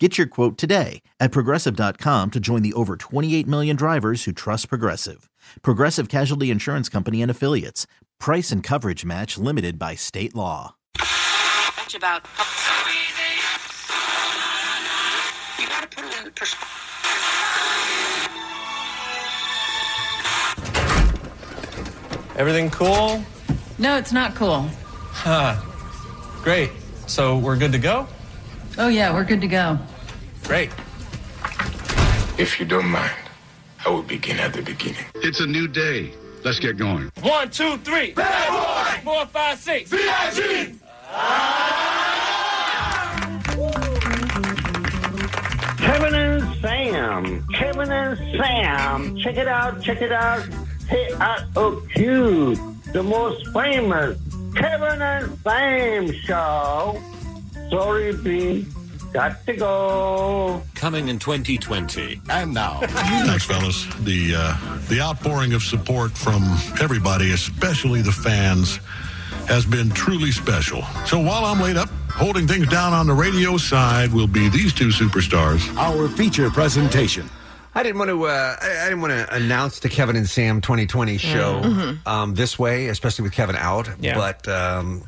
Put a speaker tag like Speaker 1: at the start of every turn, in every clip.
Speaker 1: Get your quote today at progressive.com to join the over 28 million drivers who trust Progressive. Progressive Casualty Insurance Company and Affiliates. Price and coverage match limited by state law.
Speaker 2: much about. You gotta put it in perspective.
Speaker 3: Everything cool?
Speaker 4: No, it's not cool.
Speaker 3: Great. So we're good to go?
Speaker 4: Oh, yeah, we're good to go.
Speaker 3: Great.
Speaker 5: If you don't mind, I will begin at the beginning.
Speaker 6: It's a new day. Let's get going.
Speaker 3: One, two, three. Bad boy. Four, five, six.
Speaker 7: Ah. Kevin and Sam. Kevin and Sam. Check it out, check it out. They are oh cute. The most famous Kevin and Sam show. Sorry, B. Got to go.
Speaker 8: coming in 2020.
Speaker 9: Thanks, fellas. The uh, the outpouring of support from everybody, especially the fans, has been truly special. So while I'm laid up, holding things down on the radio side will be these two superstars.
Speaker 10: our feature presentation.
Speaker 11: I didn't want to. Uh, I I didn't want to announce the Kevin and Sam 2020 show um, this way, especially with Kevin out.
Speaker 3: Yeah.
Speaker 11: But um,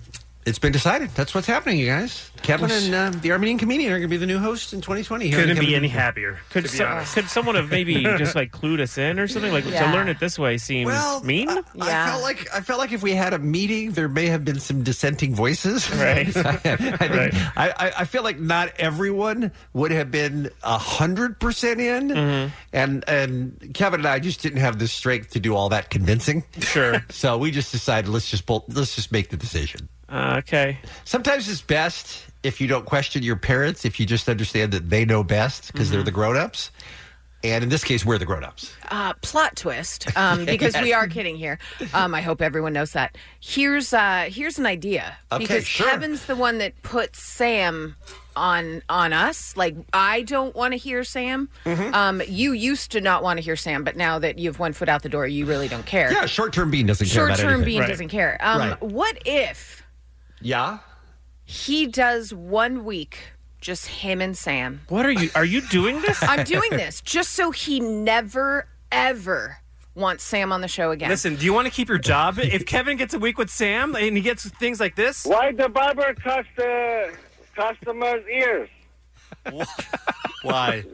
Speaker 11: it's been decided. That's what's happening, you guys. Kevin and uh, the Armenian comedian are going to be the new hosts in 2020. Here on
Speaker 3: Couldn't
Speaker 11: Kevin
Speaker 3: be
Speaker 11: and-
Speaker 3: any happier. Could, so- could someone have maybe just like clued us in or something? Like to
Speaker 4: Yeah.
Speaker 3: learn it this way seems
Speaker 11: Well,
Speaker 3: mean.
Speaker 11: I, I felt like I felt like if we had a meeting, there may have been some dissenting voices.
Speaker 3: Right.
Speaker 11: I, think,
Speaker 3: Right.
Speaker 11: I, I- I feel like not everyone would have been hundred percent in,
Speaker 3: Mm-hmm.
Speaker 11: and and Kevin and I just didn't have the strength to do all that convincing.
Speaker 3: Sure.
Speaker 11: So we just decided let's just bolt, let's just make the decision.
Speaker 3: Uh, okay.
Speaker 11: Sometimes it's best if you don't question your parents, if you just understand that they know best because
Speaker 3: Mm-hmm.
Speaker 11: they're the grown-ups. And in this case, we're the grown-ups.
Speaker 12: uh, plot twist um, because we are kidding here. Um, I hope everyone knows that. Here's uh, here's an idea
Speaker 11: Okay,
Speaker 12: because
Speaker 11: sure.
Speaker 12: Kevin's the one that puts Sam on on us. Like I don't want to hear Sam.
Speaker 11: Mm-hmm.
Speaker 12: Um, you used to not want to hear Sam, but now that you've one foot out the door, you really don't care.
Speaker 11: Yeah, short-term Bean doesn't care
Speaker 12: Short
Speaker 11: about
Speaker 12: term
Speaker 11: anything.
Speaker 12: being
Speaker 3: Right.
Speaker 12: doesn't care. Um,
Speaker 11: Right.
Speaker 12: What if
Speaker 11: Yeah.
Speaker 12: he does one week just him and Sam?
Speaker 3: What are you? Are you doing this?
Speaker 12: I'm doing this just so he never ever wants Sam on the show again.
Speaker 3: do you want to keep your job? If Kevin gets a week with Sam and he gets things like this,
Speaker 7: Why the barber cut the customer's ears?
Speaker 11: Why?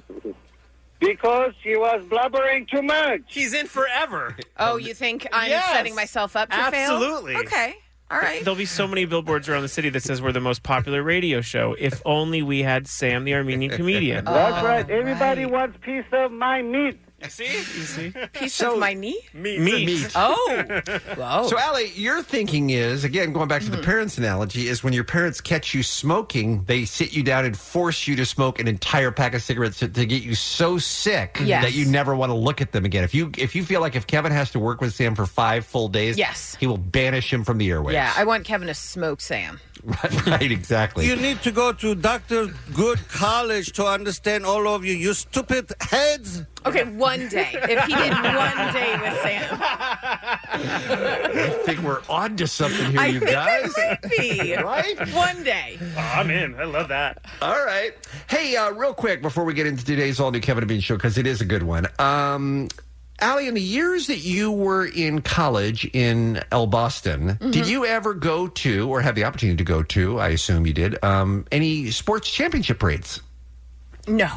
Speaker 7: Because she was blubbering too much.
Speaker 3: he's in forever.
Speaker 12: Oh, you think I'm
Speaker 3: Yes.
Speaker 12: setting myself up to
Speaker 3: Absolutely.
Speaker 12: fail? Okay. All right.
Speaker 3: There'll be so many billboards around the city that says we're the most popular radio show. If only we had Sam, the Armenian comedian.
Speaker 7: That's right.
Speaker 12: Oh,
Speaker 7: Everybody wants piece of my meat.
Speaker 12: Piece of my knee.
Speaker 3: Meat.
Speaker 12: Oh. Whoa.
Speaker 11: So, Allie, your thinking is again going back to
Speaker 12: Mm-hmm.
Speaker 11: the parents analogy is when your parents catch you smoking, they sit you down and force you to smoke an entire pack of cigarettes to, to get you so sick
Speaker 12: Yes.
Speaker 11: that you never want to look at them again. If you if you feel like if Kevin has to work with Sam for five full days,
Speaker 12: Yes.
Speaker 11: he will banish him from the airwaves.
Speaker 12: yeah, I want Kevin to smoke Sam.
Speaker 11: right, right, exactly.
Speaker 10: You need to go to Dr. Good College to understand all of you, you stupid heads.
Speaker 12: Okay, one day. If he did one day with Sam,
Speaker 11: I think we're on to something here,
Speaker 12: I
Speaker 11: you
Speaker 12: think
Speaker 11: guys.
Speaker 12: it would be
Speaker 11: Right?
Speaker 12: one day.
Speaker 3: I'm in. I love that.
Speaker 11: All right. Hey, uh, real quick before we get into today's all new Kevin and Bean show, because it is a good one. Um, Allie, in the years that you were in college in El Boston, did you ever go to, or have the opportunity to go to, I assume you did, um, any sports championship parades?
Speaker 12: No.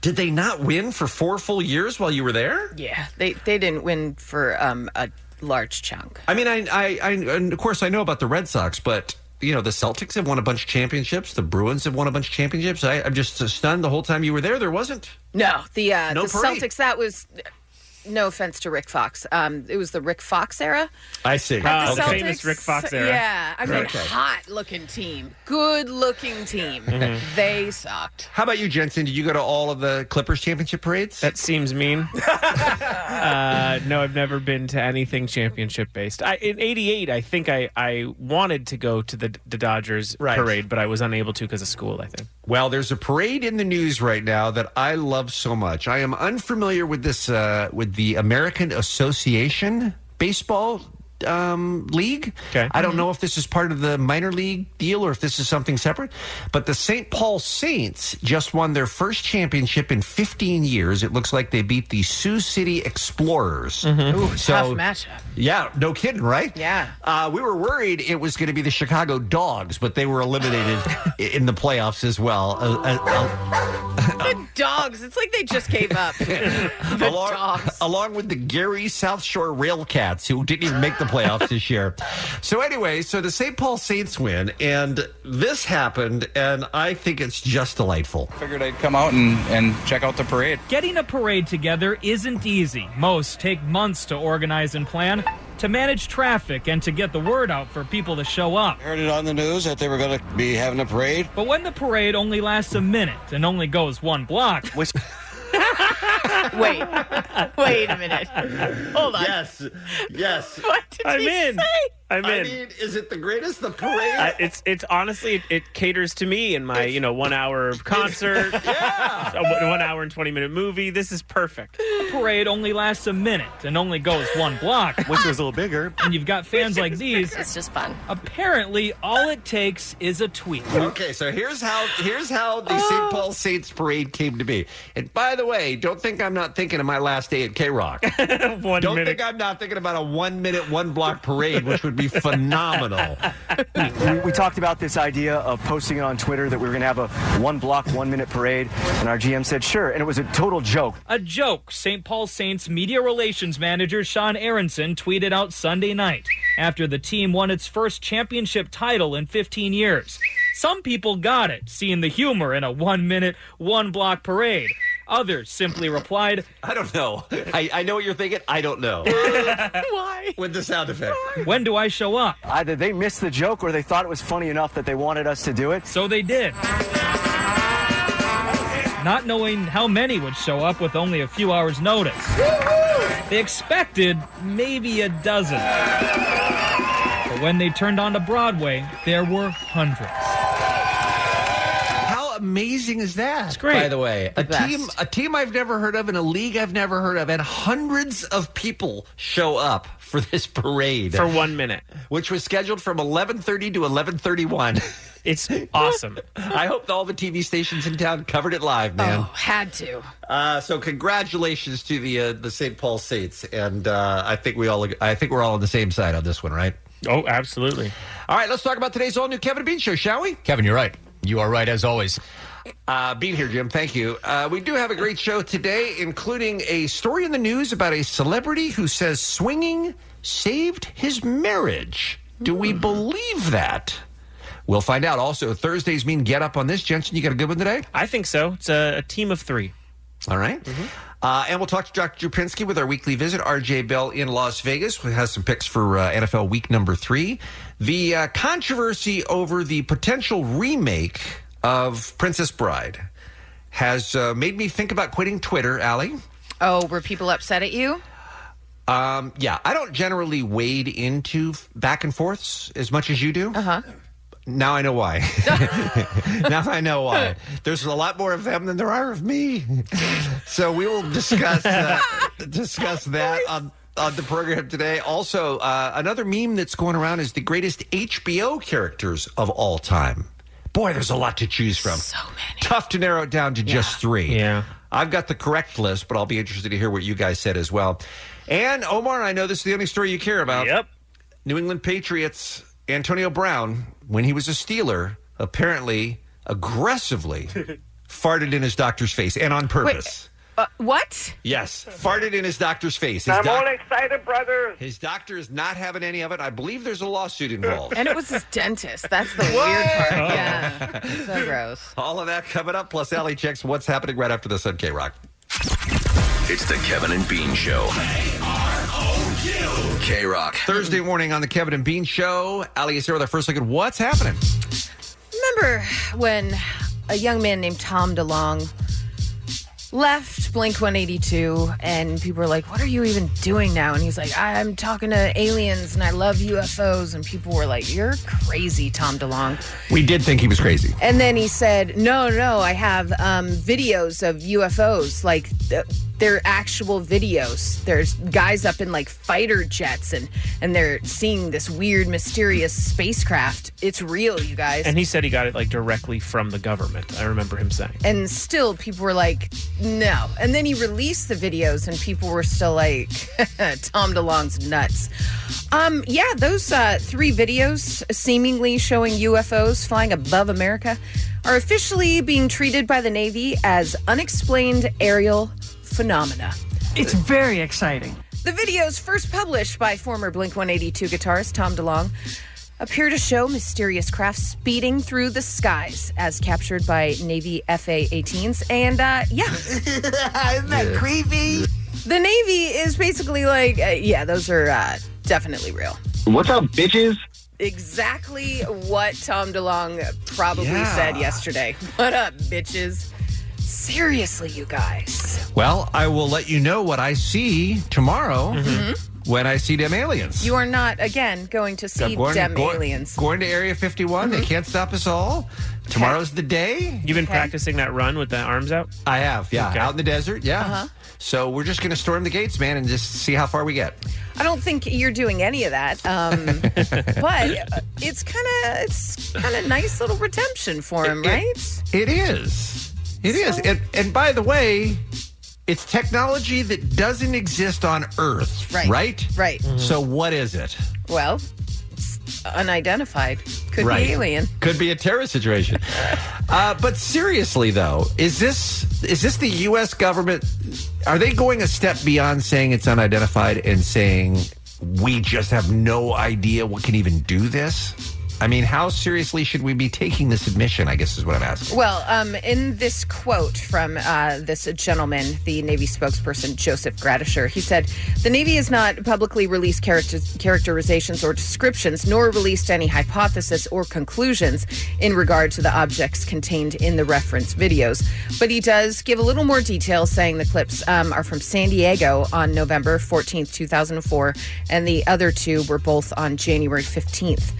Speaker 11: Did they not win for four full years while you were there?
Speaker 12: Yeah, they they didn't win for um a large chunk.
Speaker 11: I mean, I, I, I, and of course, I know about the Red Sox, but you know, the Celtics have won a bunch of championships. The Bruins have won a bunch of championships. I, I'm just stunned the whole time you were there. There wasn't.
Speaker 12: No, the uh,
Speaker 11: No
Speaker 12: the
Speaker 11: parade.
Speaker 12: Celtics. That was no offense to Rick Fox. Um, it was the Rick Fox era.
Speaker 11: I see. Ah,
Speaker 12: at the
Speaker 11: okay.
Speaker 12: Celtics. Yeah, I mean,
Speaker 11: Right. Okay.
Speaker 12: hot looking team, good looking team.
Speaker 11: Mhm.
Speaker 12: They sucked.
Speaker 11: How about you, Jensen? Did you go to all of the Clippers championship parades?
Speaker 3: That seems mean. uh, no, I've never been to anything championship based. I, in '88, I think I, I wanted to go to the, the Dodgers parade, but I was unable to because of school. I think.
Speaker 11: Well, there's a parade in the news right now that I love so much. I am unfamiliar with this uh, with the American Association baseball um, league. Okay. I don't
Speaker 12: Mm-hmm.
Speaker 11: know if this is part of the minor league deal or if this is something separate. But the St. Paul Saints just won their first championship in 15 years. It looks like they beat the Sioux City Explorers.
Speaker 13: Mm-hmm.
Speaker 12: Ooh, Mm-hmm. tough
Speaker 11: So-
Speaker 12: matchup.
Speaker 11: yeah, no kidding, right?
Speaker 12: Yeah.
Speaker 11: Uh, we were worried it was going to be the Chicago Dogs, but they were eliminated i- in the playoffs as well. Uh, uh,
Speaker 12: The dogs. It's like they just gave up.
Speaker 11: uh,
Speaker 12: the
Speaker 11: along,
Speaker 12: dogs.
Speaker 11: along with the Gary South Shore Railcats, who didn't even make the playoffs this year. So, anyway, so the St. Paul Saints win, and this happened, and I think it's just delightful.
Speaker 14: Figured I'd come out and, and check out the parade.
Speaker 15: Getting a parade together isn't easy. Most take months to organize and plan, to manage traffic, and to get the word out for people to show up.
Speaker 16: Heard it on the news that they were going to be having a parade.
Speaker 15: But when the parade only lasts a minute and only goes one block,
Speaker 12: Wait, wait a minute. Hold on.
Speaker 11: Yes, yes.
Speaker 12: What did
Speaker 3: I'm
Speaker 12: he
Speaker 3: in.
Speaker 12: say?
Speaker 3: I'm in.
Speaker 11: is it the greatest? The parade?
Speaker 3: I- it's it's honestly it, it caters to me and my you know one hour of concert, a one one hour and twenty minute movie. This is perfect.
Speaker 15: the parade only lasts a minute and only goes one block, which was a little bigger. And you've got fans like these. It's just fun. Apparently, all it takes is a tweet.
Speaker 11: Okay, so here's how here's how the
Speaker 12: Oh.
Speaker 11: St. Paul Saints parade came to be. And by the way, don't think I'm not thinking of my last day at K Rock. don't think I'm not thinking about a one minute, one block parade, which would be phenomenal.
Speaker 13: we, we talked about this idea of posting it on Twitter that we were going to have a one block, one minute parade, and our GM said sure, and it was a total joke.
Speaker 15: A joke, St. Paul Saints media relations manager Sean Aronson tweeted out Sunday night after the team won its first championship title in 15 years. Some people got it, seeing the humor in a one minute, one block parade. Others simply replied,
Speaker 11: I don't know. I, I know what you're thinking. I don't know.
Speaker 12: Why?
Speaker 11: With the sound effect.
Speaker 15: When do I show up?
Speaker 13: Either they missed the joke or they thought it was funny enough that they wanted us to do it.
Speaker 15: So they did. not knowing how many would show up with only a few hours' notice. They expected maybe a dozen. But when they turned onto Broadway, there were hundreds.
Speaker 11: How amazing is that? It's
Speaker 15: great.
Speaker 11: By the way,
Speaker 15: The
Speaker 11: a
Speaker 15: best.
Speaker 11: team a team I've never heard of in a league I've never heard of, and hundreds of people show up for this parade
Speaker 3: For one minute,
Speaker 11: which was scheduled from 11:30 to 11:31.
Speaker 3: It's awesome.
Speaker 11: I hope all the TV stations in town covered it live, man.
Speaker 12: Had to.
Speaker 11: Uh, so congratulations to the uh, the St. Paul Saints, and uh, I think we all I think we're all on the same side on this one, right?
Speaker 3: Oh, absolutely.
Speaker 11: All right, let's talk about today's all new Kevin and Bean show, shall we? Kevin, you're right. You are right as always. Uh, being here, Jim. Thank you. Uh, we do have a great show today, including a story in the news about a celebrity who says swinging saved his marriage. Do we
Speaker 3: Hmm.
Speaker 11: believe that? We'll find out. Also, Thursdays mean get up on this, Jensen. You got a good one today?
Speaker 3: I think so. It's a, a team of three.
Speaker 11: All right. Uh, and we'll talk to Dr. Jupinsky with our weekly visit. RJ Bell in Las Vegas who has some picks for uh, NFL week number three. The uh, controversy over the potential remake of Princess Bride has uh, made me think about quitting Twitter, Allie.
Speaker 12: Oh, were people upset at you?
Speaker 11: Um, yeah, I don't generally wade into f- back and forths as much as you do. Uh huh. Now I know why. now I know why. There's a lot more of them than there are of me. So we will discuss uh, discuss that on, on the program today. Also, uh, another meme that's going around is the greatest HBO characters of all time. Boy, there's a lot to choose from. So many. Tough to narrow it down to just three. Yeah. I've got the correct list, but I'll be interested to hear what you guys said as well. And Omar, I know this is the only story you care about. Yep. New England Patriots, Antonio Brown, when he was a Steeler, apparently aggressively farted in his doctor's face and on purpose.
Speaker 12: Uh, what?
Speaker 11: Yes, farted in his doctor's face. His,
Speaker 17: I'm
Speaker 11: doc-
Speaker 17: all excited, brother.
Speaker 11: his doctor is not having any of it. I believe there's a lawsuit involved.
Speaker 12: And it was his dentist. That's the weird part. Yeah. So gross.
Speaker 11: All of that coming up, plus Allie checks what's happening right after this on K Rock.
Speaker 18: It's the Kevin and Bean Show. K Rock.
Speaker 11: Thursday morning on the Kevin and Bean Show. Ali is here with our first look at what's happening.
Speaker 12: Remember when a young man named Tom DeLong left Blink 182 and people were like, What are you even doing now? And he's like, I'm talking to aliens and I love UFOs. And people were like, You're crazy, Tom DeLong.
Speaker 11: We did think he was crazy.
Speaker 12: And then he said, No, no, I have um, videos of UFOs. Like, th- they're actual videos. There's guys up in like fighter jets and, and they're seeing this weird, mysterious spacecraft. It's real, you guys.
Speaker 3: And he said he got it like directly from the government. I remember him saying.
Speaker 12: and still people were like no and then he released the videos and people were still like tom delong's nuts um yeah those uh, three videos seemingly showing ufos flying above america are officially being treated by the navy as unexplained aerial phenomena
Speaker 19: It's very exciting.
Speaker 12: the videos, first published by former Blink 182 guitarist Tom DeLong, appear to show mysterious craft speeding through the skies, as captured by Navy FA 18s. And uh, yeah. Isn't
Speaker 19: that Yeah.
Speaker 12: creepy? The Navy is basically like, uh, yeah, those are uh, definitely real.
Speaker 2: What's up, bitches?
Speaker 12: Exactly what Tom DeLong probably
Speaker 11: Yeah.
Speaker 12: said yesterday. What up, bitches? Seriously, you guys.
Speaker 11: Well, I will let you know what I see tomorrow
Speaker 3: Mm-hmm.
Speaker 11: when I see them aliens.
Speaker 12: Mm-hmm. You are not, again, going to see
Speaker 11: Going-
Speaker 12: dem
Speaker 11: going-
Speaker 12: aliens. Mm-hmm.
Speaker 11: Going to Area 51. They can't stop us all. Tomorrow's the day.
Speaker 3: You've been
Speaker 12: Okay.
Speaker 3: practicing that run with the arms out?
Speaker 11: I have, yeah.
Speaker 3: Okay.
Speaker 11: Out in the desert, yeah.
Speaker 12: Uh-huh.
Speaker 11: So we're just going to storm the gates, man, and just see how far we get.
Speaker 12: I don't think you're doing any of that, um, but uh, it's kind of it's kind of nice little redemption for him,
Speaker 11: It-
Speaker 12: right?
Speaker 11: It is. It is. And, and by the way, it's technology that doesn't exist on Earth,
Speaker 12: Right.
Speaker 11: Right.
Speaker 12: Right.
Speaker 3: Mm-hmm.
Speaker 12: Mhm.
Speaker 11: So what is it?
Speaker 12: well, it's unidentified could
Speaker 11: Right.
Speaker 12: be alien.
Speaker 11: Could be a terror situation. uh, but seriously, though, is this is this the U.S. government? Are they going a step beyond saying it's unidentified and saying we just have no idea what can even do this? I mean, how seriously should we be taking this admission? I guess is what I'm asking.
Speaker 12: Well, um, in this quote from uh, this gentleman, the Navy spokesperson Joseph Gradisher, he said, "The Navy has not publicly released character- characterizations or descriptions, nor released any hypothesis or conclusions in regard to the objects contained in the reference videos." But he does give a little more detail, saying the clips um, are from San Diego on November 14th, 2004, and the other two were both on January 15th,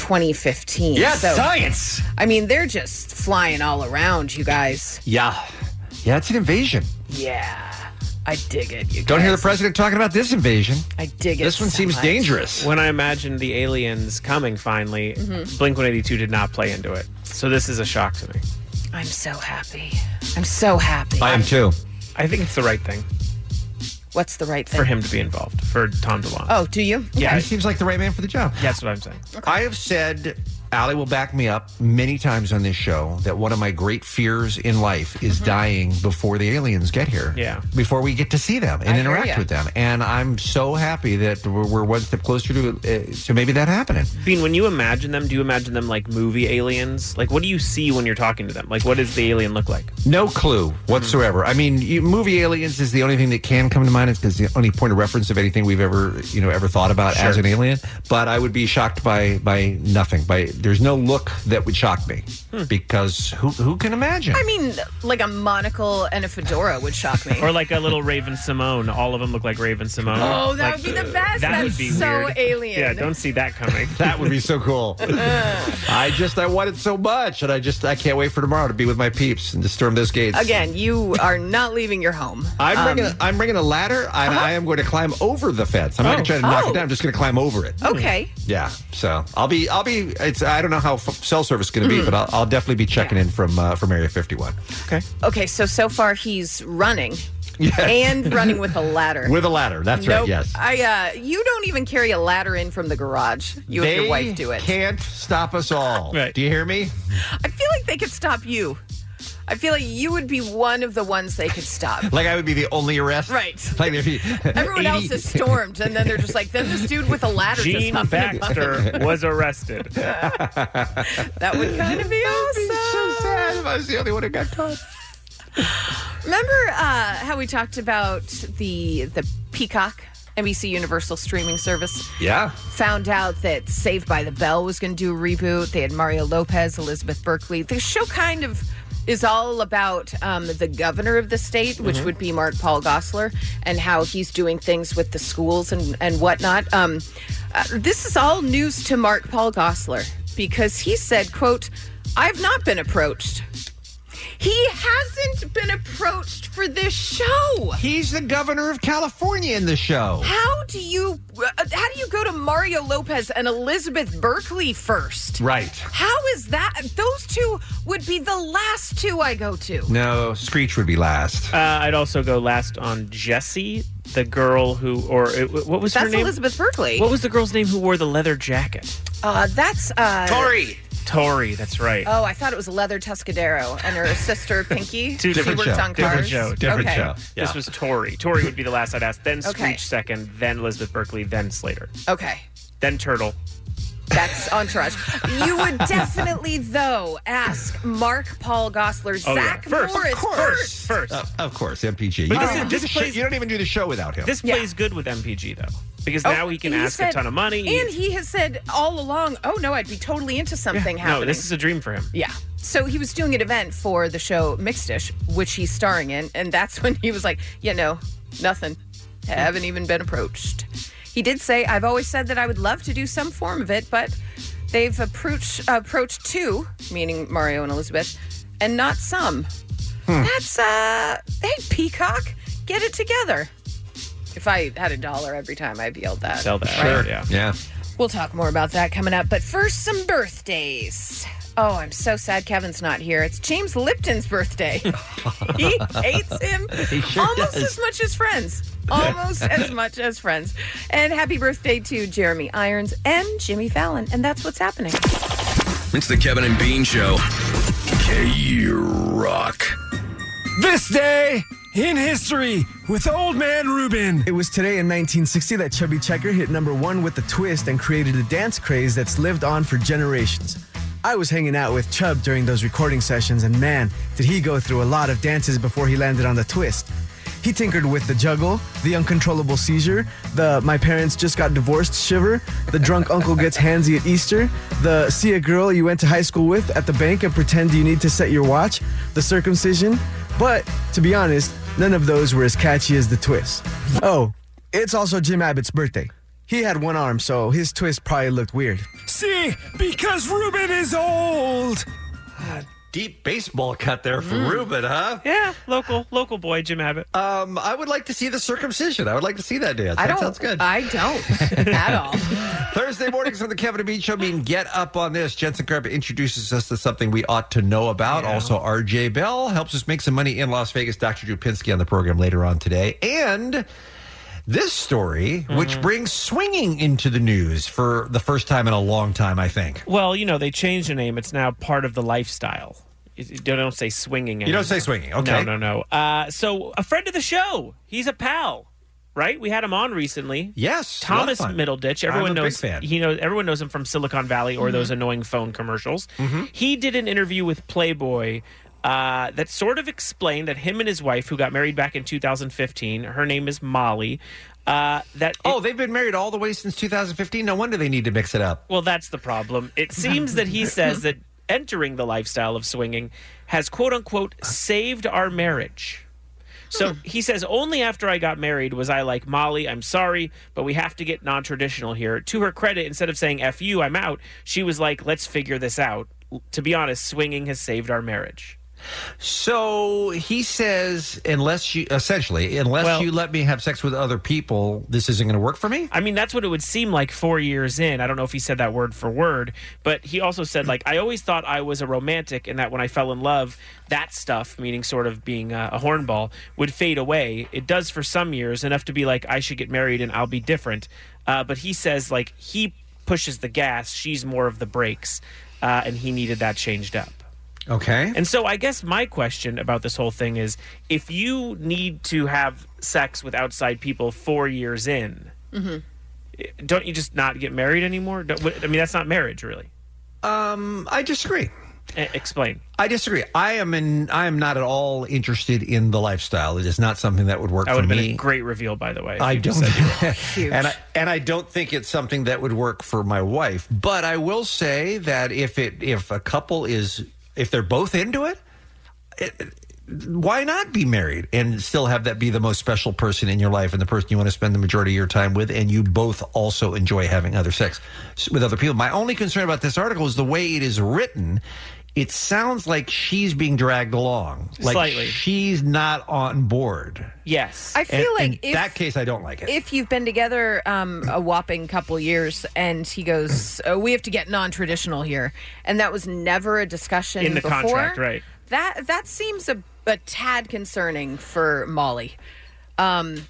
Speaker 12: 2015.
Speaker 11: Yeah, science.
Speaker 12: I mean, they're just flying all around, you guys.
Speaker 11: Yeah, yeah, it's an invasion.
Speaker 12: Yeah. I dig it. You
Speaker 11: Don't hear the
Speaker 12: guys.
Speaker 11: president talking about this invasion.
Speaker 12: I dig it. so much.
Speaker 3: When I imagined the aliens coming finally,
Speaker 12: Mhm.
Speaker 3: Blink 182 did not play into it. So this is a shock to me.
Speaker 12: I'm so happy. I'm so happy.
Speaker 11: too.
Speaker 3: I think it's the right thing
Speaker 12: What's the right thing?
Speaker 3: for him to be involved, for Tom DeLonge.
Speaker 12: Oh, do you?
Speaker 3: Yeah.
Speaker 11: He seems like the right man for the job.
Speaker 3: That's what I'm saying.
Speaker 11: I have said, Ali will back me up many times on this show, that one of my great fears in life
Speaker 3: Mm-hmm.
Speaker 11: is dying before the aliens get here.
Speaker 3: Yeah.
Speaker 11: Before we get to see them and
Speaker 3: I hear
Speaker 11: interact
Speaker 3: ya.
Speaker 11: with them. And I'm so happy that we're, we're one step closer to, uh, to maybe that happening.
Speaker 3: Bean, when you imagine them, do you imagine them like movie aliens? Like, what do you see when you're talking to them? Like, what does the alien look like?
Speaker 11: No clue whatsoever.
Speaker 3: Mm-hmm.
Speaker 11: I mean, you, movie aliens is the only thing that can come to mind. It's because the only point of reference of anything we've ever, you know, ever thought about as
Speaker 3: Sure.
Speaker 11: an alien. But I would be shocked by by nothing. By there's no look that would shock me
Speaker 3: Hmm.
Speaker 11: because who who can imagine?
Speaker 12: I mean, like a monocle and a fedora would shock me.
Speaker 3: Or like a little Raven Simone. All of them look like Raven Simone.
Speaker 12: Oh,
Speaker 3: Like,
Speaker 12: that
Speaker 3: uh,
Speaker 12: would be the
Speaker 3: That
Speaker 12: best. That's
Speaker 3: would be
Speaker 12: so
Speaker 3: weird.
Speaker 12: alien.
Speaker 3: Yeah, don't see that coming.
Speaker 11: that would be so cool. I just I want it so much, and I just I can't wait for tomorrow to be with my peeps and to storm those gates
Speaker 12: Again, you are not leaving your home.
Speaker 11: I'm
Speaker 12: Um,
Speaker 11: bringing a, I'm bringing a ladder, and I am going to climb over the fence. I'm not
Speaker 12: Oh.
Speaker 11: going to try to knock
Speaker 12: Oh.
Speaker 11: it down. I'm just going to climb over it.
Speaker 12: Okay.
Speaker 11: Yeah, so I'll be I'll be it's I don't know how f- cell service is going to be,
Speaker 12: Mhm.
Speaker 11: but I'll, I'll definitely be checking in from uh, from Area 51
Speaker 12: Okay, so so far he's running.
Speaker 11: Yes.
Speaker 12: And running with a ladder.
Speaker 11: with a ladder. That's right.
Speaker 12: Nope.
Speaker 11: Yes,
Speaker 12: I uh you don't even carry a ladder in from the garage. You
Speaker 11: they
Speaker 12: and your wife do it.
Speaker 11: Can't stop us all.
Speaker 3: Right.
Speaker 11: Do you hear me?
Speaker 12: I feel like they could stop you. I feel like you would be one of the ones they could stop.
Speaker 11: Like I would be the only arrest.
Speaker 12: Right.
Speaker 11: Like there'd be
Speaker 12: Everyone
Speaker 11: 80
Speaker 12: else is stormed, and then they're just like, then this dude with a ladder
Speaker 3: Gene
Speaker 12: just huffing and puffing.
Speaker 3: Baxter was arrested.
Speaker 12: That would kind of be awesome.
Speaker 11: so sad if I was the only one who got caught.
Speaker 12: Remember uh, how we talked about the the Peacock NBC Universal streaming service?
Speaker 11: Yeah.
Speaker 12: Found out that Saved by the Bell was going to do a reboot. They had Mario Lopez, Elizabeth Berkley. The show kind of is all about um, the governor of the state, which
Speaker 2: Mhm.
Speaker 11: Mm-hmm.
Speaker 12: would be Mark Paul Gossler, and how he's doing things with the schools and and whatnot. Um, uh, this is all news to Mark Paul Gossler because he said, "quote I've not been approached." He hasn't been approached for this show.
Speaker 11: He's the governor of California in the show.
Speaker 12: How do you uh, how do you go to Mario Lopez and Elizabeth Berkley first?
Speaker 11: Right.
Speaker 12: How is that? Those two would be the last two I go to.
Speaker 11: No, Screech would be last.
Speaker 3: Uh, I'd also go last on Jessie, the girl who, or uh, what was her
Speaker 12: That's
Speaker 3: name?
Speaker 12: Elizabeth Berkley.
Speaker 3: What was the girl's name who wore the leather jacket?
Speaker 12: Uh, that's uh,
Speaker 3: Tori, that's right.
Speaker 12: Oh, I thought it was Leather Tuscadero and her sister Pinky.
Speaker 3: Two
Speaker 12: She
Speaker 3: different
Speaker 12: worked
Speaker 3: show.
Speaker 12: on
Speaker 3: Different
Speaker 12: cars.
Speaker 3: show. Different
Speaker 12: Okay.
Speaker 3: show. This was Tori. Tori would be the last I'd ask. Then Screech
Speaker 12: Okay.
Speaker 3: second. Then Elizabeth Berkley. Then Slater.
Speaker 12: Okay.
Speaker 3: Then Turtle.
Speaker 12: That's entourage. you would definitely, though, ask Mark Paul Gossler,
Speaker 11: Oh, yeah.
Speaker 12: Zach
Speaker 11: First, of
Speaker 12: Morris first.
Speaker 3: First.
Speaker 11: Uh, of course, MPG.
Speaker 3: But this
Speaker 11: You don't,
Speaker 3: is-
Speaker 11: even do
Speaker 3: this
Speaker 11: the show-
Speaker 3: plays-
Speaker 11: you don't even do the show without him.
Speaker 3: This plays good with MPG though, because
Speaker 12: Oh,
Speaker 3: now he can ask
Speaker 12: said-
Speaker 3: a ton of money.
Speaker 12: And he has said all along, oh no, I'd be totally into something
Speaker 3: no,
Speaker 12: happening.
Speaker 3: this is a dream for him.
Speaker 12: yeah. So he was doing an event for the show Mixed Dish, which he's starring in, and that's when he was like, you know, nothing. Haven't even been approached. He did say, I've always said that I would love to do some form of it, but they've approached approached two, meaning Mario and Elizabeth, and not some. That's uh hey Peacock, get it together. If I had a dollar every time I'd yelled that.
Speaker 3: Sell that.
Speaker 11: Sure.
Speaker 3: Yeah.
Speaker 11: Yeah.
Speaker 12: We'll talk more about that coming up, but first, some birthdays. Oh, I'm so sad Kevin's not here. It's James Lipton's birthday. he hates him
Speaker 2: He sure
Speaker 12: almost
Speaker 2: does.
Speaker 12: as much as friends. Almost as much as friends. And happy birthday to Jeremy Irons and Jimmy Fallon. And that's what's happening.
Speaker 18: It's the Kevin and Bean Show. K Rock.
Speaker 20: This day in history with Old Man Rubin.
Speaker 21: It was today in 1960 that Chubby Checker hit number one with a twist and created a dance craze that's lived on for generations. I was hanging out with Chubb during those recording sessions, and man, did he go through a lot of dances before he landed on the twist. He tinkered with the juggle, the uncontrollable seizure, the my parents just got divorced shiver, the drunk uncle gets handsy at Easter, the see a girl you went to high school with at the bank and pretend you need to set your watch, the circumcision. But to be honest, none of those were as catchy as the twist. Oh, it's also Jim Abbott's birthday. He had one arm, so his twist probably looked weird.
Speaker 20: See, because Rubin is old.
Speaker 11: Deep baseball cut there for
Speaker 3: Mm.
Speaker 11: Ruben, huh?
Speaker 3: Yeah, local local boy Jim Abbott.
Speaker 11: Um, I would like to see the circumcision. I would like to see that dance. that
Speaker 12: I don't.
Speaker 11: sounds good.
Speaker 12: I don't at all.
Speaker 11: Thursday mornings on the Kevin and Bean Show mean get up on this. Jensen Carp introduces us to something we ought to know about. Also, RJ Bell helps us make some money in Las Vegas. Dr. Drew Pinsky on the program later on today. And this story,
Speaker 3: Mm-hmm.
Speaker 11: which brings swinging into the news for the first time in a long time, I think.
Speaker 3: Well, you know they changed the name. It's now part of the lifestyle. You you don't say swinging.
Speaker 11: You don't say
Speaker 3: anymore.
Speaker 11: swinging. Okay.
Speaker 3: No, no, no. Uh, so a friend of the show. He's a pal, right? We had him on recently.
Speaker 11: Yes, a lot
Speaker 3: Thomas
Speaker 11: of fun.
Speaker 3: Middleditch.
Speaker 11: I'm
Speaker 3: Everyone
Speaker 11: a big
Speaker 3: knows.
Speaker 11: fan. Mm-hmm.
Speaker 3: He knows. Everyone knows him from Silicon Valley or those annoying phone commercials. He did an interview with Playboy. Uh, that sort of explained that him and his wife, who got married back in 2015, her name is Molly. Uh, that
Speaker 11: Oh, they've been married all the way since 2015. No wonder they need to mix it up.
Speaker 3: well, that's the problem. It seems that he says that entering the lifestyle of swinging has quote unquote saved our marriage. So he says, only after I got married was I like, Molly, I'm sorry, but we have to get non traditional here. To her credit, instead of saying, F you, I'm out, she was like, let's figure this out. To be honest, swinging has saved our marriage.
Speaker 11: So he says, unless you, essentially, unless
Speaker 3: Well-
Speaker 11: you let me have sex with other people, this isn't going to work for me.
Speaker 3: I mean, that's what it would seem like four years in. I don't know if he said that word for word, but he also said, like, I always thought I was a romantic and that when I fell in love, that stuff, meaning sort of being uh, a, a hornball, would fade away. It does for some years, enough to be like, I should get married and I'll be different. Uh, but he says, like, he pushes the gas, she's more of the brakes, uh, and he needed that changed up.
Speaker 11: Okay.
Speaker 3: And so I guess my question about this whole thing is if you need to have sex with outside people four years in,
Speaker 2: Mm-hmm.
Speaker 3: don't you just not get married anymore? Don't- what- I mean, that's not marriage, really.
Speaker 11: Um, I disagree.
Speaker 3: Eh, explain.
Speaker 11: I disagree. I am in. I am not at all interested in the lifestyle. It is not something that would work
Speaker 3: That
Speaker 11: for
Speaker 3: would have been
Speaker 11: me.
Speaker 3: a great reveal, by the way. if
Speaker 11: I
Speaker 3: you just
Speaker 11: don't,
Speaker 3: said you were-
Speaker 11: and I, and I don't think it's something that would work for my wife. But I will say that if it if a couple is if they're both into it, it why not be married and still have that be the most special person in your life and the person you want to spend the majority of your time with, and you both also enjoy having other sex with other people. My only concern about this article is the way it is written. It sounds like she's being dragged along, like
Speaker 3: Slightly.
Speaker 11: she's not on board.
Speaker 3: Yes,
Speaker 12: I feel
Speaker 11: And
Speaker 12: like
Speaker 11: in
Speaker 12: if-
Speaker 11: that case, I don't like it.
Speaker 12: If you've been together um, a whopping couple years and he goes, oh, we have to get non traditional here, and that was never a discussion
Speaker 3: in the
Speaker 12: before,
Speaker 3: contract, right?
Speaker 12: That, that seems a, a tad concerning for Molly. Um,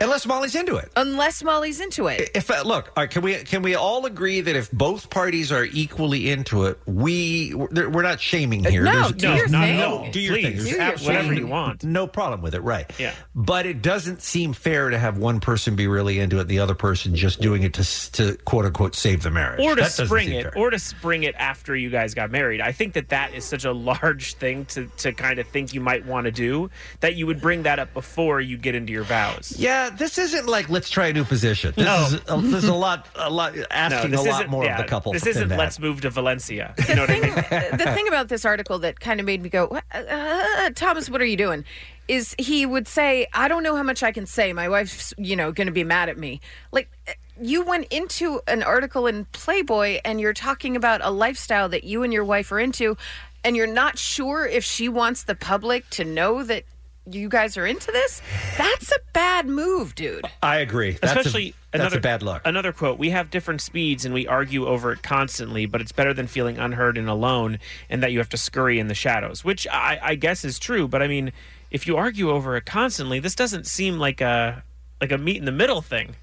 Speaker 11: unless Molly's into it.
Speaker 12: Unless Molly's into it.
Speaker 11: If uh, look, all right, can we can we all agree that if both parties are equally into it, we we're we're not shaming
Speaker 12: Uh,
Speaker 11: here.
Speaker 12: no,
Speaker 11: There's-
Speaker 12: do your thing.
Speaker 11: Do your
Speaker 12: Please,
Speaker 11: thing.
Speaker 12: do
Speaker 11: There's
Speaker 12: your
Speaker 11: absolutely
Speaker 12: thing. Whatever you
Speaker 3: want.
Speaker 11: No problem with it, right?
Speaker 3: Yeah.
Speaker 11: But it doesn't seem fair to have one person be really into it, and the other person just doing it to s- to quote unquote save the marriage,
Speaker 3: Or to
Speaker 11: That doesn't
Speaker 3: spring
Speaker 11: seem
Speaker 3: it,
Speaker 11: fair.
Speaker 3: or to spring it after you guys got married. I think that that is such a large thing to to kind of think you might want to do that you would bring that up before you get into your vows.
Speaker 11: Yeah, this isn't like let's try a new position. This
Speaker 3: No.
Speaker 11: is a, this is a lot, a lot asking
Speaker 3: No,
Speaker 11: a
Speaker 3: this
Speaker 11: lot
Speaker 3: isn't-
Speaker 11: more
Speaker 3: yeah,
Speaker 11: of the couple.
Speaker 3: This
Speaker 11: than
Speaker 3: isn't
Speaker 11: that.
Speaker 3: let's move to Valencia. You know what I mean?
Speaker 12: the thing about this article that kind of made me go, "What- uh, uh, Thomas, what are you doing? Is he would say, I don't know how much I can say. My wife's, you know, going to be mad at me. Like, uh, you went into an article in Playboy and you're talking about a lifestyle that you and your wife are into, and you're not sure if she wants the public to know that you guys are into this. That's a bad move, dude.
Speaker 11: I agree. That's
Speaker 3: Especially
Speaker 11: a, that's
Speaker 3: another
Speaker 11: a bad look.
Speaker 3: Another quote: "We have different speeds and we argue over it constantly, but it's better than feeling unheard and alone, and that you have to scurry in the shadows." Which I, I guess is true, but I mean, if you argue over it constantly, this doesn't seem like a like a meet in the middle thing,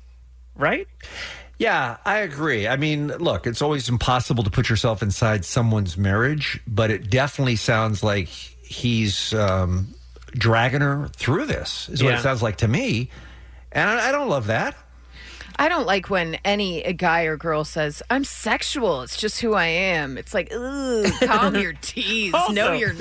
Speaker 3: right?
Speaker 11: Yeah, I agree. I mean, look, it's always impossible to put yourself inside someone's marriage, but it definitely sounds like he's um, dragging her through this, is what
Speaker 12: Yeah.
Speaker 11: it sounds like to me. And I, I don't love that.
Speaker 12: I don't like when any guy or girl says, I'm sexual. It's just who I am. It's like, ooh, calm your tease. no,
Speaker 3: Also-
Speaker 12: you're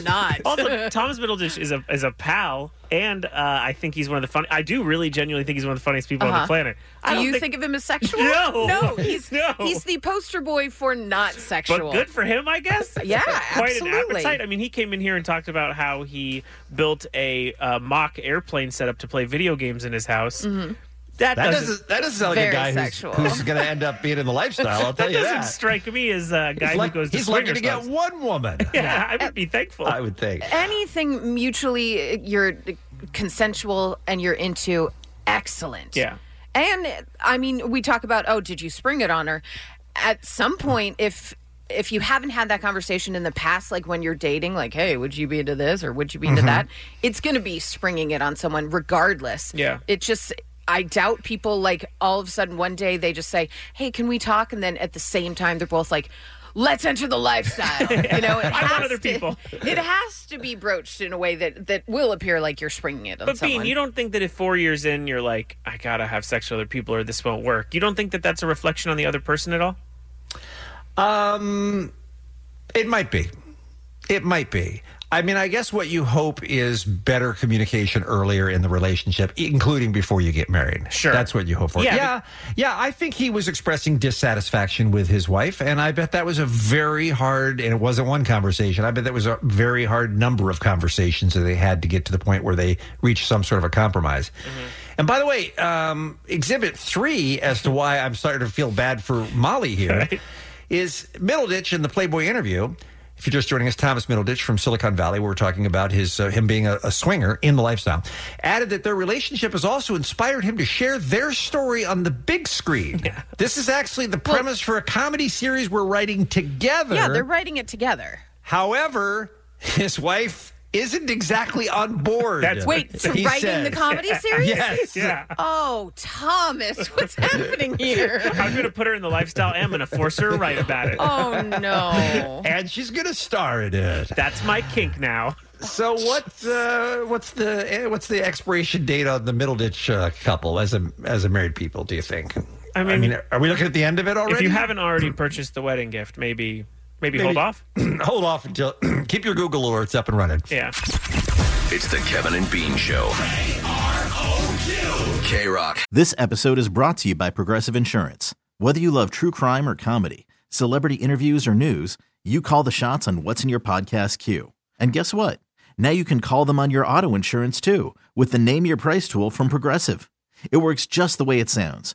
Speaker 12: not.
Speaker 3: also, Thomas Middleditch is a is a pal, and uh, I think he's one of the fun. I do really genuinely think he's one of the funniest people on
Speaker 12: Uh-huh.
Speaker 3: the planet. I
Speaker 12: Do
Speaker 3: don't
Speaker 12: you think, of him as sexual?
Speaker 3: No.
Speaker 12: No, he's,
Speaker 3: No.
Speaker 12: he's the poster boy for not sexual.
Speaker 3: But good for him, I guess.
Speaker 12: Yeah,
Speaker 3: quite an
Speaker 12: absolutely.
Speaker 3: appetite. I mean, he came in here and talked about how he built a uh, mock airplane setup to play video games in his house.
Speaker 12: Mm-hmm.
Speaker 3: That,
Speaker 11: That
Speaker 3: doesn't,
Speaker 11: doesn't- that doesn't sound like a Very guy who's- sexual. who's gonna end up being in the lifestyle, I'll tell you
Speaker 3: doesn't
Speaker 11: that.
Speaker 3: strike me as a guy
Speaker 11: like-
Speaker 3: who goes. To
Speaker 11: he's lucky
Speaker 3: swinger
Speaker 11: to get
Speaker 3: clubs.
Speaker 11: one woman.
Speaker 3: Yeah, I would be thankful.
Speaker 11: I would think.
Speaker 12: Anything mutually uh, you're consensual and you're into, excellent.
Speaker 3: Yeah.
Speaker 12: And I mean, we talk about, oh, did you spring it on her? At some point, if if you haven't had that conversation in the past, like when you're dating, like, hey, would you be into this or would you be into
Speaker 3: Mm-hmm.
Speaker 2: Mhm.
Speaker 12: that? It's going to be springing it on someone regardless.
Speaker 2: Yeah.
Speaker 12: It just, I doubt people like all of a sudden one day they just say, hey, can we talk? And then at the same time, they're both like, let's enter the lifestyle. You know, it
Speaker 3: I want
Speaker 12: has,
Speaker 3: other people.
Speaker 12: it has to be broached in a way that, that will appear like you're springing it on
Speaker 3: But
Speaker 12: someone.
Speaker 3: Bean, you don't think that if four years in you're like, I gotta have sex with other people or this won't work. You don't think that that's a reflection on the other person at all?
Speaker 11: Um, it might be. It might be. I mean, I guess what you hope is better communication earlier in the relationship, including before you get married. Sure, that's what you hope for.
Speaker 22: Yeah,
Speaker 11: yeah, yeah. I think he was expressing dissatisfaction with his wife, and I bet that was a very hard. And it wasn't one conversation. I bet that was a very hard number of conversations that they had to get to the point where they reached some sort of a compromise. And by the way, um, Exhibit Three as to why I'm starting to feel bad for Molly here is Middleditch in the Playboy interview. If you're just joining us, Thomas Middleditch from Silicon Valley, we're talking about his uh, him being a, a swinger in the lifestyle. Added that their relationship has also inspired him to share their story on the big screen. This is actually the premise for a comedy series we're writing together.
Speaker 12: yeah, they're writing it together.
Speaker 11: However, his wife isn't exactly on board.
Speaker 12: Wait, to
Speaker 11: he
Speaker 12: writing
Speaker 11: said.
Speaker 12: the comedy series?
Speaker 11: yes.
Speaker 12: Oh, Thomas, what's happening here?
Speaker 3: I'm gonna put her in the lifestyle and I'm gonna force her to write about it.
Speaker 12: Oh no.
Speaker 11: and she's gonna star in it.
Speaker 3: That's my kink now.
Speaker 11: So what? Uh, what's the eh, what's the expiration date on the Middleditch uh, couple as a as a married people? Do you think?
Speaker 3: I mean-
Speaker 11: are we looking at the end of it already?
Speaker 3: If you haven't already purchased the wedding gift, maybe Maybe, hold off.
Speaker 11: hold off until keep your Google alerts up and running.
Speaker 3: Yeah.
Speaker 18: It's the Kevin and Bean Show. K Rock.
Speaker 23: This episode is brought to you by Progressive Insurance. Whether you love true crime or comedy, celebrity interviews or news, you call the shots on what's in your podcast queue. And guess what? Now you can call them on your auto insurance too with the Name Your Price tool from Progressive. It works just the way it sounds.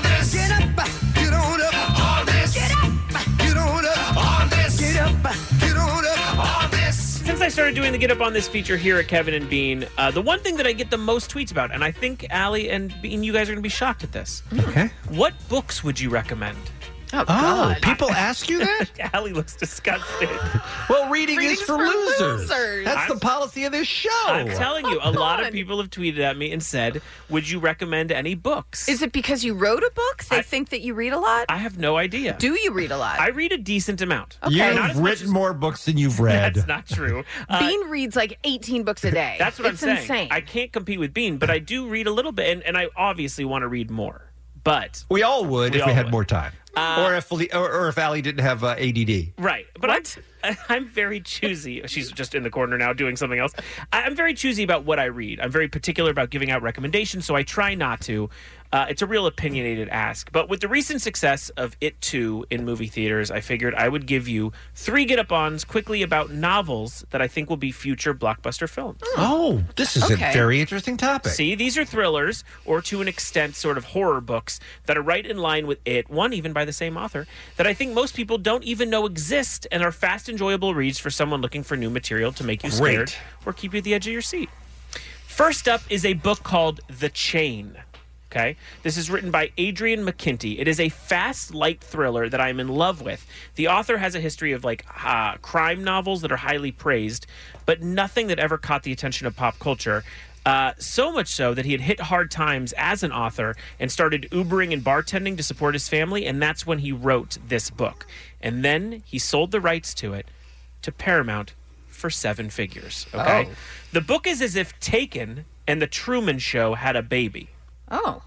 Speaker 2: this. Get up, get on up, all this. Get up, get on up, all this. Get up, get on up, all this.
Speaker 3: Since I started doing the get up on this feature here at Kevin and Bean, uh, the one thing that I get the most tweets about, and I think Allie and Bean, you guys are going to be shocked at this.
Speaker 11: Okay.
Speaker 3: What books would you recommend?
Speaker 12: Oh,
Speaker 11: people ask you that?
Speaker 3: Allie looks disgusted.
Speaker 11: well, reading
Speaker 3: Reading's
Speaker 11: is for,
Speaker 3: for
Speaker 11: losers.
Speaker 3: losers.
Speaker 11: That's
Speaker 3: I'm-
Speaker 11: the policy of this show.
Speaker 3: I'm telling you,
Speaker 12: Oh,
Speaker 3: a lot of people have tweeted at me and said, "Would you recommend any books?"
Speaker 12: Is it because you wrote a book? They think that you read a lot?
Speaker 3: I have no idea.
Speaker 12: Do you read a lot?
Speaker 3: I read a decent amount. Not as much
Speaker 11: You've written more books than you've read.
Speaker 3: That's not true. Uh,
Speaker 12: Bean reads like 18 books a day.
Speaker 3: That's what
Speaker 12: It's
Speaker 3: I'm saying.
Speaker 12: insane.
Speaker 3: I can't compete with Bean, but I do read a little bit, and, and I obviously want to read more. But Oh. Uh,
Speaker 11: we all would if
Speaker 3: all
Speaker 11: we had
Speaker 3: would.
Speaker 11: more time, or if Le- or, or if Allie didn't have uh, ADD.
Speaker 3: Right, but I'm, I'm very choosy. She's just in the corner now doing something else. I- I'm very choosy about what I read. I'm very particular about giving out recommendations, so I try not to. Uh, it's a real opinionated ask. But with the recent success of It Too in movie theaters, I figured I would give you three get up ons quickly about novels that I think will be future blockbuster films.
Speaker 11: Oh, this is
Speaker 3: Hmm. Okay.
Speaker 11: a very interesting topic.
Speaker 3: See, these are thrillers, or to an extent, sort of horror books that are right in line with it, one even by the same author, that I think most people don't even know exist and are fast, enjoyable reads for someone looking for new material to make you
Speaker 11: Great.
Speaker 3: scared or keep you at the edge of your seat. First up is a book called The Chain. Okay. This is written by Adrian McKinty. It is a fast, light thriller that I'm in love with. The author has a history of like uh, crime novels that are highly praised, but nothing that ever caught the attention of pop culture. Uh, so much so that he had hit hard times as an author and started Ubering and bartending to support his family. And that's when he wrote this book. And then he sold the rights to it to Paramount for seven figures. Okay.
Speaker 12: Oh.
Speaker 3: The book is as if Taken and The Truman Show had a baby.
Speaker 12: Oh.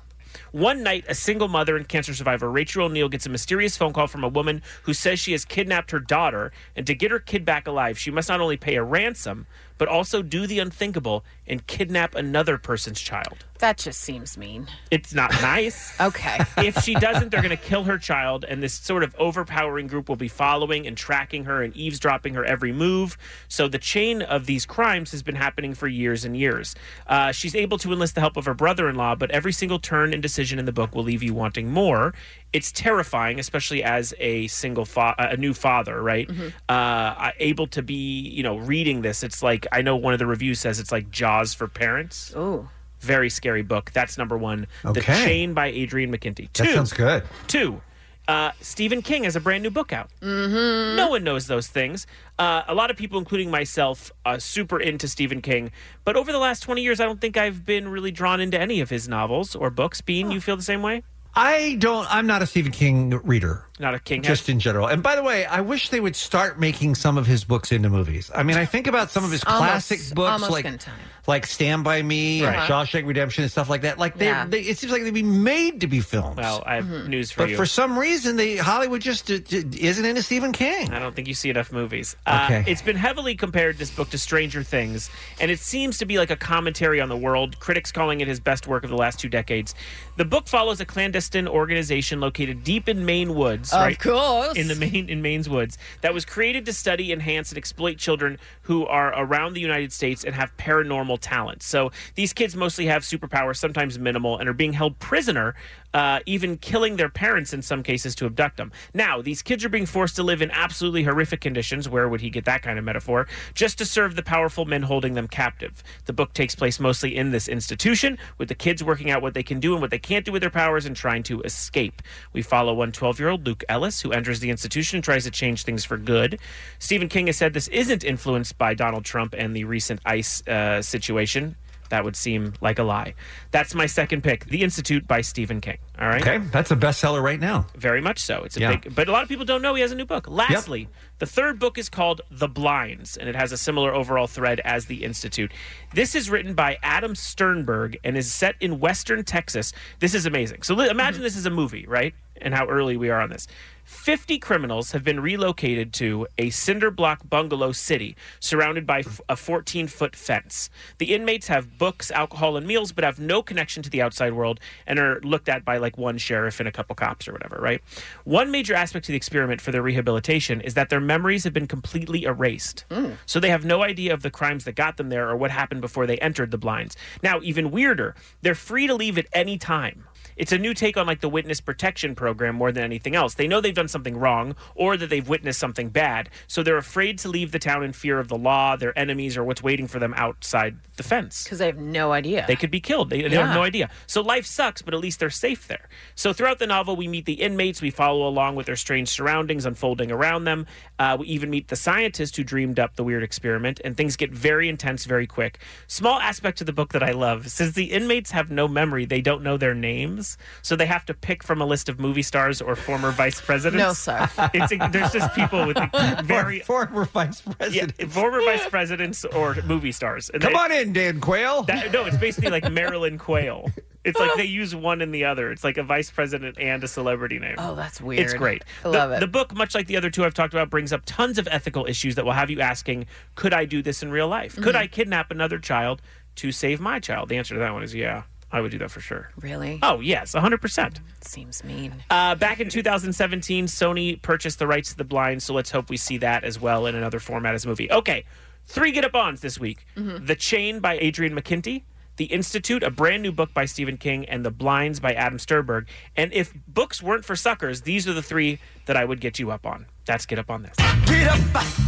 Speaker 3: One night, a single mother and cancer survivor, Rachel O'Neill, gets a mysterious phone call from a woman who says she has kidnapped her daughter, and to get her kid back alive, she must not only pay a ransom, but also do the unthinkable and kidnap another person's child.
Speaker 12: That just seems mean.
Speaker 3: It's not nice.
Speaker 12: Okay.
Speaker 3: if she doesn't, they're going to kill her child, and this sort of overpowering group will be following and tracking her and eavesdropping her every move. So the chain of these crimes has been happening for years and years. Uh, she's able to enlist the help of her brother in law, but every single turn and decision in the book will leave you wanting more. It's terrifying, especially as a single fa- uh, a new father, right?
Speaker 15: Mm-hmm.
Speaker 3: Uh, I- able to be, you know, reading this, it's like I know one of the reviews says it's like Jaws for parents.
Speaker 12: Oh,
Speaker 3: very scary book. That's number one. The
Speaker 11: Okay.
Speaker 3: Chain by Adrian McKinty. Two.
Speaker 11: That sounds good.
Speaker 3: Two. Uh, Stephen King has a brand new book out. Mm-hmm. No one knows those things. Uh, a lot of people, including myself, are super into Stephen King. But over the last 20 years, I don't think I've been really drawn into any of his novels or books. Bean, you feel the same way?
Speaker 11: I don't. I'm not a Stephen King reader.
Speaker 3: Not a King.
Speaker 11: Just in general. And by the way, I wish they would start making some of his books into movies. I mean, I think about some of his
Speaker 12: Almost-
Speaker 11: classic books
Speaker 12: almost
Speaker 11: like
Speaker 12: in time.
Speaker 11: like Stand by Me, and
Speaker 12: Right. Uh-huh.
Speaker 11: Shawshank Redemption, and stuff like that. Like they,
Speaker 12: Yeah.
Speaker 11: they it seems like they'd be made to be films.
Speaker 3: Well, I have news for
Speaker 11: but
Speaker 3: you.
Speaker 11: for some reason, they Hollywood just uh, d- isn't into Stephen King.
Speaker 3: I don't think you see enough movies. Uh,
Speaker 11: Okay.
Speaker 3: it's been heavily compared, this book, to Stranger Things, and it seems to be like a commentary on the world, critics calling it his best work of the last two decades. The book follows a clandestine organization located deep in Maine woods.
Speaker 12: Of
Speaker 3: right?
Speaker 12: course.
Speaker 3: In the Maine, in Maine's woods, that was created to study, enhance, and exploit children who are around the United States and have paranormal talents. So these kids mostly have superpowers, sometimes minimal, and are being held prisoner, uh, even killing their parents in some cases to abduct them. Now, these kids are being forced to live in absolutely horrific conditions. Where would he get that kind of metaphor? Just to serve the powerful men holding them captive. The book takes place mostly in this institution, with the kids working out what they can do and what they can't do with their powers and trying to escape. We follow one 12 year old, Luke Ellis, who enters the institution and tries to change things for good. Stephen King has said this isn't influenced by Donald Trump and the recent ICE uh, situation. That would seem like a lie. That's my second pick, The Institute by Stephen King. All right.
Speaker 11: Okay, that's a bestseller right now.
Speaker 3: Very much so. It's a
Speaker 11: Yeah.
Speaker 3: big, but a lot of people don't know he has a new book. Lastly, the third book is called The Blinds, and it has a similar overall thread as The Institute. This is written by Adam Sternberg and is set in Western Texas. This is amazing. So li- imagine this is a movie, right? And how early we are on this. 50 criminals have been relocated to a cinder block bungalow city surrounded by f- a 14 foot fence. The inmates have books, alcohol, and meals, but have no connection to the outside world and are looked at by like one sheriff and a couple cops or whatever, right? One major aspect to the experiment for their rehabilitation is that their memories have been completely erased.
Speaker 1: Oh.
Speaker 3: So they have no idea of the crimes that got them there or what happened before they entered the blinds. Now, even weirder, they're free to leave at any time it's a new take on like the witness protection program more than anything else. They know they've done something wrong or that they've witnessed something bad, so they're afraid to leave the town in fear of the law, their enemies, or what's waiting for them outside the fence.
Speaker 12: Because I have no idea.
Speaker 3: They could be killed. They, they
Speaker 12: Yeah.
Speaker 3: have no idea. So life sucks, but at least they're safe there. So throughout the novel, we meet the inmates. We follow along with their strange surroundings unfolding around them. Uh, we even meet the scientist who dreamed up the weird experiment, and things get very intense very quick. Small aspect of the book that I love since the inmates have no memory, they don't know their names, so they have to pick from a list of movie stars or former vice presidents.
Speaker 12: No, sir.
Speaker 3: It's, there's just people with very
Speaker 11: former vice
Speaker 3: presidents, former vice presidents or movie stars. And
Speaker 11: Come
Speaker 3: they-
Speaker 11: on in, Dan Quayle.
Speaker 3: that- no, it's basically like Marilyn Quayle. It's like they use one and the other. It's like a vice president and a celebrity name.
Speaker 12: Oh, that's
Speaker 3: It's
Speaker 12: weird.
Speaker 3: great. The-
Speaker 12: I love it.
Speaker 3: The book, much like the other two I've talked about, brings up tons of ethical issues that will have you asking, could I do this in real life? Could
Speaker 12: Mhm.
Speaker 3: I kidnap another child to save my child? The answer to that one is yeah. I would do that for sure.
Speaker 12: Really?
Speaker 3: Oh, yes, 100%.
Speaker 12: Seems mean.
Speaker 3: Uh, back in 2017, Sony purchased the rights to The Blind, so let's hope we see that as well in another format as a movie. Okay, three get up ons this week
Speaker 12: Mhm.
Speaker 3: The Chain by Adrian McKinty, The Institute, a brand new book by Stephen King, and The Blinds by Adam Sturberg. And if books weren't for suckers, these are the three that I would get you up on. That's Get Up on This.
Speaker 2: Get up,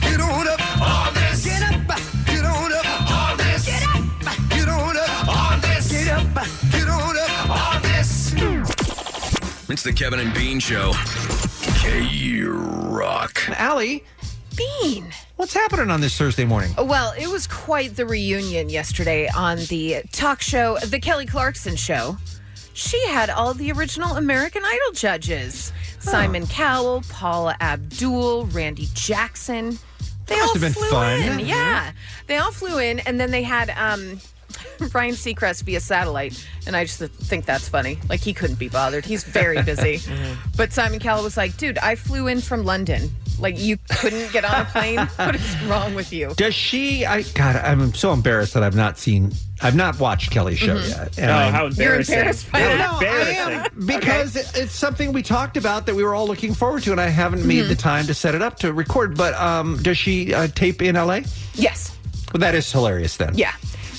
Speaker 2: get on up, all this. Get up, get on up, all this. Get up, get on up, all this. Get up, get on up, all this.
Speaker 18: It's the Kevin and Bean Show. K Rock.
Speaker 11: Allie,
Speaker 12: Bean.
Speaker 11: what's happening on this Thursday morning?
Speaker 12: Well, it was quite the reunion yesterday on the talk show, The Kelly Clarkson Show. She had all the original American Idol judges Simon Cowell, Paula Abdul, Randy Jackson. They all
Speaker 11: must have been
Speaker 12: flew
Speaker 11: fun.
Speaker 12: in.
Speaker 11: Mhm.
Speaker 12: Yeah. They all flew in, and then they had um, Ryan Seacrest via satellite. And I just think that's funny. Like, he couldn't be bothered. He's very busy.
Speaker 3: Mm-hmm.
Speaker 12: But Simon Cowell was like, dude, I flew in from London. Like, you couldn't get on a plane? what is wrong with you?
Speaker 11: Does she? I God, I'm so embarrassed that I've not seen, I've not watched Kelly's show
Speaker 12: Mhm.
Speaker 11: yet.
Speaker 12: Oh,
Speaker 11: I'm-
Speaker 12: how embarrassing. You're embarrassed by
Speaker 11: No,
Speaker 12: that?
Speaker 11: no, I am
Speaker 12: Embarrassing.
Speaker 11: because it- it's something we talked about that we were all looking forward to, and I haven't made
Speaker 12: Mm-hmm.
Speaker 11: the time to set it up to record. But um, does she uh, tape in LA?
Speaker 12: Yes.
Speaker 11: Well, that is hilarious. Then,
Speaker 12: Yeah.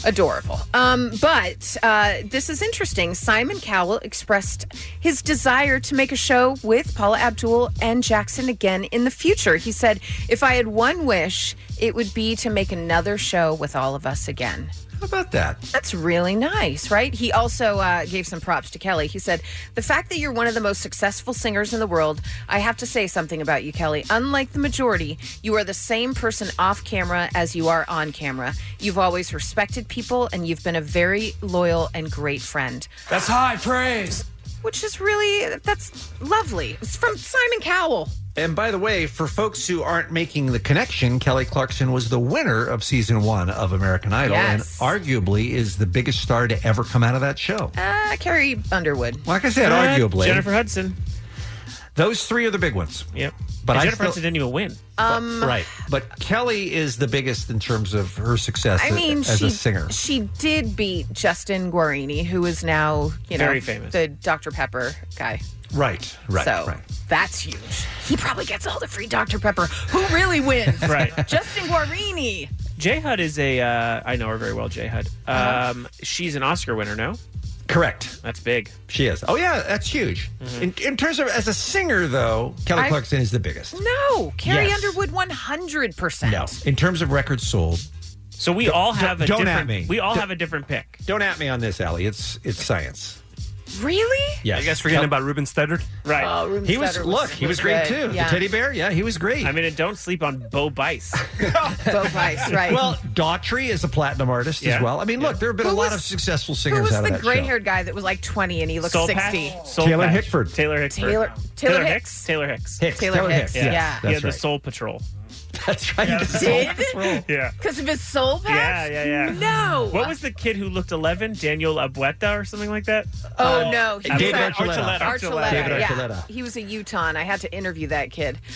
Speaker 12: Adorable. Um, but uh, this is interesting. Simon Cowell expressed his desire to make a show with Paula Abdul and Jackson again in the future. He said, If I had one wish, it would be to make another show with all of us again.
Speaker 11: How about that?
Speaker 12: That's really nice, right? He also uh, gave some props to Kelly. He said, The fact that you're one of the most successful singers in the world, I have to say something about you, Kelly. Unlike the majority, you are the same person off camera as you are on camera. You've always respected people, and you've been a very loyal and great friend.
Speaker 20: That's high praise.
Speaker 12: Which is really, that's lovely. It's from Simon Cowell.
Speaker 11: And by the way, for folks who aren't making the connection, Kelly Clarkson was the winner of season one of American Idol,
Speaker 12: Yes.
Speaker 11: and arguably is the biggest star to ever come out of that show.
Speaker 12: Uh, Carrie Underwood.
Speaker 11: Like I said,
Speaker 3: Uh,
Speaker 11: arguably
Speaker 3: Jennifer Hudson.
Speaker 11: Those three are the big ones.
Speaker 3: Yep.
Speaker 11: But
Speaker 3: And
Speaker 11: I
Speaker 3: Jennifer
Speaker 11: still-
Speaker 3: Hudson didn't even win.
Speaker 12: Um,
Speaker 11: right. But Kelly is the biggest in terms of her success
Speaker 12: I mean,
Speaker 11: as
Speaker 12: she,
Speaker 11: a singer.
Speaker 12: she did beat Justin Guarini, who is now, you know,
Speaker 11: Very famous.
Speaker 12: the Dr. Pepper guy.
Speaker 11: Right, right,
Speaker 12: So
Speaker 11: right.
Speaker 12: that's huge. He probably gets all the free Dr. Pepper. Who really wins?
Speaker 3: Right.
Speaker 12: Justin Guarini.
Speaker 3: J HUD is a, uh, I know her very well, J HUD. Um, she's an Oscar winner, no?
Speaker 11: Uh-huh. Correct.
Speaker 3: That's big.
Speaker 11: She is. Oh, yeah, that's huge.
Speaker 3: Mm-hmm.
Speaker 11: In, in terms of as a singer, though, Kelly
Speaker 12: I-
Speaker 11: Clarkson is the biggest.
Speaker 12: No, Carrie
Speaker 11: Yes.
Speaker 12: Underwood 100%.
Speaker 11: No. In terms of records sold.
Speaker 3: So we all have a
Speaker 11: don't
Speaker 3: different,
Speaker 11: at me.
Speaker 3: We all
Speaker 11: Don't-
Speaker 3: have a different pick.
Speaker 11: Don't at me on this, Allie. It's it's science.
Speaker 12: Really?
Speaker 11: Yes.
Speaker 24: I guess forgetting
Speaker 11: Yep.
Speaker 24: about Ruben Steddard.
Speaker 3: Right.
Speaker 12: Oh, Ruben
Speaker 11: He was-
Speaker 12: Studdard
Speaker 11: look, he was great, too.
Speaker 12: good.
Speaker 11: The teddy bear, yeah, he was great.
Speaker 3: I mean, and don't sleep on Bo Bice.
Speaker 12: Bo Bice, right?
Speaker 11: Well, Daughtry is a platinum artist
Speaker 3: Yeah.
Speaker 11: as well. I mean, look, there have been
Speaker 12: Who
Speaker 11: a lot
Speaker 12: was-
Speaker 11: of successful
Speaker 12: Who
Speaker 11: singers
Speaker 12: was
Speaker 11: out of
Speaker 12: the
Speaker 11: that
Speaker 12: gray
Speaker 11: show.
Speaker 12: haired guy that was like 20 and he looked
Speaker 3: Soul
Speaker 12: 60?
Speaker 3: Patch? Soul
Speaker 11: Taylor
Speaker 3: Patch.
Speaker 11: Hickford.
Speaker 3: Taylor Hickford.
Speaker 12: Taylor- Taylor
Speaker 3: Hicks?
Speaker 12: Hicks?
Speaker 3: Taylor Hicks.
Speaker 11: Hicks.
Speaker 12: Taylor
Speaker 11: Taylor
Speaker 12: Hicks,
Speaker 11: Hicks.
Speaker 12: yeah.
Speaker 11: Yes,
Speaker 3: He
Speaker 11: that's
Speaker 3: had the
Speaker 11: right.
Speaker 3: Soul Patrol.
Speaker 11: That's right.
Speaker 12: Did?
Speaker 3: Yeah.
Speaker 12: Because of his soul
Speaker 3: Yeah,
Speaker 12: patch?
Speaker 3: yeah, yeah.
Speaker 12: No.
Speaker 3: What was the kid who looked 11? Daniel Abueta or something like that?
Speaker 12: Oh, no. He
Speaker 11: Um, David
Speaker 12: was a-
Speaker 11: Archuleta.
Speaker 3: Archuleta.
Speaker 11: David
Speaker 12: yeah.
Speaker 11: Archuleta.
Speaker 12: He was a Utah. and I had to interview that kid.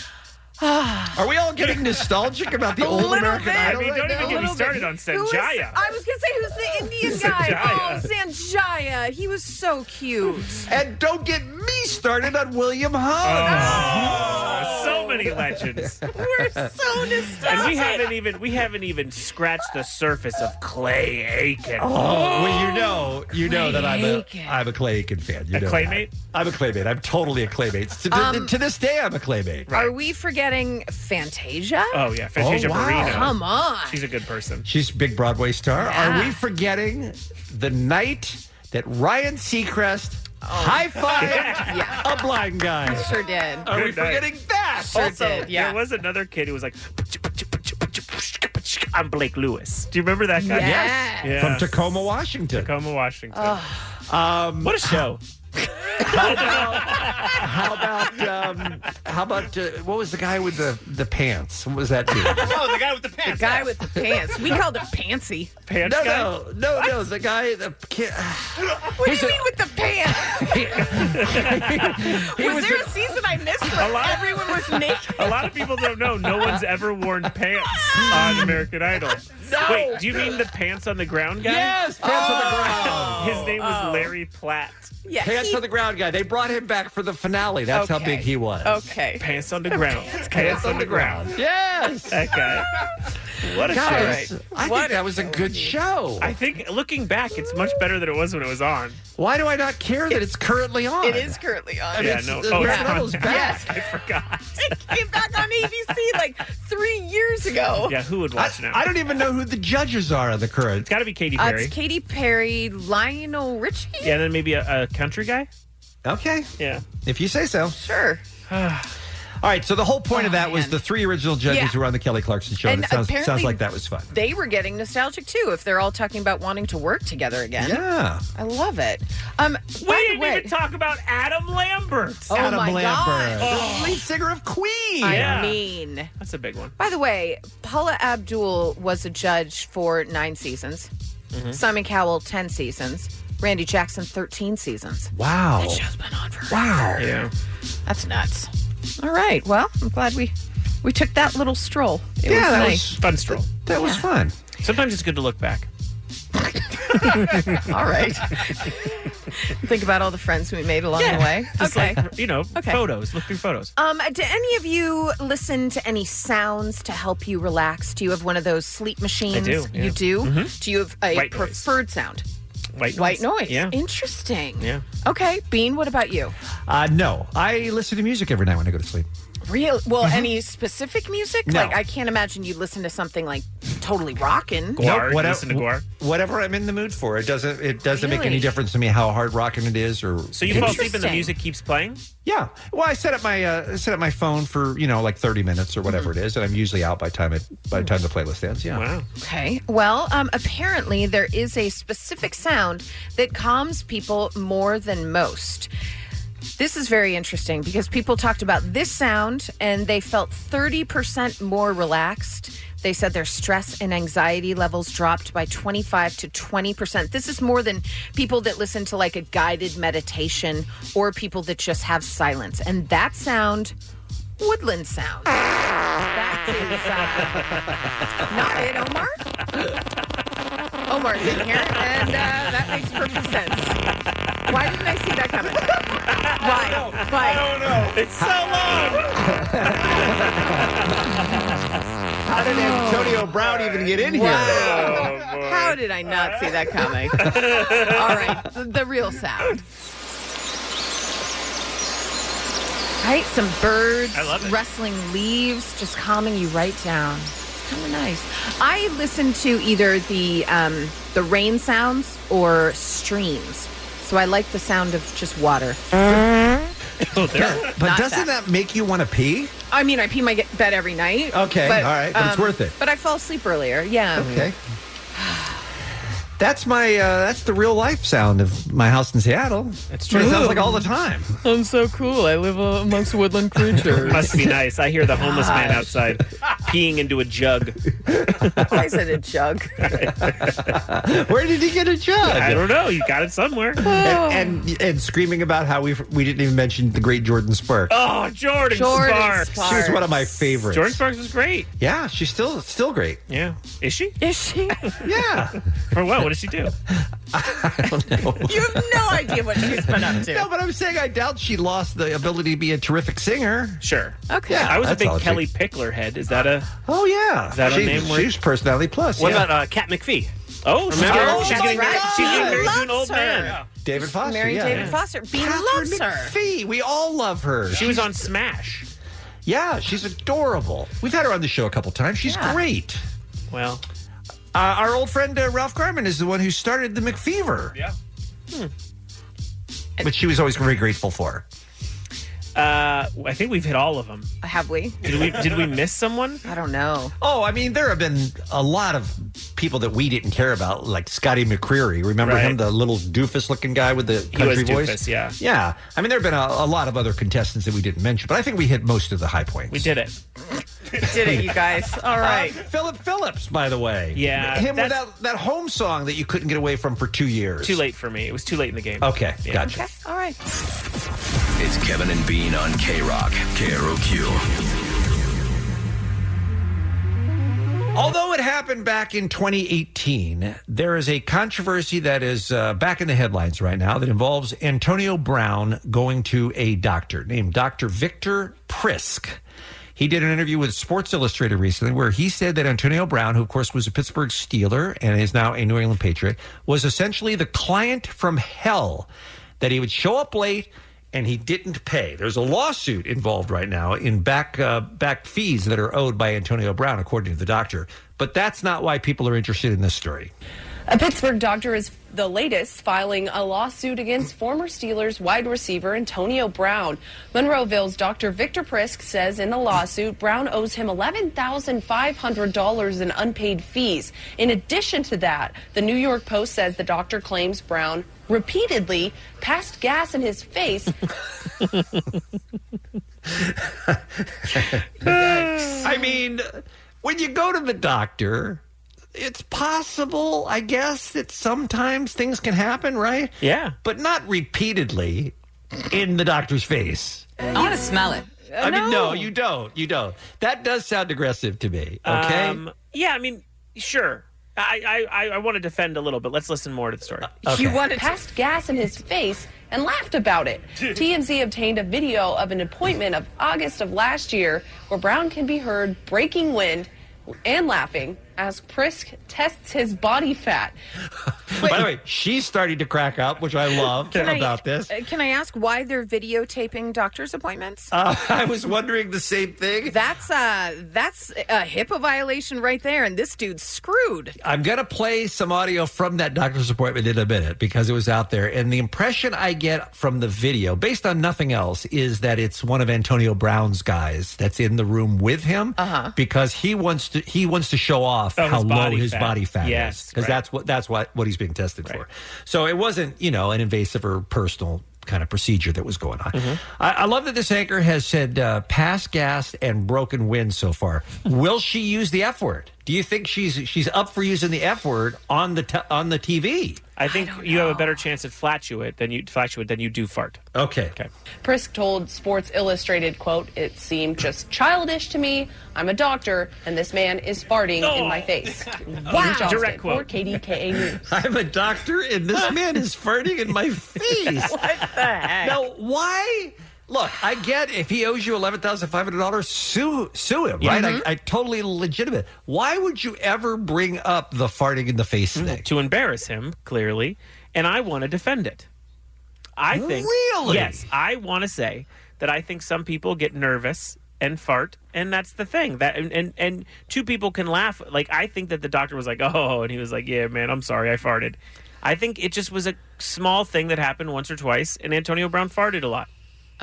Speaker 11: Are we all getting nostalgic about the
Speaker 12: A
Speaker 11: old
Speaker 12: little
Speaker 11: American
Speaker 12: bit.
Speaker 3: I
Speaker 11: Idol?
Speaker 3: mean,
Speaker 11: right
Speaker 3: don't
Speaker 11: now?
Speaker 3: even get me
Speaker 12: Little bit.
Speaker 3: started on
Speaker 12: Who is-
Speaker 3: Sanjaya.
Speaker 12: I was going to say, who's the Indian guy?
Speaker 3: Sanjaya.
Speaker 12: Oh, Sanjaya. He was so cute.
Speaker 11: And don't get me started on William Hung.
Speaker 3: Oh, so many legends.
Speaker 12: We're so nostalgic.
Speaker 3: And we haven't even we haven't even scratched the surface of Clay Aiken.
Speaker 12: Oh,
Speaker 11: Oh, well, you know, you know that I'm a,
Speaker 12: Aiken.
Speaker 11: I'm a Clay Aiken fan. You
Speaker 3: A
Speaker 11: know
Speaker 3: claymate?
Speaker 11: that. I'm a claymate. I'm totally a claymate. To,
Speaker 12: Um,
Speaker 11: to this day, I'm a claymate.
Speaker 12: Are we forgetting Fantasia?
Speaker 3: Oh yeah, Fantasia
Speaker 11: Oh, wow.
Speaker 3: Barrino.
Speaker 12: Come on.
Speaker 3: She's a good person.
Speaker 11: She's a big Broadway star.
Speaker 12: Yeah.
Speaker 11: Are we forgetting the night that Ryan Seacrest high fived
Speaker 12: Oh. Yeah.
Speaker 11: a blind guy?
Speaker 12: Sure did.
Speaker 11: Are we
Speaker 3: Good night.
Speaker 11: forgetting that?
Speaker 3: also,
Speaker 12: did, yeah.
Speaker 3: there was another kid who was like, "I'm Blake Lewis." Do you remember that guy?
Speaker 12: Yes.
Speaker 3: Yeah.
Speaker 11: From Tacoma, Washington.
Speaker 3: Tacoma, Washington.
Speaker 11: Um,
Speaker 3: What a show!
Speaker 11: how about um, how about uh, what was the guy with the the pants? What was that? Dude?
Speaker 24: Oh, the guy with the pants.
Speaker 12: Guy with the pants. We called him Pantsy.
Speaker 3: Pants
Speaker 11: no,
Speaker 3: guy.
Speaker 11: no, no, no. The guy, the kid.
Speaker 12: What do you mean with the pants? was, there a, season I missed where
Speaker 3: lot-
Speaker 12: everyone was naked?
Speaker 3: A lot of people don't know. No one's ever worn pants on American Idol. Wait, do you mean the pants on the ground guy? Oh.
Speaker 11: Yes, pants on the ground.
Speaker 3: His name was Larry Platt.
Speaker 12: Oh. Yeah.
Speaker 11: Pants
Speaker 12: he-
Speaker 11: on the ground guy. They brought him back for the finale. That's how
Speaker 12: Okay.
Speaker 11: big he was.
Speaker 12: Okay.
Speaker 3: Pants on the ground. Pants on the ground.
Speaker 11: Yes.
Speaker 3: That guy. What a show.
Speaker 11: Guys, I think that was a good show.
Speaker 3: I think looking back, it's much better than it was when it was on.
Speaker 11: Why do I not care that it's currently on?
Speaker 12: It is currently on.
Speaker 3: yeah,
Speaker 11: it's-
Speaker 3: no.
Speaker 11: the
Speaker 3: Oh,
Speaker 11: American
Speaker 3: it's on
Speaker 11: Idol's
Speaker 3: now.
Speaker 11: back.
Speaker 3: I forgot.
Speaker 12: It came back on ABC like three years ago.
Speaker 3: Yeah, who would
Speaker 11: I,
Speaker 3: watch now?
Speaker 11: I don't even know who the judges are on the current.
Speaker 3: It's got to be Katy
Speaker 12: Uh,
Speaker 3: Perry.
Speaker 12: it's Katy Perry, Lionel Richie.
Speaker 3: yeah, and then maybe a, a country guy.
Speaker 11: Okay,
Speaker 3: Yeah.
Speaker 11: if you say so.
Speaker 12: Sure.
Speaker 11: All right. So the whole point of
Speaker 12: Oh,
Speaker 11: that was
Speaker 12: man.
Speaker 11: the three original judges
Speaker 12: Yeah.
Speaker 11: who were on the Kelly Clarkson show.
Speaker 12: And
Speaker 11: it sounds,
Speaker 12: apparently-
Speaker 11: sounds like that was fun.
Speaker 12: They were getting nostalgic too. If they're all talking about wanting to work together again,
Speaker 11: Yeah.
Speaker 12: I love it. Um,
Speaker 3: We
Speaker 12: by the
Speaker 3: didn't
Speaker 12: way,
Speaker 3: even talk about Adam Lambert. Oh,
Speaker 12: oh
Speaker 11: Adam
Speaker 12: my
Speaker 11: Lambert,
Speaker 12: god,
Speaker 11: the lead singer of Queen.
Speaker 12: I
Speaker 3: Yeah.
Speaker 12: mean.
Speaker 3: That's a big one.
Speaker 12: By the way, Paula Abdul was a judge for nine seasons,
Speaker 3: Mm-hmm.
Speaker 11: Mm-hmm.
Speaker 12: Simon Cowell, 10 seasons, Randy Jackson, 13 seasons.
Speaker 11: Wow.
Speaker 12: That show's been on for.
Speaker 11: Wow.
Speaker 3: Yeah.
Speaker 12: That's nuts. All right. Well, I'm glad we we took that little stroll.
Speaker 11: Yeah,
Speaker 12: It was
Speaker 11: that
Speaker 12: nice.
Speaker 11: was
Speaker 3: Fun stroll.
Speaker 11: that was fun.
Speaker 3: Sometimes it's good to look back.
Speaker 12: All right. Think about all the friends we made along the way.
Speaker 3: Just
Speaker 12: okay.
Speaker 3: like, you know,
Speaker 12: Okay.
Speaker 3: photos. Look through photos.
Speaker 12: Um, do any of you listen to any sounds to help you relax? Do you have one of those sleep machines?
Speaker 3: do, yeah. Mm-hmm.
Speaker 12: You do? Do you have a
Speaker 3: White noise.
Speaker 12: preferred sound?
Speaker 3: White noise.
Speaker 12: White noise.
Speaker 3: Yeah.
Speaker 12: Interesting.
Speaker 3: Yeah.
Speaker 12: Okay, Bean, what about you?
Speaker 11: Uh, no, I listen to music every night when I go to sleep.
Speaker 12: Real well,
Speaker 3: Mm-hmm.
Speaker 12: any specific music?
Speaker 11: No.
Speaker 12: Like I can't imagine you listen to something like totally rockin'.
Speaker 3: Guar.
Speaker 11: Nope,
Speaker 3: you
Speaker 11: whatever-
Speaker 3: listen to Guar?
Speaker 11: Whatever I'm in the mood for, it doesn't. It doesn't make
Speaker 12: Really?
Speaker 11: any difference to me how hard rocking it is, or
Speaker 3: So you fall asleep and the
Speaker 12: Interesting.
Speaker 3: music keeps playing?
Speaker 11: yeah. Well, I set up my uh, I set up my phone for you know like 30 minutes or
Speaker 12: Mm-hmm.
Speaker 11: whatever it is, and I'm usually out by time it by the time the playlist ends. Yeah.
Speaker 3: Wow.
Speaker 12: Okay. Well, um, apparently there is a specific sound that calms people more than most. This is very interesting because people talked about this sound and they felt 30% more relaxed. They said their stress and anxiety levels dropped by 25 to 20%. This is more than people that listen to like a guided meditation or people that just have silence. And that sound, woodland sound. That is uh, not it, Omar. Omar's in here, and uh, that makes perfect sense. Why didn't I see that coming? Why? Why?
Speaker 3: know. It's so long.
Speaker 11: How did Antonio Brown even get in
Speaker 12: Wow.
Speaker 3: Oh, boy.
Speaker 12: How did I not see that coming? All right, the, the real sound. Right, some birds
Speaker 3: I love it.
Speaker 12: rustling leaves, just calming you right down. It's kind of nice. I listen to either the um, the rain sounds or streams. so I like the sound of just water.
Speaker 11: Oh,
Speaker 12: there.
Speaker 11: But
Speaker 12: Not
Speaker 11: doesn't that. make you want to pee?
Speaker 12: I mean, I pee my get- bed every night. um,
Speaker 11: Okay, all right, but it's worth it.
Speaker 12: But I fall asleep earlier. Oh, Yeah.
Speaker 11: Okay. That's my uh, that's the real life sound of my house in Seattle. That's It sounds like all the time.
Speaker 24: I'm so cool. I live uh, amongst woodland creatures.
Speaker 3: Must be nice. I hear the homeless man
Speaker 24: Gosh.
Speaker 3: outside peeing into a jug.
Speaker 12: I said a jug.
Speaker 11: Where did he get a jug?
Speaker 3: I don't know. You got it somewhere.
Speaker 11: And, and and screaming about how we we didn't even mention the great Jordan Sparks.
Speaker 3: Oh, Jordan,
Speaker 11: Jordan
Speaker 3: Sparks.
Speaker 11: Sparks. She was one of my favorites.
Speaker 3: Jordan Sparks was great.
Speaker 11: Yeah, she's still still great.
Speaker 3: Yeah. Is she?
Speaker 12: Is she?
Speaker 11: yeah.
Speaker 3: For what? What does she do?
Speaker 12: You have no idea what she's been up to.
Speaker 11: No, but I'm saying I doubt she lost the ability to be a terrific singer.
Speaker 3: Sure.
Speaker 12: Okay.
Speaker 11: Yeah,
Speaker 3: I was a
Speaker 11: that's
Speaker 3: big
Speaker 11: all she-
Speaker 3: Kelly Pickler head. Is that a?
Speaker 11: Oh yeah.
Speaker 3: Is that a
Speaker 11: She-
Speaker 3: name where-
Speaker 11: She's personality plus.
Speaker 22: What
Speaker 11: yeah.
Speaker 22: about uh, Kat McPhee?
Speaker 3: Oh, she's
Speaker 22: Remember?
Speaker 3: getting,
Speaker 22: Oh,
Speaker 3: she's
Speaker 22: my
Speaker 3: getting married.
Speaker 22: God.
Speaker 3: She's getting
Speaker 22: He
Speaker 3: married to an
Speaker 22: loves
Speaker 3: old
Speaker 22: her.
Speaker 3: man.
Speaker 11: David Foster?
Speaker 12: Mary
Speaker 11: yeah.
Speaker 12: David Foster. Bean loves her.
Speaker 11: McPhee. We all love her.
Speaker 3: She was on Smash.
Speaker 11: Yeah, she's adorable. We've had her on the show a couple times. She's
Speaker 3: Yeah.
Speaker 11: great.
Speaker 3: Well,
Speaker 11: uh, our old friend uh, Ralph Garman is the one who started the McFever.
Speaker 3: Yeah.
Speaker 11: But she was always very grateful for. her.
Speaker 3: Uh, I think we've hit all of them.
Speaker 12: Have we?
Speaker 3: Did we? Did we miss someone?
Speaker 12: I don't know.
Speaker 11: Oh, I mean, there have been a lot of people that we didn't care about, like Scotty McCreery. Remember
Speaker 3: Right.
Speaker 11: him, the little doofus looking guy with the
Speaker 3: He was
Speaker 11: country voice?
Speaker 3: doofus, yeah.
Speaker 11: Yeah. I mean, there have been a, a lot of other contestants that we didn't mention, but I think we hit most of the high points.
Speaker 3: We did it.
Speaker 12: Did it, you guys? All right.
Speaker 11: Uh, Philip Phillips, by the way.
Speaker 3: Yeah,
Speaker 11: Him with
Speaker 3: that's-
Speaker 11: that, that home song that you couldn't get away from for two years.
Speaker 3: Too late for me. It was too late in the game.
Speaker 11: Okay, gotcha.
Speaker 12: All right.
Speaker 18: It's Kevin and Bean on K Rock, KROQ.
Speaker 11: Although it happened back in 2018, there is a controversy that is uh, back in the headlines right now that involves Antonio Brown going to a doctor named Dr. Victor Prisk. He did an interview with Sports Illustrated recently where he said that Antonio Brown, who of course was a Pittsburgh Steeler and is now a New England Patriot, was essentially the client from hell, that he would show up late and he didn't pay. There's a lawsuit involved right now in back uh, back fees that are owed by Antonio Brown, according to the doctor. But that's not why people are interested in this story.
Speaker 4: A Pittsburgh doctor is the latest filing a lawsuit against former Steelers wide receiver Antonio Brown. Monroeville's Dr. Victor Prisk says in the lawsuit, Brown owes him $11,500 in unpaid fees. In addition to that, the New York Post says the doctor claims Brown repeatedly passed gas in his face
Speaker 11: I mean, when you go to the doctor, it's possible, I guess, that sometimes things can happen, right?
Speaker 3: Yeah.
Speaker 11: But not repeatedly in the doctor's face.
Speaker 1: I want to smell it.
Speaker 11: I mean, no, you don't. You don't. That does sound aggressive to me. Okay.
Speaker 3: Um, yeah. I mean, sure. I I I, I want to defend a little, but let's listen more to the story.
Speaker 4: He passed gas in his face and laughed about it. TMZ obtained a video of an appointment of August of last year where Brown can be heard breaking wind and laughing as Prisk tests his body fat.
Speaker 11: By the way, she's starting to crack up, which I love
Speaker 12: Can I-
Speaker 11: about this.
Speaker 12: uh, Can I ask why they're videotaping doctor's appointments?
Speaker 11: Uh, I was wondering the same thing.
Speaker 12: That's uh that's a HIPAA violation right there, and this dude's screwed.
Speaker 11: I'm going to play some audio from that doctor's appointment in a minute because it was out there. And the impression I get from the video, based on nothing else, is that it's one of Antonio Brown's guys that's in the room with him uh-huh. because he wants to he wants to show off
Speaker 22: Oh, his
Speaker 11: how low
Speaker 22: body
Speaker 11: his
Speaker 22: fat.
Speaker 11: body fat
Speaker 22: Yes,
Speaker 11: is because
Speaker 22: right.
Speaker 11: that's what that's what what he's being tested for. So it wasn't you know an invasive or personal kind of procedure that was going on. Mm-hmm. I, I love that this anchor has said uh, pass gas and broken wind so far. Will she use the F word? Do you think she's she's up for using the F word on the t- on the TV?
Speaker 3: I think you have a better chance at flatulate than you flatulate than you do fart.
Speaker 11: Okay.
Speaker 3: Okay.
Speaker 4: Prisk told Sports Illustrated, quote, it seemed just childish to me. I'm a doctor, and this man is farting in my face.
Speaker 11: Wow.
Speaker 4: Johnston,
Speaker 11: Direct quote.
Speaker 4: For KDKA News.
Speaker 11: I'm a doctor, and this man is farting in my face. what the heck? Now, why? Look, I get if he owes you eleven thousand five hundred dollars, sue sue him,
Speaker 3: Yeah.
Speaker 11: right?
Speaker 3: Mhm.
Speaker 11: I, I totally legitimate. Why would you ever bring up the farting in the face thing?
Speaker 3: Mm-hmm. to embarrass him clearly, and I want to defend it. I think
Speaker 11: Really?
Speaker 3: yes. I want to say that I think some people get nervous and fart, and that's the thing that and, and and two people can laugh. Like I think that the doctor was like, "Oh," and he was like, "Yeah, man, I'm sorry, I farted." I think it just was a small thing that happened once or twice, and Antonio Brown farted a lot.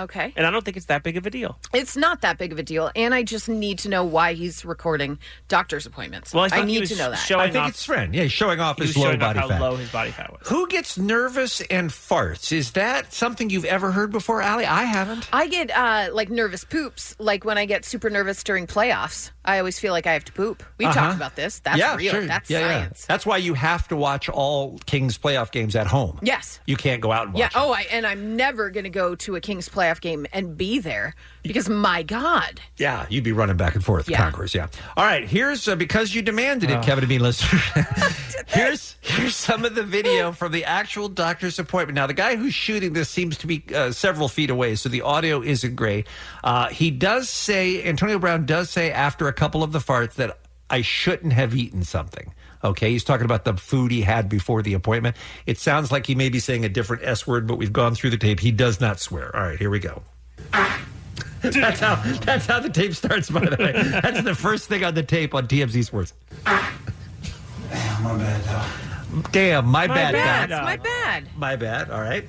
Speaker 12: Okay.
Speaker 3: And I don't think it's that big of a deal.
Speaker 12: It's not that big of a deal, and I just need to know why he's recording doctor's appointments.
Speaker 3: Well, I
Speaker 12: I,
Speaker 3: thought he
Speaker 12: need
Speaker 3: was
Speaker 12: to know that.
Speaker 3: showing
Speaker 11: I think it's friend. Yeah, he's showing off
Speaker 3: He
Speaker 11: his
Speaker 3: was
Speaker 11: low
Speaker 3: showing off
Speaker 11: body
Speaker 3: how
Speaker 11: fat.
Speaker 3: low his body fat was.
Speaker 11: Who gets nervous and farts? Is that something you've ever heard before, Allie? I haven't.
Speaker 12: I get uh, like nervous poops, like when I get super nervous during playoffs. I always feel like I have to poop. We've
Speaker 11: Uh-huh.
Speaker 12: talked about this. That's
Speaker 11: yeah,
Speaker 12: real.
Speaker 11: sure.
Speaker 12: That's
Speaker 11: Yeah, yeah.
Speaker 12: science.
Speaker 11: That's why you have to watch all Kings playoff games at home.
Speaker 12: Yes.
Speaker 11: You can't go out and watch.
Speaker 12: Yeah. Oh, I, and I'm never going to go to a Kings playoff game and be there because my God.
Speaker 11: Yeah, you'd be running back and forth,
Speaker 12: Yeah.
Speaker 11: Congress. Yeah. All right. Here's uh, because you demanded it,
Speaker 2: Oh.
Speaker 11: Kevin Bean listener. here's here's some of the video from the actual doctor's appointment. Now, the guy who's shooting this seems to be uh, several feet away, so the audio isn't great. Uh, he does say Antonio Brown does say after a couple of the farts that I shouldn't have eaten something. Okay, he's talking about the food he had before the appointment. It sounds like he may be saying a different S word, but we've gone through the tape. He does not swear. All right, here we go. that's how that's how the tape starts. By the way, that's the first thing on the tape on TMZ Sports. Damn, my bad,
Speaker 12: bad.
Speaker 11: Doc.
Speaker 12: It's my bad.
Speaker 11: My bad. All right.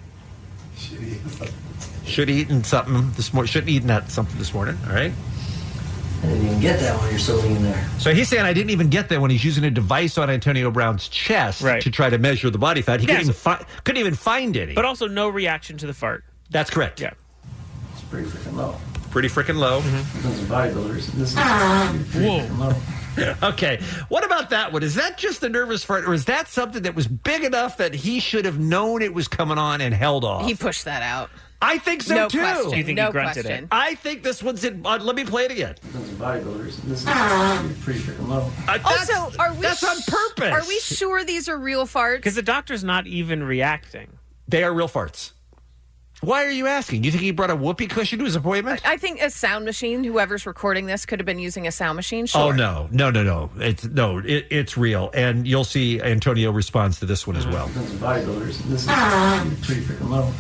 Speaker 11: Should have eaten something this morning. Shouldn't have eaten that something this morning. All right.
Speaker 5: I didn't even get that when you're so lean there.
Speaker 11: So he's saying I didn't even get that when he's using a device on Antonio Brown's chest to try to measure the body fat. He
Speaker 3: Yeah,
Speaker 11: couldn't, even fi- couldn't even find any.
Speaker 3: But also no reaction to the fart.
Speaker 11: That's correct.
Speaker 3: Yeah.
Speaker 5: It's pretty freaking low.
Speaker 11: Pretty freaking low.
Speaker 5: Those are
Speaker 3: Mm-hmm.
Speaker 5: bodybuilders. This is
Speaker 12: Ah.
Speaker 5: pretty freaking
Speaker 11: Whoa.
Speaker 5: low.
Speaker 11: okay. What about that one? Is that just a nervous fart, or is that something that was big enough that he should have known it was coming on and held off?
Speaker 12: He pushed that out.
Speaker 11: I think so
Speaker 12: No
Speaker 11: too.
Speaker 12: question. You think he No grunted it? question.
Speaker 11: I think this one's in. Uh, let me play it again.
Speaker 5: Those are bodybuilders. This is
Speaker 12: Ah.
Speaker 5: pretty freaking low.
Speaker 3: Uh,
Speaker 12: also, are we
Speaker 11: that's on purpose.
Speaker 12: Are we sure these are real farts?
Speaker 3: Because the doctor's not even reacting.
Speaker 11: They are real farts. Why are you asking? You think he brought a whoopee cushion to his appointment?
Speaker 12: I think a sound machine. Whoever's recording this could have been using a sound machine. Sure.
Speaker 11: Oh no, no, no, no! It's no, it, it's real, and you'll see Antonio responds to this one as well.
Speaker 5: Those are bodybuilders. This is
Speaker 12: Ah.
Speaker 5: pretty freaking low.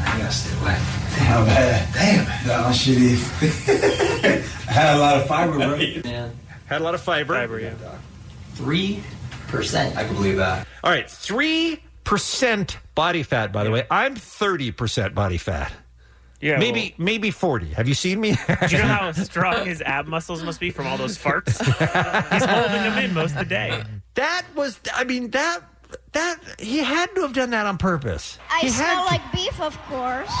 Speaker 5: I gotta stay away. Damn, bad. Damn. That was shitty. I had a lot of fiber, bro. Man,
Speaker 11: Had a lot of fiber. Fiber,
Speaker 3: yeah.
Speaker 5: three percent. I can believe that.
Speaker 11: All right, three percent body fat. By the way, I'm thirty percent body fat.
Speaker 3: Yeah,
Speaker 11: maybe maybe forty. Have you seen me?
Speaker 3: Do you know how strong his ab muscles must be from all those farts? He's holding them in most of the day.
Speaker 11: that was. I mean that that he had to have done that on purpose.
Speaker 25: I
Speaker 11: he
Speaker 25: smell
Speaker 11: had to-
Speaker 25: like beef, of course.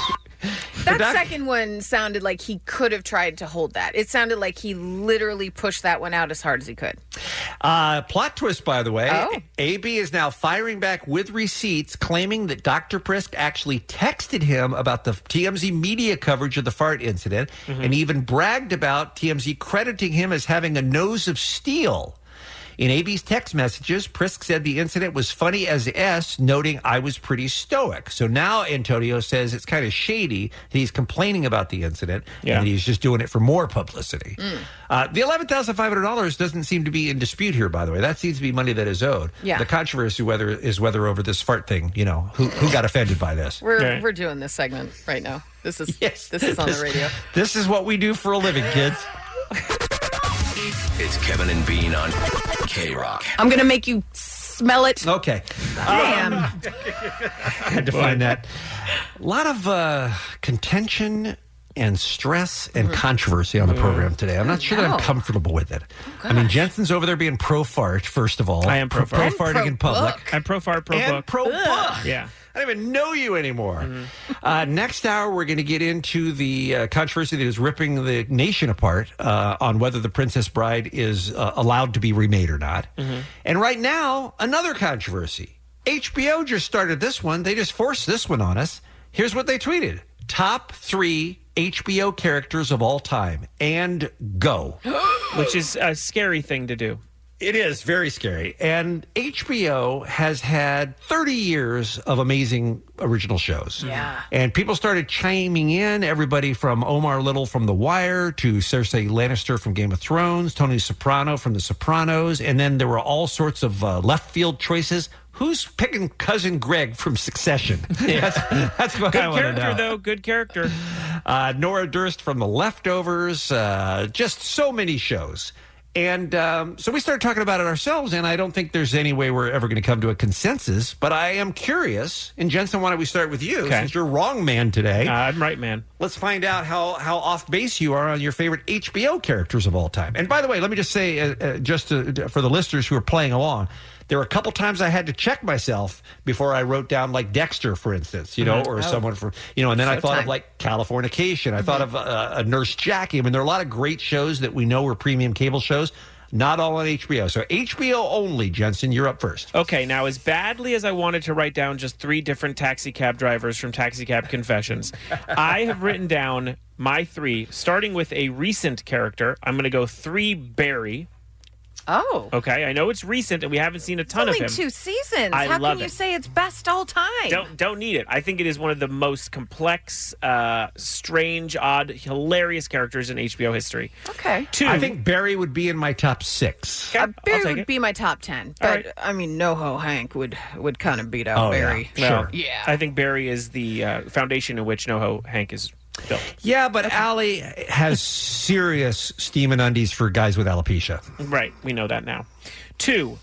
Speaker 12: That
Speaker 11: doc-
Speaker 12: second one sounded like he could have tried to hold that. It sounded like he literally pushed that one out as hard as he could.
Speaker 11: Uh, plot twist, by the way.
Speaker 12: Oh.
Speaker 11: AB is now firing back with receipts, claiming that Dr. Prisk actually texted him about the TMZ media coverage of the fart incident and even bragged about TMZ crediting him as having a nose of steel. In AB's text messages, Prisk said the incident was funny as S, noting I was pretty stoic. So now Antonio says it's kind of shady that he's complaining about the incident and that he's just doing it for more publicity.
Speaker 12: Mm.
Speaker 11: Uh, the eleven thousand five hundred dollars doesn't seem to be in dispute here. By the way, that seems to be money that is owed.
Speaker 12: Yeah.
Speaker 11: The controversy whether is whether over this fart thing. You know who who got offended by this.
Speaker 12: We're we're doing this segment right now. This is this is on the radio.
Speaker 11: This is what we do for a living, kids.
Speaker 18: It's Kevin and Bean on K Rock.
Speaker 12: I'm gonna make you smell it.
Speaker 11: Okay. Uh,
Speaker 12: Damn.
Speaker 8: Uh-huh.
Speaker 11: had to find that. A lot of uh, contention and stress and controversy on the
Speaker 3: Mm-hmm.
Speaker 11: program today. I'm not sure that
Speaker 2: No.
Speaker 11: I'm comfortable with it. I mean, Jensen's over there being pro fart, first of all.
Speaker 3: I am pro fart.
Speaker 11: Pro farting in public.
Speaker 3: I'm pro fart, pro
Speaker 11: and
Speaker 3: book.
Speaker 11: pro book.
Speaker 3: Yeah. Mm-hmm.
Speaker 11: I don't even know you anymore. Uh, next hour, we're going to get into the uh, controversy that is ripping the nation apart uh, on whether The Princess Bride is uh, allowed to be remade or not.
Speaker 3: Mm-hmm.
Speaker 11: And right now, another controversy. HBO just started this one. They just forced this one on us. Here's what they tweeted Top three HBO characters of all time and go.
Speaker 3: Which is a scary thing to do.
Speaker 11: It is very scary. And HBO has had 30 years of amazing original shows. Mm-hmm.
Speaker 2: Yeah.
Speaker 11: And people started chiming in. Everybody from Omar Little from The Wire to Cersei Lannister from Game of Thrones, Tony Soprano from The Sopranos. And then there were all sorts of uh, left field choices. Who's picking cousin Greg from Succession? that's, that's what
Speaker 3: Good
Speaker 11: I want to know.
Speaker 3: character, though. Good character.
Speaker 11: Uh, Nora Durst from The Leftovers, uh, just so many shows. And um, so we started talking about it ourselves, and I don't think there's any way we're ever going to come to a consensus. But I am curious, and Jensen, why don't we start with you?
Speaker 3: Okay.
Speaker 11: Since you're wrong man today,
Speaker 3: Uh, I'm right man.
Speaker 11: Let's find out how how off base you are on your favorite HBO characters of all time. And by the way, let me just say, uh, uh, just to, for the listeners who are playing along, there were a couple times I had to check myself before I wrote down like Dexter, for instance, you know,
Speaker 3: Mhm.
Speaker 11: or
Speaker 3: Oh.
Speaker 11: someone from you know, and then I thought
Speaker 3: Showtime.
Speaker 11: of like Californication. I thought of uh, a Nurse Jackie. I mean, there are a lot of great shows that we know were premium cable shows. Not all on HBO. So HBO only, Jensen. You're up first.
Speaker 3: Okay, now as badly as I wanted to write down just three different taxi cab drivers from Taxi Cab Confessions, I have written down my three, starting with a recent character. I'm going to go three Barry.
Speaker 12: Oh.
Speaker 3: Okay, I know it's recent and we haven't seen a ton
Speaker 12: Only
Speaker 3: of him.
Speaker 12: two seasons.
Speaker 3: I
Speaker 12: How
Speaker 3: love
Speaker 12: can you
Speaker 3: it.
Speaker 12: say it's best all time?
Speaker 3: Don't don't need it. I think it is one of the most complex, uh, strange, odd, hilarious characters in HBO history.
Speaker 12: Okay.
Speaker 3: Two.
Speaker 11: I think Barry would be in my top six.
Speaker 3: Uh,
Speaker 12: Barry would be my top ten,
Speaker 3: All
Speaker 12: but I mean, NoHo Hank would would kind of beat out Oh,
Speaker 11: Oh,
Speaker 12: Barry.
Speaker 3: Oh, Yeah. I think Barry is the uh, foundation in which NoHo Hank is built.
Speaker 11: Yeah, but Allie has serious steam and undies for guys with alopecia.
Speaker 3: Right, we know that now. Two,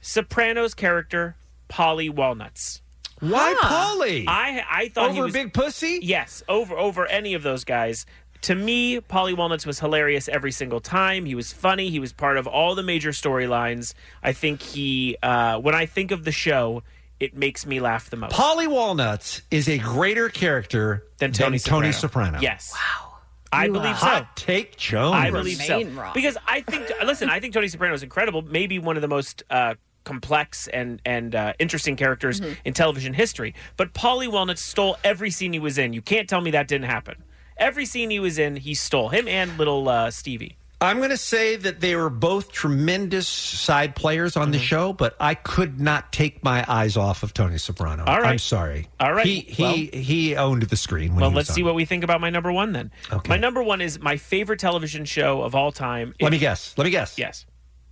Speaker 3: Sopranos character Polly Walnuts.
Speaker 11: Why
Speaker 3: Huh.
Speaker 11: Polly?
Speaker 3: I I thought he
Speaker 11: Over
Speaker 3: was,
Speaker 11: Big Pussy.
Speaker 3: Yes, over over any of those guys. To me, Polly Walnuts was hilarious every single time. He was funny. He was part of all the major storylines. I think he. Uh, when I think of the show, it makes me laugh the most.
Speaker 11: Polly Walnuts is a greater character than
Speaker 3: Tony Soprano.
Speaker 11: Tony Soprano.
Speaker 3: Yes. Wow. I believe so.
Speaker 11: Hot take Jones.
Speaker 3: I believe so.
Speaker 12: remain wrong.
Speaker 3: Because I think, listen, I think Tony Soprano is incredible. Maybe one of the most uh, complex and and uh, interesting characters
Speaker 12: Mhm.
Speaker 3: in television history. But Polly Walnut stole every scene he was in. You can't tell me that didn't happen. Every scene he was in, he stole him and little uh, Stevie.
Speaker 11: I'm going to say that they were both tremendous side players on the
Speaker 3: Mm-hmm.
Speaker 11: show, but I could not take my eyes off of Tony Soprano.
Speaker 3: All right.
Speaker 11: I'm sorry.
Speaker 3: All right.
Speaker 11: He he
Speaker 3: Well-
Speaker 11: he owned the screen. When
Speaker 3: well,
Speaker 11: he was
Speaker 3: let's see
Speaker 11: on.
Speaker 3: what we think about my number one then. My number one is my favorite television show of all time.
Speaker 11: Let me guess. Let me guess.
Speaker 3: Yes.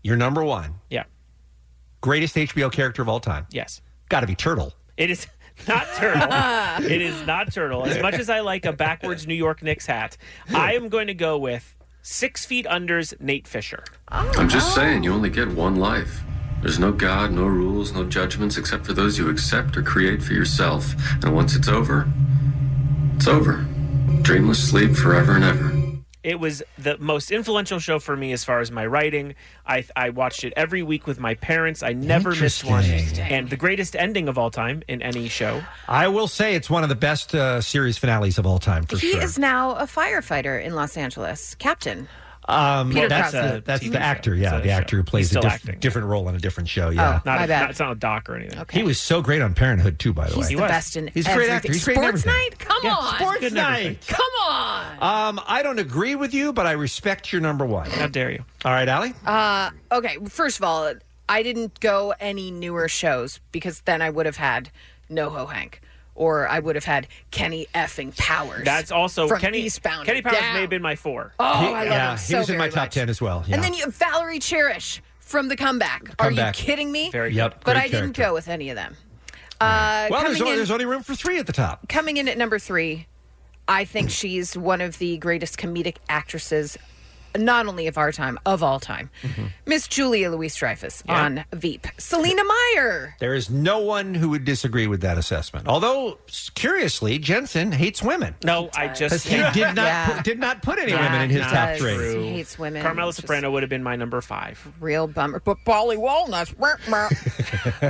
Speaker 11: Your number one,
Speaker 3: Yeah.
Speaker 11: greatest HBO character of all time.
Speaker 3: Yes.
Speaker 11: Got to be Turtle.
Speaker 3: It is not turtle. it is not turtle. As much as I like a backwards New York Knicks hat, I am going to go with six feet under's Nate Fisher.
Speaker 25: I'm just saying, you only get one life. There's no God, no rules, no judgments except for those you accept or create for yourself. And once it's over, it's over. Dreamless sleep forever and ever.
Speaker 3: It was the most influential show for me as far as my writing. I, I watched it every week with my parents. I never missed one. And the greatest ending of all time in any show.
Speaker 11: I will say it's one of the best uh, series finales of all time for
Speaker 12: he
Speaker 11: sure.
Speaker 12: is now a firefighter in Los Angeles, captain.
Speaker 11: um,
Speaker 12: Peter
Speaker 11: that's
Speaker 12: Krause.
Speaker 11: the, that's
Speaker 12: TV
Speaker 11: the
Speaker 12: show.
Speaker 11: actor, yeah,
Speaker 3: It's
Speaker 11: the
Speaker 3: a
Speaker 11: actor who
Speaker 3: show.
Speaker 11: plays
Speaker 3: He's
Speaker 11: a
Speaker 3: still
Speaker 11: diff-
Speaker 3: acting.
Speaker 11: different role in a different show. Yeah,
Speaker 3: not,
Speaker 12: Oh, my
Speaker 3: a,
Speaker 12: bad.
Speaker 3: not- it's not a doc or anything.
Speaker 11: he was so great on Parenthood too. By the
Speaker 12: He's
Speaker 11: way,
Speaker 12: the best in
Speaker 11: He's a
Speaker 12: everything.
Speaker 11: great actor. He's great in
Speaker 12: Sports
Speaker 11: everything.
Speaker 12: night? Come
Speaker 11: Yeah,
Speaker 12: on.
Speaker 11: sports Good in night. everything.
Speaker 12: Come on.
Speaker 11: Um, I don't agree with you, but I respect your number one. How
Speaker 3: dare you?
Speaker 11: All right, Allie.
Speaker 12: Uh, okay, first of all, I didn't go any newer shows because then I would have had NoHo Hank or I would have had Kenny effing Powers.
Speaker 3: That's also
Speaker 12: from
Speaker 3: Kenny
Speaker 12: Eastbound.
Speaker 3: Kenny Powers
Speaker 12: down.
Speaker 3: may have been my four.
Speaker 12: Oh, I love him
Speaker 11: yeah, he
Speaker 12: so
Speaker 11: was in my
Speaker 12: very
Speaker 11: top
Speaker 12: much.
Speaker 11: ten as well. Yeah.
Speaker 12: And then you Valerie Cherish from The Comeback.
Speaker 11: Comeback.
Speaker 12: Are you kidding me?
Speaker 11: Very Yep,
Speaker 12: But
Speaker 11: great
Speaker 12: I didn't
Speaker 11: character.
Speaker 12: go with any of them. Uh,
Speaker 11: well, there's
Speaker 12: coming
Speaker 11: only,
Speaker 12: in,
Speaker 11: there's only room for three at the top.
Speaker 12: coming in at number three, I think she's one of the greatest comedic actresses, not only of our time, of all time. Miss Julia Louis Dreyfus
Speaker 11: Yeah.
Speaker 12: on Veep. Selena Meyer.
Speaker 11: There is no one who would disagree with that assessment. Although, s- curiously, Jensen hates women.
Speaker 3: No, I just
Speaker 11: he did not put, did not put any women in his top three.
Speaker 12: He hates women.
Speaker 3: Carmela
Speaker 12: Just-
Speaker 3: Soprano would have been my number five.
Speaker 12: Real bummer. But Bolly Walnuts. brr, brr.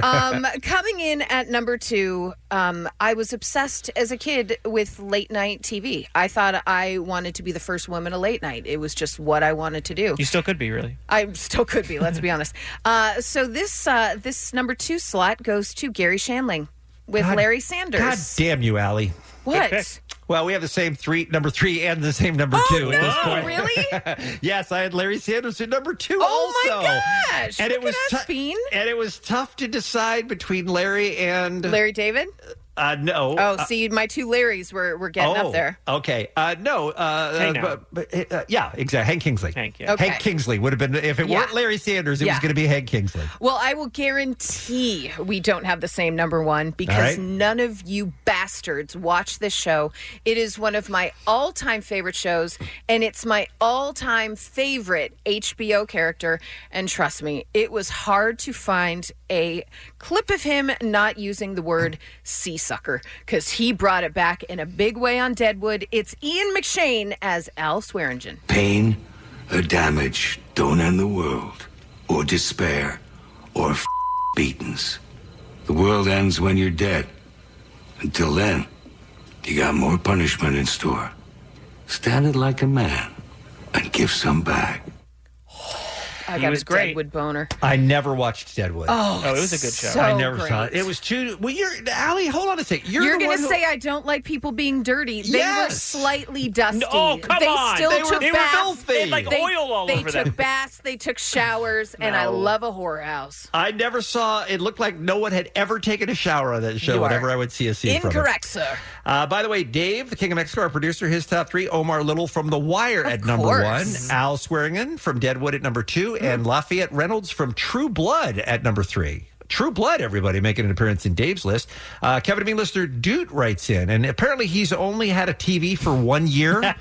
Speaker 12: um, coming in at number two, um, I was obsessed as a kid with late night TV. I thought I wanted to be the first woman to late night. It was just what I wanted to do.
Speaker 3: You still could be really.
Speaker 12: I still could be. Let's be honest. Uh, so this uh, this number two slot goes to Gary Shandling with
Speaker 11: God-
Speaker 12: Larry
Speaker 11: God
Speaker 12: Sanders.
Speaker 11: damn you, Allie.
Speaker 12: What? Oh, Good pick.
Speaker 11: Well, we have the same three, number three, and the same number two at this point. Really? yes, I had Larry Sanders at number two.
Speaker 12: Oh my
Speaker 11: also.
Speaker 12: gosh!
Speaker 11: And it
Speaker 12: Look
Speaker 11: was
Speaker 12: at us,
Speaker 11: tou- and uh, it was tough to decide between Larry and
Speaker 12: Larry David.
Speaker 7: Uh, no.
Speaker 12: Oh,
Speaker 7: Uh,
Speaker 12: see, my two Larrys were, were getting
Speaker 11: Oh.
Speaker 12: up there.
Speaker 11: Okay. Uh, no. Uh,
Speaker 12: Hey, now.
Speaker 11: but- but, uh, yeah, exactly. Hank Kingsley. Hank,
Speaker 12: yeah. Okay.
Speaker 11: Hank Kingsley would have been, if it
Speaker 12: Yeah.
Speaker 11: weren't Larry Sanders, it was
Speaker 12: Yeah.
Speaker 11: going to be Hank Kingsley.
Speaker 12: Well, I will guarantee we don't have the same number one because
Speaker 11: All right.
Speaker 12: none of you bastards watch this show. It is one of my all time favorite shows, and it's my all time favorite HBO character. And trust me, it was hard to find a clip of him not using the word sea sucker because he brought it back in a big way on Deadwood. It's Ian McShane as Al Swearingen.
Speaker 9: Pain or damage don't end the world, or despair, or f- beatings. The world ends when you're dead. Until then, you got more punishment in store. Stand it like a man and give some back.
Speaker 12: I
Speaker 11: He
Speaker 12: got
Speaker 11: was
Speaker 12: a
Speaker 11: great.
Speaker 12: Deadwood boner.
Speaker 11: I never watched Deadwood.
Speaker 12: Oh, Oh, it was a good show. so
Speaker 11: I never saw it.
Speaker 12: great.
Speaker 11: It was too. Well, you're Allie. Hold on a second.
Speaker 12: You're,
Speaker 11: You're, the
Speaker 12: gonna
Speaker 11: one who-
Speaker 12: say I don't like people being dirty. They were
Speaker 11: Yes.
Speaker 12: slightly dusty.
Speaker 11: oh, come
Speaker 12: they
Speaker 11: on.
Speaker 12: Still
Speaker 11: They were-
Speaker 12: took
Speaker 11: they were
Speaker 12: baths.
Speaker 11: filthy. They had, like,
Speaker 7: oil all
Speaker 12: they
Speaker 7: over
Speaker 12: took
Speaker 7: them.
Speaker 12: baths. They took showers, and I
Speaker 11: No.
Speaker 12: love a whorehouse.
Speaker 11: I never saw. It looked like no one had ever taken a shower on that show.
Speaker 12: You are
Speaker 11: whenever I would see a scene from it.
Speaker 12: Incorrect, sir.
Speaker 11: Uh, by the way, Dave, the King of Mexico, our producer, his top three: Omar Little from The Wire at number
Speaker 12: course.
Speaker 11: one, Al Swearingen from Deadwood at number two, and Lafayette Reynolds from True Blood at number three. True Blood, everybody making an appearance in Dave's list. Uh, Kevin Bean listener Dude writes in, and apparently he's only had a TV for one year.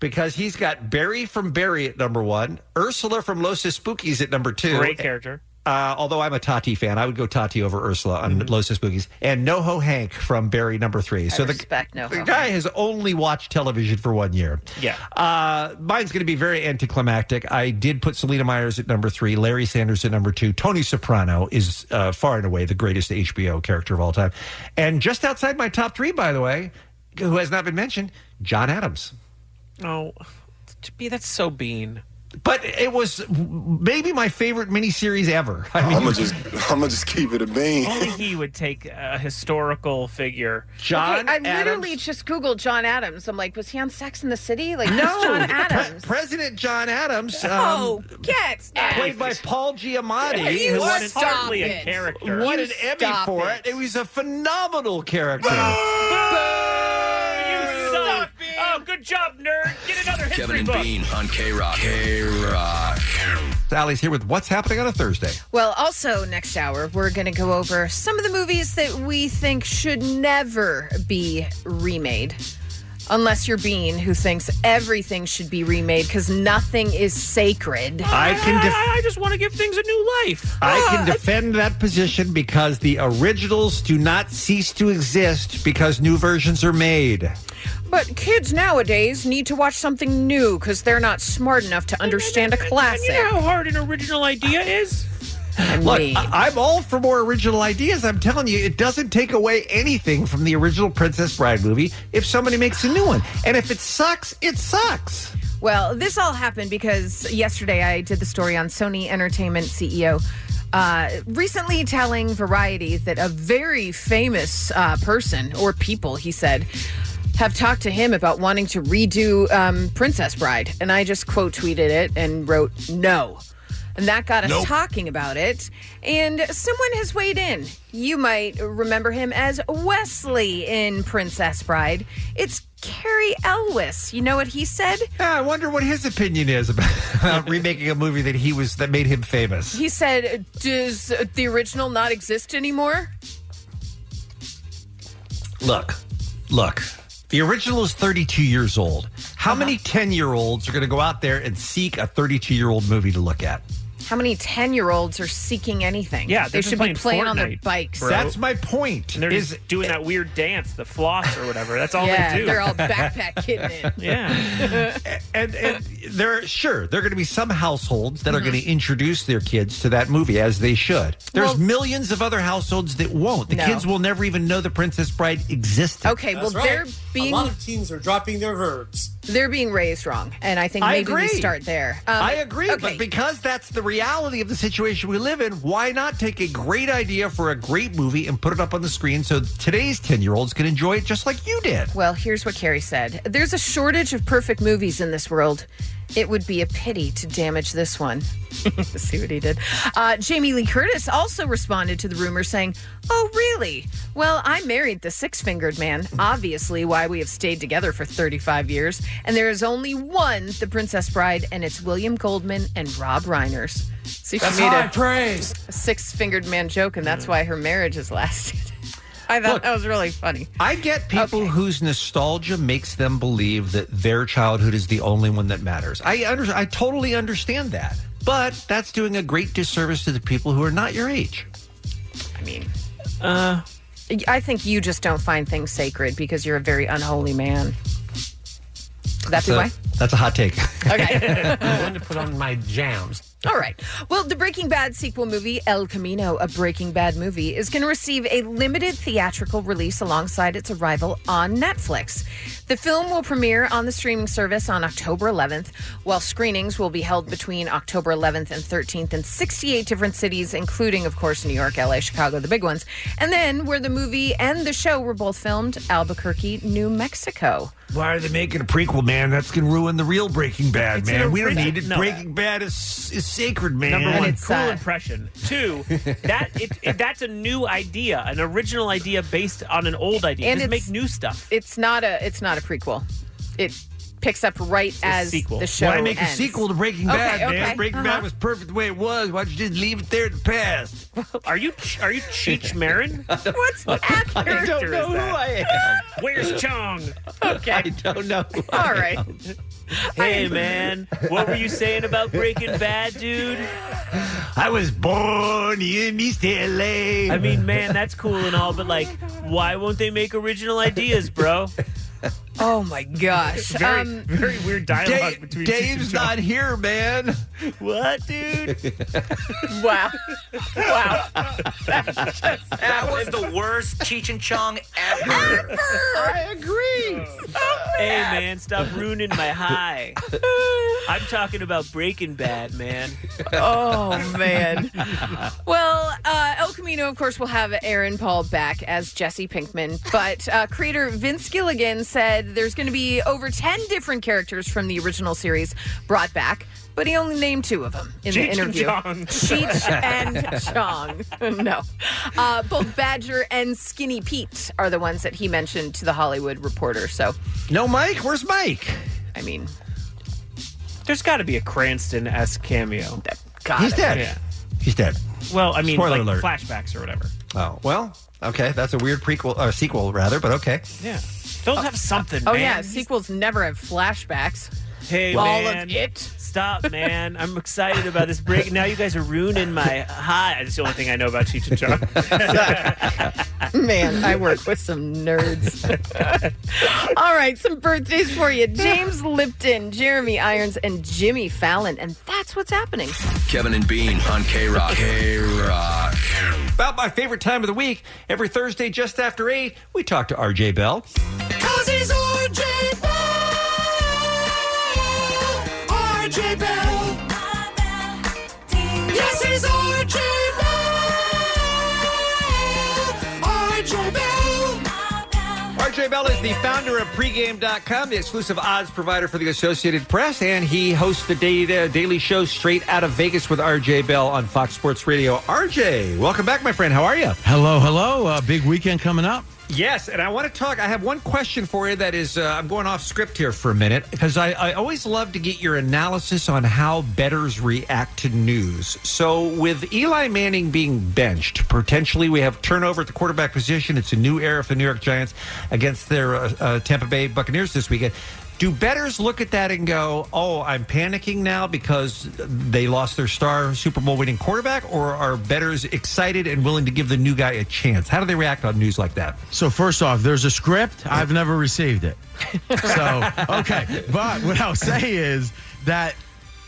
Speaker 11: Because he's got Barry from Barry at number one, Ursula from Los Spookies at number two.
Speaker 3: Great character.
Speaker 11: Uh, although I'm a Tati fan, I would go Tati over Ursula on
Speaker 12: Mm-hmm.
Speaker 11: Los Spookies, and NoHo Hank from Barry number three. so the
Speaker 12: respect NoHo
Speaker 11: the guy has only watched television for one year.
Speaker 3: Yeah.
Speaker 11: Uh, mine's going to be very anticlimactic. I did put Selena Myers at number three, Larry Sanders at number two. Tony Soprano is uh, far and away the greatest HBO character of all time, and just outside my top three, by the way, who has not been mentioned, John Adams.
Speaker 3: Oh, be that's so bean.
Speaker 11: But it was maybe my favorite miniseries ever. I mean,
Speaker 22: I'ma just I'ma just keep it a bean.
Speaker 3: Only he would take a historical figure.
Speaker 12: okay, I literally just googled John Adams. I'm like, was he on Sex in the City? Like,
Speaker 11: No,
Speaker 12: who's John
Speaker 11: Pre-
Speaker 12: Adams.
Speaker 11: President John Adams. um,
Speaker 12: oh, get out.
Speaker 11: played by Paul Giamatti,
Speaker 12: You
Speaker 11: who won
Speaker 12: stop hardly a it. character.
Speaker 11: Won
Speaker 12: You
Speaker 11: an Emmy
Speaker 12: stop
Speaker 11: for it.
Speaker 12: it.
Speaker 11: It was a phenomenal character.
Speaker 3: Stop it. Oh, good job, nerd. Get another history
Speaker 18: Kevin and
Speaker 3: book.
Speaker 18: Bean on K Rock. K Rock.
Speaker 11: Sally's here with what's happening on a Thursday.
Speaker 12: Well, also next hour, we're going to go over some of the movies that we think should never be remade. Unless you're Bean, who thinks everything should be remade because nothing is sacred.
Speaker 11: I can def-
Speaker 3: I just want to give things a new life.
Speaker 11: I can defend that position because the originals do not cease to exist because new versions are made.
Speaker 12: But kids nowadays need to watch something new because they're not smart enough to understand a classic.
Speaker 3: You know how hard an original idea is?
Speaker 11: Look, I- I'm all for more original ideas. I'm telling you, it doesn't take away anything from the original Princess Bride movie if somebody makes a new one. And if it sucks, it sucks.
Speaker 12: Well, this all happened because yesterday I did the story on Sony Entertainment CEO. Uh, recently telling Variety that a very famous uh, person or people, he said, have talked to him about wanting to redo um, Princess Bride. And I just quote tweeted it and wrote, no. And that got us
Speaker 26: Nope.
Speaker 12: talking about it. And someone has weighed in. You might remember him as Wesley in Princess Bride. It's Carrie Elwes. You know what he said?
Speaker 11: Yeah, I wonder what his opinion is about, about remaking a movie that he was that made him famous.
Speaker 12: He said, Does the original not exist anymore?
Speaker 11: Look, look. The original is 32 years old. How many 10 year olds are going to go out there and seek a 32 year old movie to look at?
Speaker 12: How many 10 year olds are seeking anything?
Speaker 3: Yeah,
Speaker 12: they
Speaker 3: they're just
Speaker 12: should be
Speaker 3: playing
Speaker 12: playing on their
Speaker 3: Fortnite,
Speaker 12: bikes.
Speaker 3: bro.
Speaker 11: That's my point.
Speaker 3: And they're
Speaker 11: is-
Speaker 3: just doing that weird dance, the floss or whatever. That's all
Speaker 12: yeah,
Speaker 3: they do.
Speaker 12: are all backpack kidding it.
Speaker 3: yeah.
Speaker 11: and, and there, sure, there are going to be some households that are going to introduce their kids to that movie as they should. There's millions of other households that won't. The
Speaker 27: No.
Speaker 11: kids will never even know the Princess Bride existed.
Speaker 12: Okay, well,
Speaker 27: That's right.
Speaker 12: they're being
Speaker 27: A lot of teens are dropping their verbs.
Speaker 12: they're being raised wrong, and I think
Speaker 11: I
Speaker 12: maybe we
Speaker 11: agree.
Speaker 12: start there. Um,
Speaker 11: I agree, but because that's the reality of the situation we live in, why not take a great idea for a great movie and put it up on the screen so today's 10 year olds can enjoy it just like you did?
Speaker 12: Well, here's what Carrie said There's a shortage of perfect movies in this world, It would be a pity to damage this one. See what he did. Uh, Jamie Lee Curtis also responded to the rumor saying, Oh, really? Well, I married the six fingered man, obviously, why we have stayed together for 35 years. And there is only one, The Princess Bride, and it's William Goldman and Rob Reiners. So she
Speaker 2: That's
Speaker 12: made
Speaker 2: high
Speaker 12: a,
Speaker 2: praise. Mm.
Speaker 12: a six fingered man joke, and that's why her marriage has lasted. I thought that was really funny.
Speaker 11: I get people whose nostalgia makes them believe that their childhood is the only one that matters. I under, I totally understand that, but that's doing a great disservice to the people who are not your age.
Speaker 12: I mean, uh, I think you just don't find things sacred because you're a very unholy man. Would that be
Speaker 11: So,
Speaker 12: why?
Speaker 11: That's a hot take.
Speaker 12: Okay.
Speaker 7: I'm going to put on my jams.
Speaker 12: All right. Well, the Breaking Bad sequel movie, El Camino, a Breaking Bad movie, is going to receive a limited theatrical release alongside its arrival on Netflix. The film will premiere on the streaming service on October 11th, while screenings will be held between October 11th and 13th in 68 different cities, including, of course, New York, LA, Chicago, the big ones. And then, where the movie and the show were both filmed, Albuquerque, New Mexico.
Speaker 7: Why are they making a prequel, man? That's going to ruin the real Breaking Bad,
Speaker 12: It's
Speaker 7: man.
Speaker 12: gonna
Speaker 7: We don't
Speaker 12: ruin
Speaker 7: need
Speaker 12: it.
Speaker 7: it.
Speaker 12: No.
Speaker 7: Breaking Bad is, is sacred, man.
Speaker 3: Number one, cool impression. Two, that it, it- that's a new idea, an original idea based on an old idea.
Speaker 12: And
Speaker 3: Just
Speaker 12: it's-
Speaker 3: make new stuff.
Speaker 12: It's not a it's not a prequel. It picks up right as
Speaker 7: sequel.
Speaker 12: the show.
Speaker 7: Why make
Speaker 12: ends. Oh,
Speaker 7: a sequel to Breaking
Speaker 12: Okay,
Speaker 7: Bad,
Speaker 12: okay,
Speaker 7: man? Breaking
Speaker 12: uh-huh.
Speaker 7: Bad was perfect the way it was. Why don't you just leave it there in the past?
Speaker 3: Are you are you Cheech Marin?
Speaker 12: What's that
Speaker 7: I don't
Speaker 3: character is
Speaker 7: know who
Speaker 3: that?
Speaker 7: I am.
Speaker 3: Where's Chong?
Speaker 12: Okay. I
Speaker 11: don't know.
Speaker 12: All right.
Speaker 3: Hey man, what were you saying about Breaking Bad, dude?
Speaker 7: I was born in East LA.
Speaker 3: I mean, man, that's cool and all, but like, why won't they make original ideas, bro?
Speaker 12: Oh my gosh.
Speaker 3: Very,
Speaker 12: Um,
Speaker 3: very weird dialogue
Speaker 12: Dave-
Speaker 3: between
Speaker 12: Dave's not
Speaker 11: here, man.
Speaker 3: What, dude?
Speaker 12: wow. Wow.
Speaker 10: That was the worst Cheech and Chong ever.
Speaker 11: I agree.
Speaker 3: Hey, man, stop ruining my high. I'm talking about Breaking Bad, man.
Speaker 12: Oh, man. Well, uh, El Camino, of course, will have Aaron Paul back as Jesse Pinkman, but uh, creator Vince Gilligan said there's going to be over 10 different characters from the original series brought back, but he only named two of them in the
Speaker 2: Cheech and
Speaker 12: interview
Speaker 2: Chong.
Speaker 12: Cheech and Chong. No. Uh, both Badger and Skinny Pete are the ones that he mentioned to The Hollywood Reporter. So,
Speaker 11: no, Mike, where's Mike?
Speaker 12: I mean,
Speaker 3: There's got to be a Cranston esque cameo.
Speaker 12: God,
Speaker 11: He's dead. He's dead.
Speaker 3: Well, I mean,
Speaker 11: Spoiler
Speaker 3: like
Speaker 11: alert.
Speaker 3: flashbacks or whatever.
Speaker 11: Oh well. Okay, that's a weird prequel or sequel rather, but okay.
Speaker 3: Yeah. Those have something,
Speaker 12: oh,
Speaker 3: man.
Speaker 12: yeah, sequels never have flashbacks.
Speaker 3: Hey,
Speaker 12: All
Speaker 3: man.
Speaker 12: of it.
Speaker 3: Stop, man. I'm excited about this break. Now you guys are ruining my high. That's the only thing I know about Cheech and Chong.
Speaker 12: Man, I work with some nerds. All right, some birthdays for you James Lipton, Jeremy Irons, and Jimmy Fallon. And that's what's happening.
Speaker 18: Kevin and Bean on K Rock. K Rock.
Speaker 11: About my favorite time of the week. Every Thursday just after eight, we talk to RJ Bell.
Speaker 2: Cause he's RJ Bell. RJ Bell. Yes, he's RJ Bell. RJ Bell.
Speaker 11: RJ Bell is the founder of pregame.com, the exclusive odds provider for the Associated Press, and he hosts the day- uh, daily show straight out of Vegas with RJ Bell on Fox Sports Radio. RJ, welcome back, my friend. How are you?
Speaker 14: Hello, hello. Uh, big weekend coming up.
Speaker 11: Yes, and I want to talk. I have one question for you that is, uh, I'm going off script here for a minute because I, I always love to get your analysis on how betters react to news. So, with Eli Manning being benched, potentially we have turnover at the quarterback position. It's a new era for the New York Giants against their uh, uh, Tampa Bay Buccaneers this weekend. Do betters look at that and go, oh, I'm panicking now because they lost their star Super Bowl winning quarterback? Or are betters excited and willing to give the new guy a chance? How do they react on news like that?
Speaker 14: So first off, there's a script. I've never received it. So okay, but what I'll say is that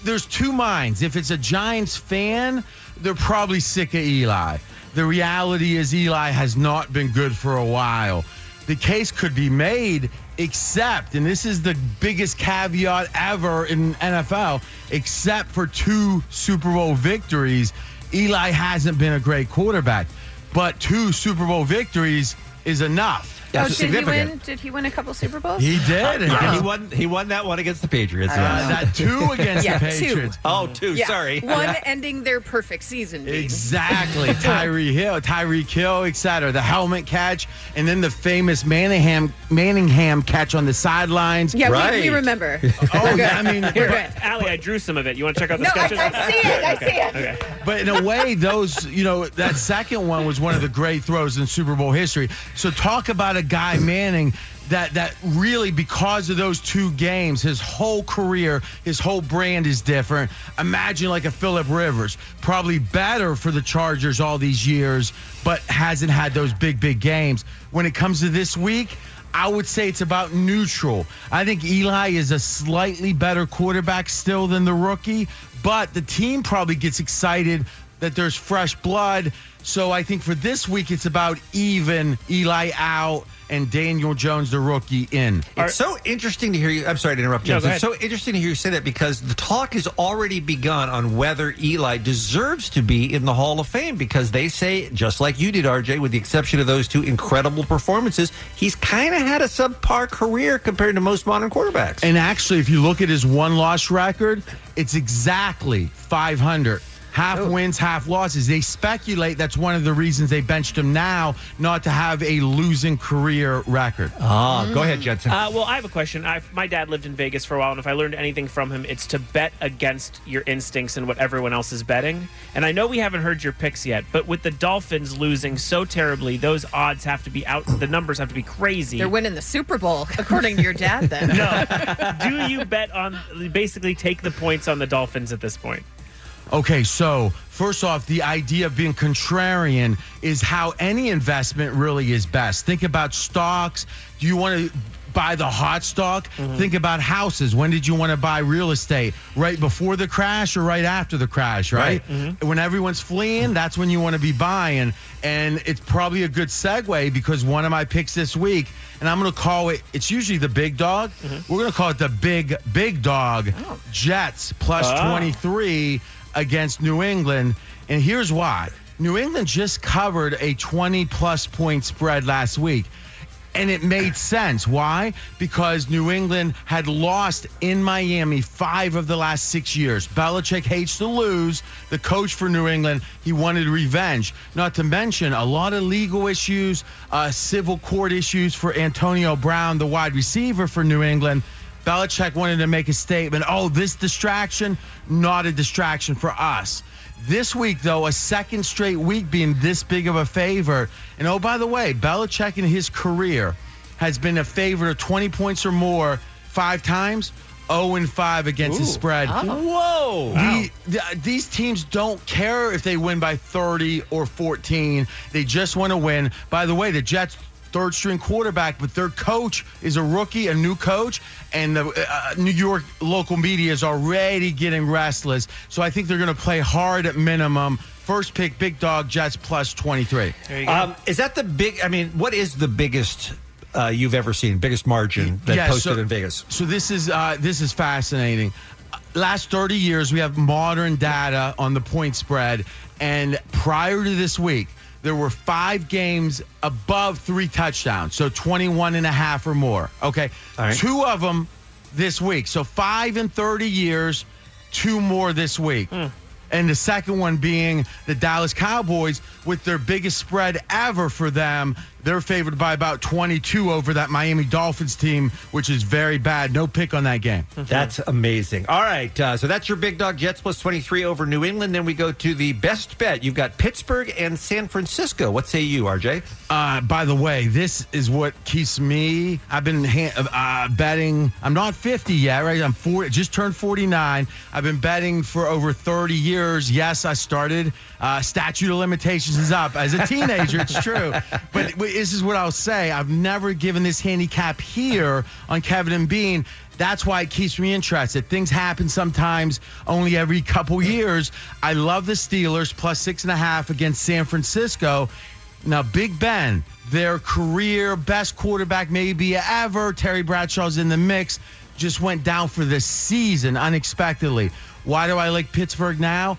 Speaker 14: there's two minds. If it's a Giants fan, they're probably sick of Eli. The reality is Eli has not been good for a while. The case could be made, except, and this is the biggest caveat ever in NFL, except for two Super Bowl victories, Eli hasn't been a great quarterback. But two Super Bowl victories is enough.
Speaker 12: oh,
Speaker 11: That's
Speaker 12: did he
Speaker 11: significant.
Speaker 12: win? Did he win a couple Super Bowls?
Speaker 11: He did.
Speaker 3: Uh-huh.
Speaker 12: Oh.
Speaker 11: Yeah,
Speaker 7: he won. He won that one against the Patriots.
Speaker 12: I don't
Speaker 7: yes.
Speaker 12: know. Uh, that two against the Yeah, two. Patriots.
Speaker 7: Oh, two.
Speaker 12: Yeah.
Speaker 7: Sorry.
Speaker 12: One ending their perfect season. Dean.
Speaker 14: Exactly. Tyree Hill, Tyree Hill, et cetera. The helmet catch, and then the famous Manningham, Manningham catch on the sidelines.
Speaker 12: Yeah, we, we remember.
Speaker 14: Oh, yeah, I mean,
Speaker 3: Here,
Speaker 14: but,
Speaker 3: Allie, I drew some of it. You want to check out the
Speaker 12: No, I-
Speaker 3: sketches?
Speaker 12: I see it, I see it.
Speaker 3: Okay.
Speaker 14: but in a way, those, you know, that second one was one of the great throws in Super Bowl history. So talk about a guy Manning that that really because of those two games, his whole career, his whole brand is different. Imagine like a Philip Rivers, probably better for the Chargers all these years, but hasn't had those big big games. When it comes to this week, I would say it's about neutral. I think Eli is a slightly better quarterback still than the rookie, but the team probably gets excited that there's fresh blood. So I think for this week, it's about even Eli out and Daniel Jones, the rookie, in.
Speaker 7: It's so interesting to hear you. I'm sorry to interrupt,
Speaker 14: No,
Speaker 7: James.
Speaker 14: go
Speaker 7: it's so interesting to hear you say that because the talk has already begun on whether Eli deserves to be in the Hall of Fame because they say, just like you did, RJ, with the exception of those two incredible performances, he's kind of had a subpar career compared to most modern quarterbacks.
Speaker 14: And actually, if you look at his one loss record, it's exactly 500. Half wins, half losses. They speculate that's one of the reasons they benched him now, not to have a losing career record.
Speaker 7: Ah,
Speaker 3: Uh, well, I have a question. i my dad lived in Vegas for a while, and if I learned anything from him, it's to bet against your instincts and what everyone else is betting. And I know we haven't heard your picks yet, but with the Dolphins losing so terribly, those odds have to be out. The numbers have to be crazy.
Speaker 12: They're winning the Super Bowl, according to your dad. Then
Speaker 3: no. Do you bet on basically take the points on the Dolphins at this point?
Speaker 14: Okay, so first off, the idea of being contrarian is how any investment really is best. Think about stocks. Do you want to buy the hot stock? Think about houses. When did you want to buy real estate? Right before the crash or right after the crash, right?
Speaker 7: Right, mhm.
Speaker 14: When everyone's fleeing, that's when you want to be buying. And it's probably a good segue because one of my picks this week, and I'm going to call it, it's usually the big dog. We're going to call it the big, big dog Jets plus
Speaker 17: Oh.
Speaker 14: 20 three against New England. And here's why New England just covered a 20 plus point spread last week. And it made sense. Why? Because New England had lost in Miami five of the last six years. Belichick hates to lose. The coach for New England, he wanted revenge. Not to mention a lot of legal issues, uh, civil court issues for Antonio Brown, the wide receiver for New England. Belichick wanted to make a statement. Oh, this distraction, not a distraction for us. This week, though, a second straight week being this big of a favorite. And oh, by the way, Belichick in his career has been a favorite of 20 points or more five times, 0 and 5 against the
Speaker 7: Ooh.
Speaker 14: spread.
Speaker 7: Oh. Whoa.
Speaker 14: The- the- these teams don't care if they win by 30 or 14. They just want to win. By the way, the Jets third string quarterback, but their coach is a rookie, a new coach, and the uh, New York local media is already getting restless. So I think they're going to play hard at minimum. First pick, big dog Jets plus 23.
Speaker 7: Um, is that the big? I mean, what is the biggest uh, you've ever seen? Biggest margin that
Speaker 14: Yeah,
Speaker 7: posted
Speaker 14: so-
Speaker 7: in Vegas?
Speaker 14: So this is uh, this is fascinating. Uh, Last 30 years, we have modern data on the point spread, and prior to this week, there were five games above three touchdowns, so 21 and a half or more. Okay, two of them this week, so five in 30 years, two more this week. And the second one being the Dallas Cowboys with their biggest spread ever for them. They're favored by about 22 over that Miami Dolphins team, which is very bad. No pick on that game.
Speaker 7: That's amazing. All right, uh, so that's your big dog Jets plus twenty three over New England. Then we go to the best bet. You've got Pittsburgh and San Francisco. What say you, RJ?
Speaker 14: Uh, by the way, this is what keeps me. I've been ha- uh, betting. I'm not 50 yet, right? I'm 40, just turned 49. I've been betting for over 30 years. Yes, I started. Uh, statute of limitations is up as a teenager. it's true. But w- this is what I'll say. I've never given this handicap here on Kevin and Bean. That's why it keeps me interested. Things happen sometimes only every couple years. I love the Steelers plus six and a half against San Francisco. Now, Big Ben, their career best quarterback maybe ever. Terry Bradshaw's in the mix. Just went down for the season unexpectedly. Why do I like Pittsburgh now?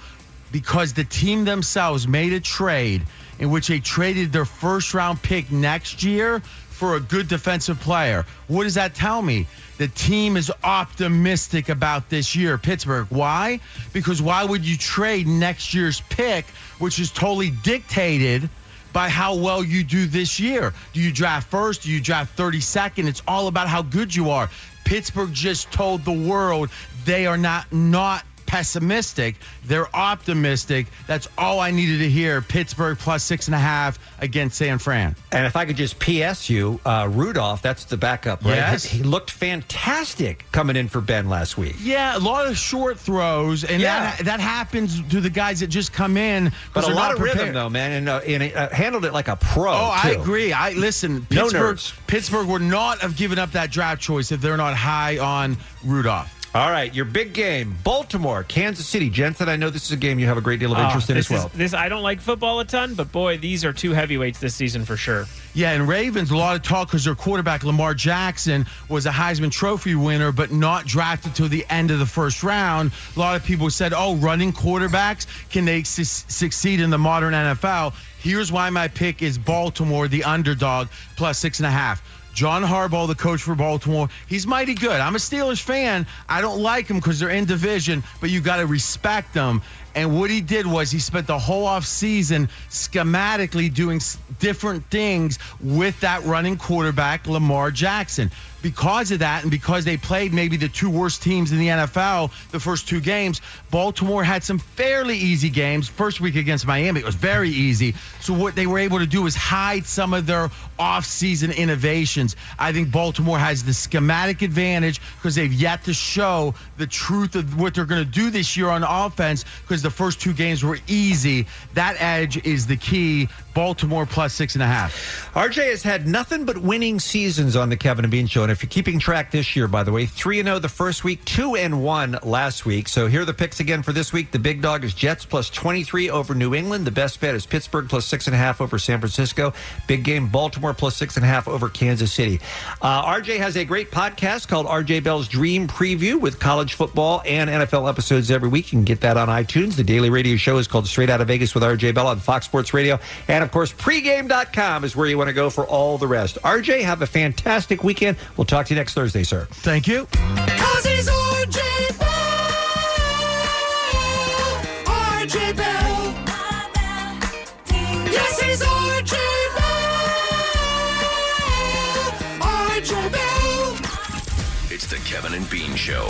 Speaker 14: Because the team themselves made a trade in which they traded their first round pick next year for a good defensive player. What does that tell me? The team is optimistic about this year, Pittsburgh. Why? Because why would you trade next year's pick, which is totally dictated by how well you do this year? Do you draft first? Do you draft 32nd? It's all about how good you are. Pittsburgh just told the world they are not not pessimistic. They're optimistic. That's all I needed to hear. Pittsburgh plus six and a half against San Fran.
Speaker 11: And if I could just PS you, uh, Rudolph, that's the backup, right?
Speaker 14: Yes.
Speaker 11: He, he looked fantastic coming in for Ben last week.
Speaker 14: Yeah, a lot of short throws, and
Speaker 11: Yeah.
Speaker 14: that that happens to the guys that just come in. 'cause
Speaker 11: But a
Speaker 14: they're
Speaker 11: lot
Speaker 14: not
Speaker 11: of rhythm,
Speaker 14: prepared.
Speaker 11: though, man, and, uh, and uh, handled it like a pro.
Speaker 14: Oh, I
Speaker 11: too.
Speaker 14: agree. I listen.
Speaker 11: No
Speaker 14: Pittsburgh,
Speaker 11: nerves.
Speaker 14: Pittsburgh would not have given up that draft choice if they're not high on Rudolph.
Speaker 11: All right, your big game, Baltimore, Kansas City. Jensen, I know this is a game you have a great deal of
Speaker 3: Ah,
Speaker 11: interest in
Speaker 3: this
Speaker 11: as well.
Speaker 3: is- this I don't like football a ton, but boy, these are two heavyweights this season for sure.
Speaker 14: Yeah, and Ravens, a lot of talk because their quarterback, Lamar Jackson, was a Heisman Trophy winner, but not drafted till the end of the first round. A lot of people said, oh, running quarterbacks, can they su- succeed in the modern NFL? Here's why my pick is Baltimore, the underdog, plus six and a half. John Harbaugh, the coach for Baltimore, he's mighty good. I'm a Steelers fan. I don't like him because they're in division, but you got to respect them. And what he did was he spent the whole offseason schematically doing s- different things with that running quarterback, Lamar Jackson. Because of that, and because they played maybe the two worst teams in the NFL the first two games, Baltimore had some fairly easy games. First week against Miami, it was very easy. So what they were able to do is hide some of their offseason innovations. I think Baltimore has the schematic advantage because they've yet to show the truth of what they're going to do this year on offense because the first two games were easy. That edge is the key. Baltimore plus six and a half.
Speaker 11: RJ has had nothing but winning seasons on the Kevin and Bean Show. And if you're keeping track this year, by the way, 3 and 0 the first week, 2 and 1 last week. So here are the picks again for this week. The big dog is Jets plus 23 over New England. The best bet is Pittsburgh plus 6.5 over San Francisco. Big game, Baltimore plus 6.5 over Kansas City. Uh, RJ has a great podcast called RJ Bell's Dream Preview with college football and NFL episodes every week. You can get that on iTunes. The daily radio show is called Straight Out of Vegas with RJ Bell on Fox Sports Radio. And of course, pregame.com is where you want to go for all the rest. RJ, have a fantastic weekend. We'll talk to you next Thursday, sir.
Speaker 14: Thank you.
Speaker 2: Cause he's RJ Bell. RJ Bell. Yes, he's RJ Bell. RJ Bell.
Speaker 18: It's the Kevin and Bean Show.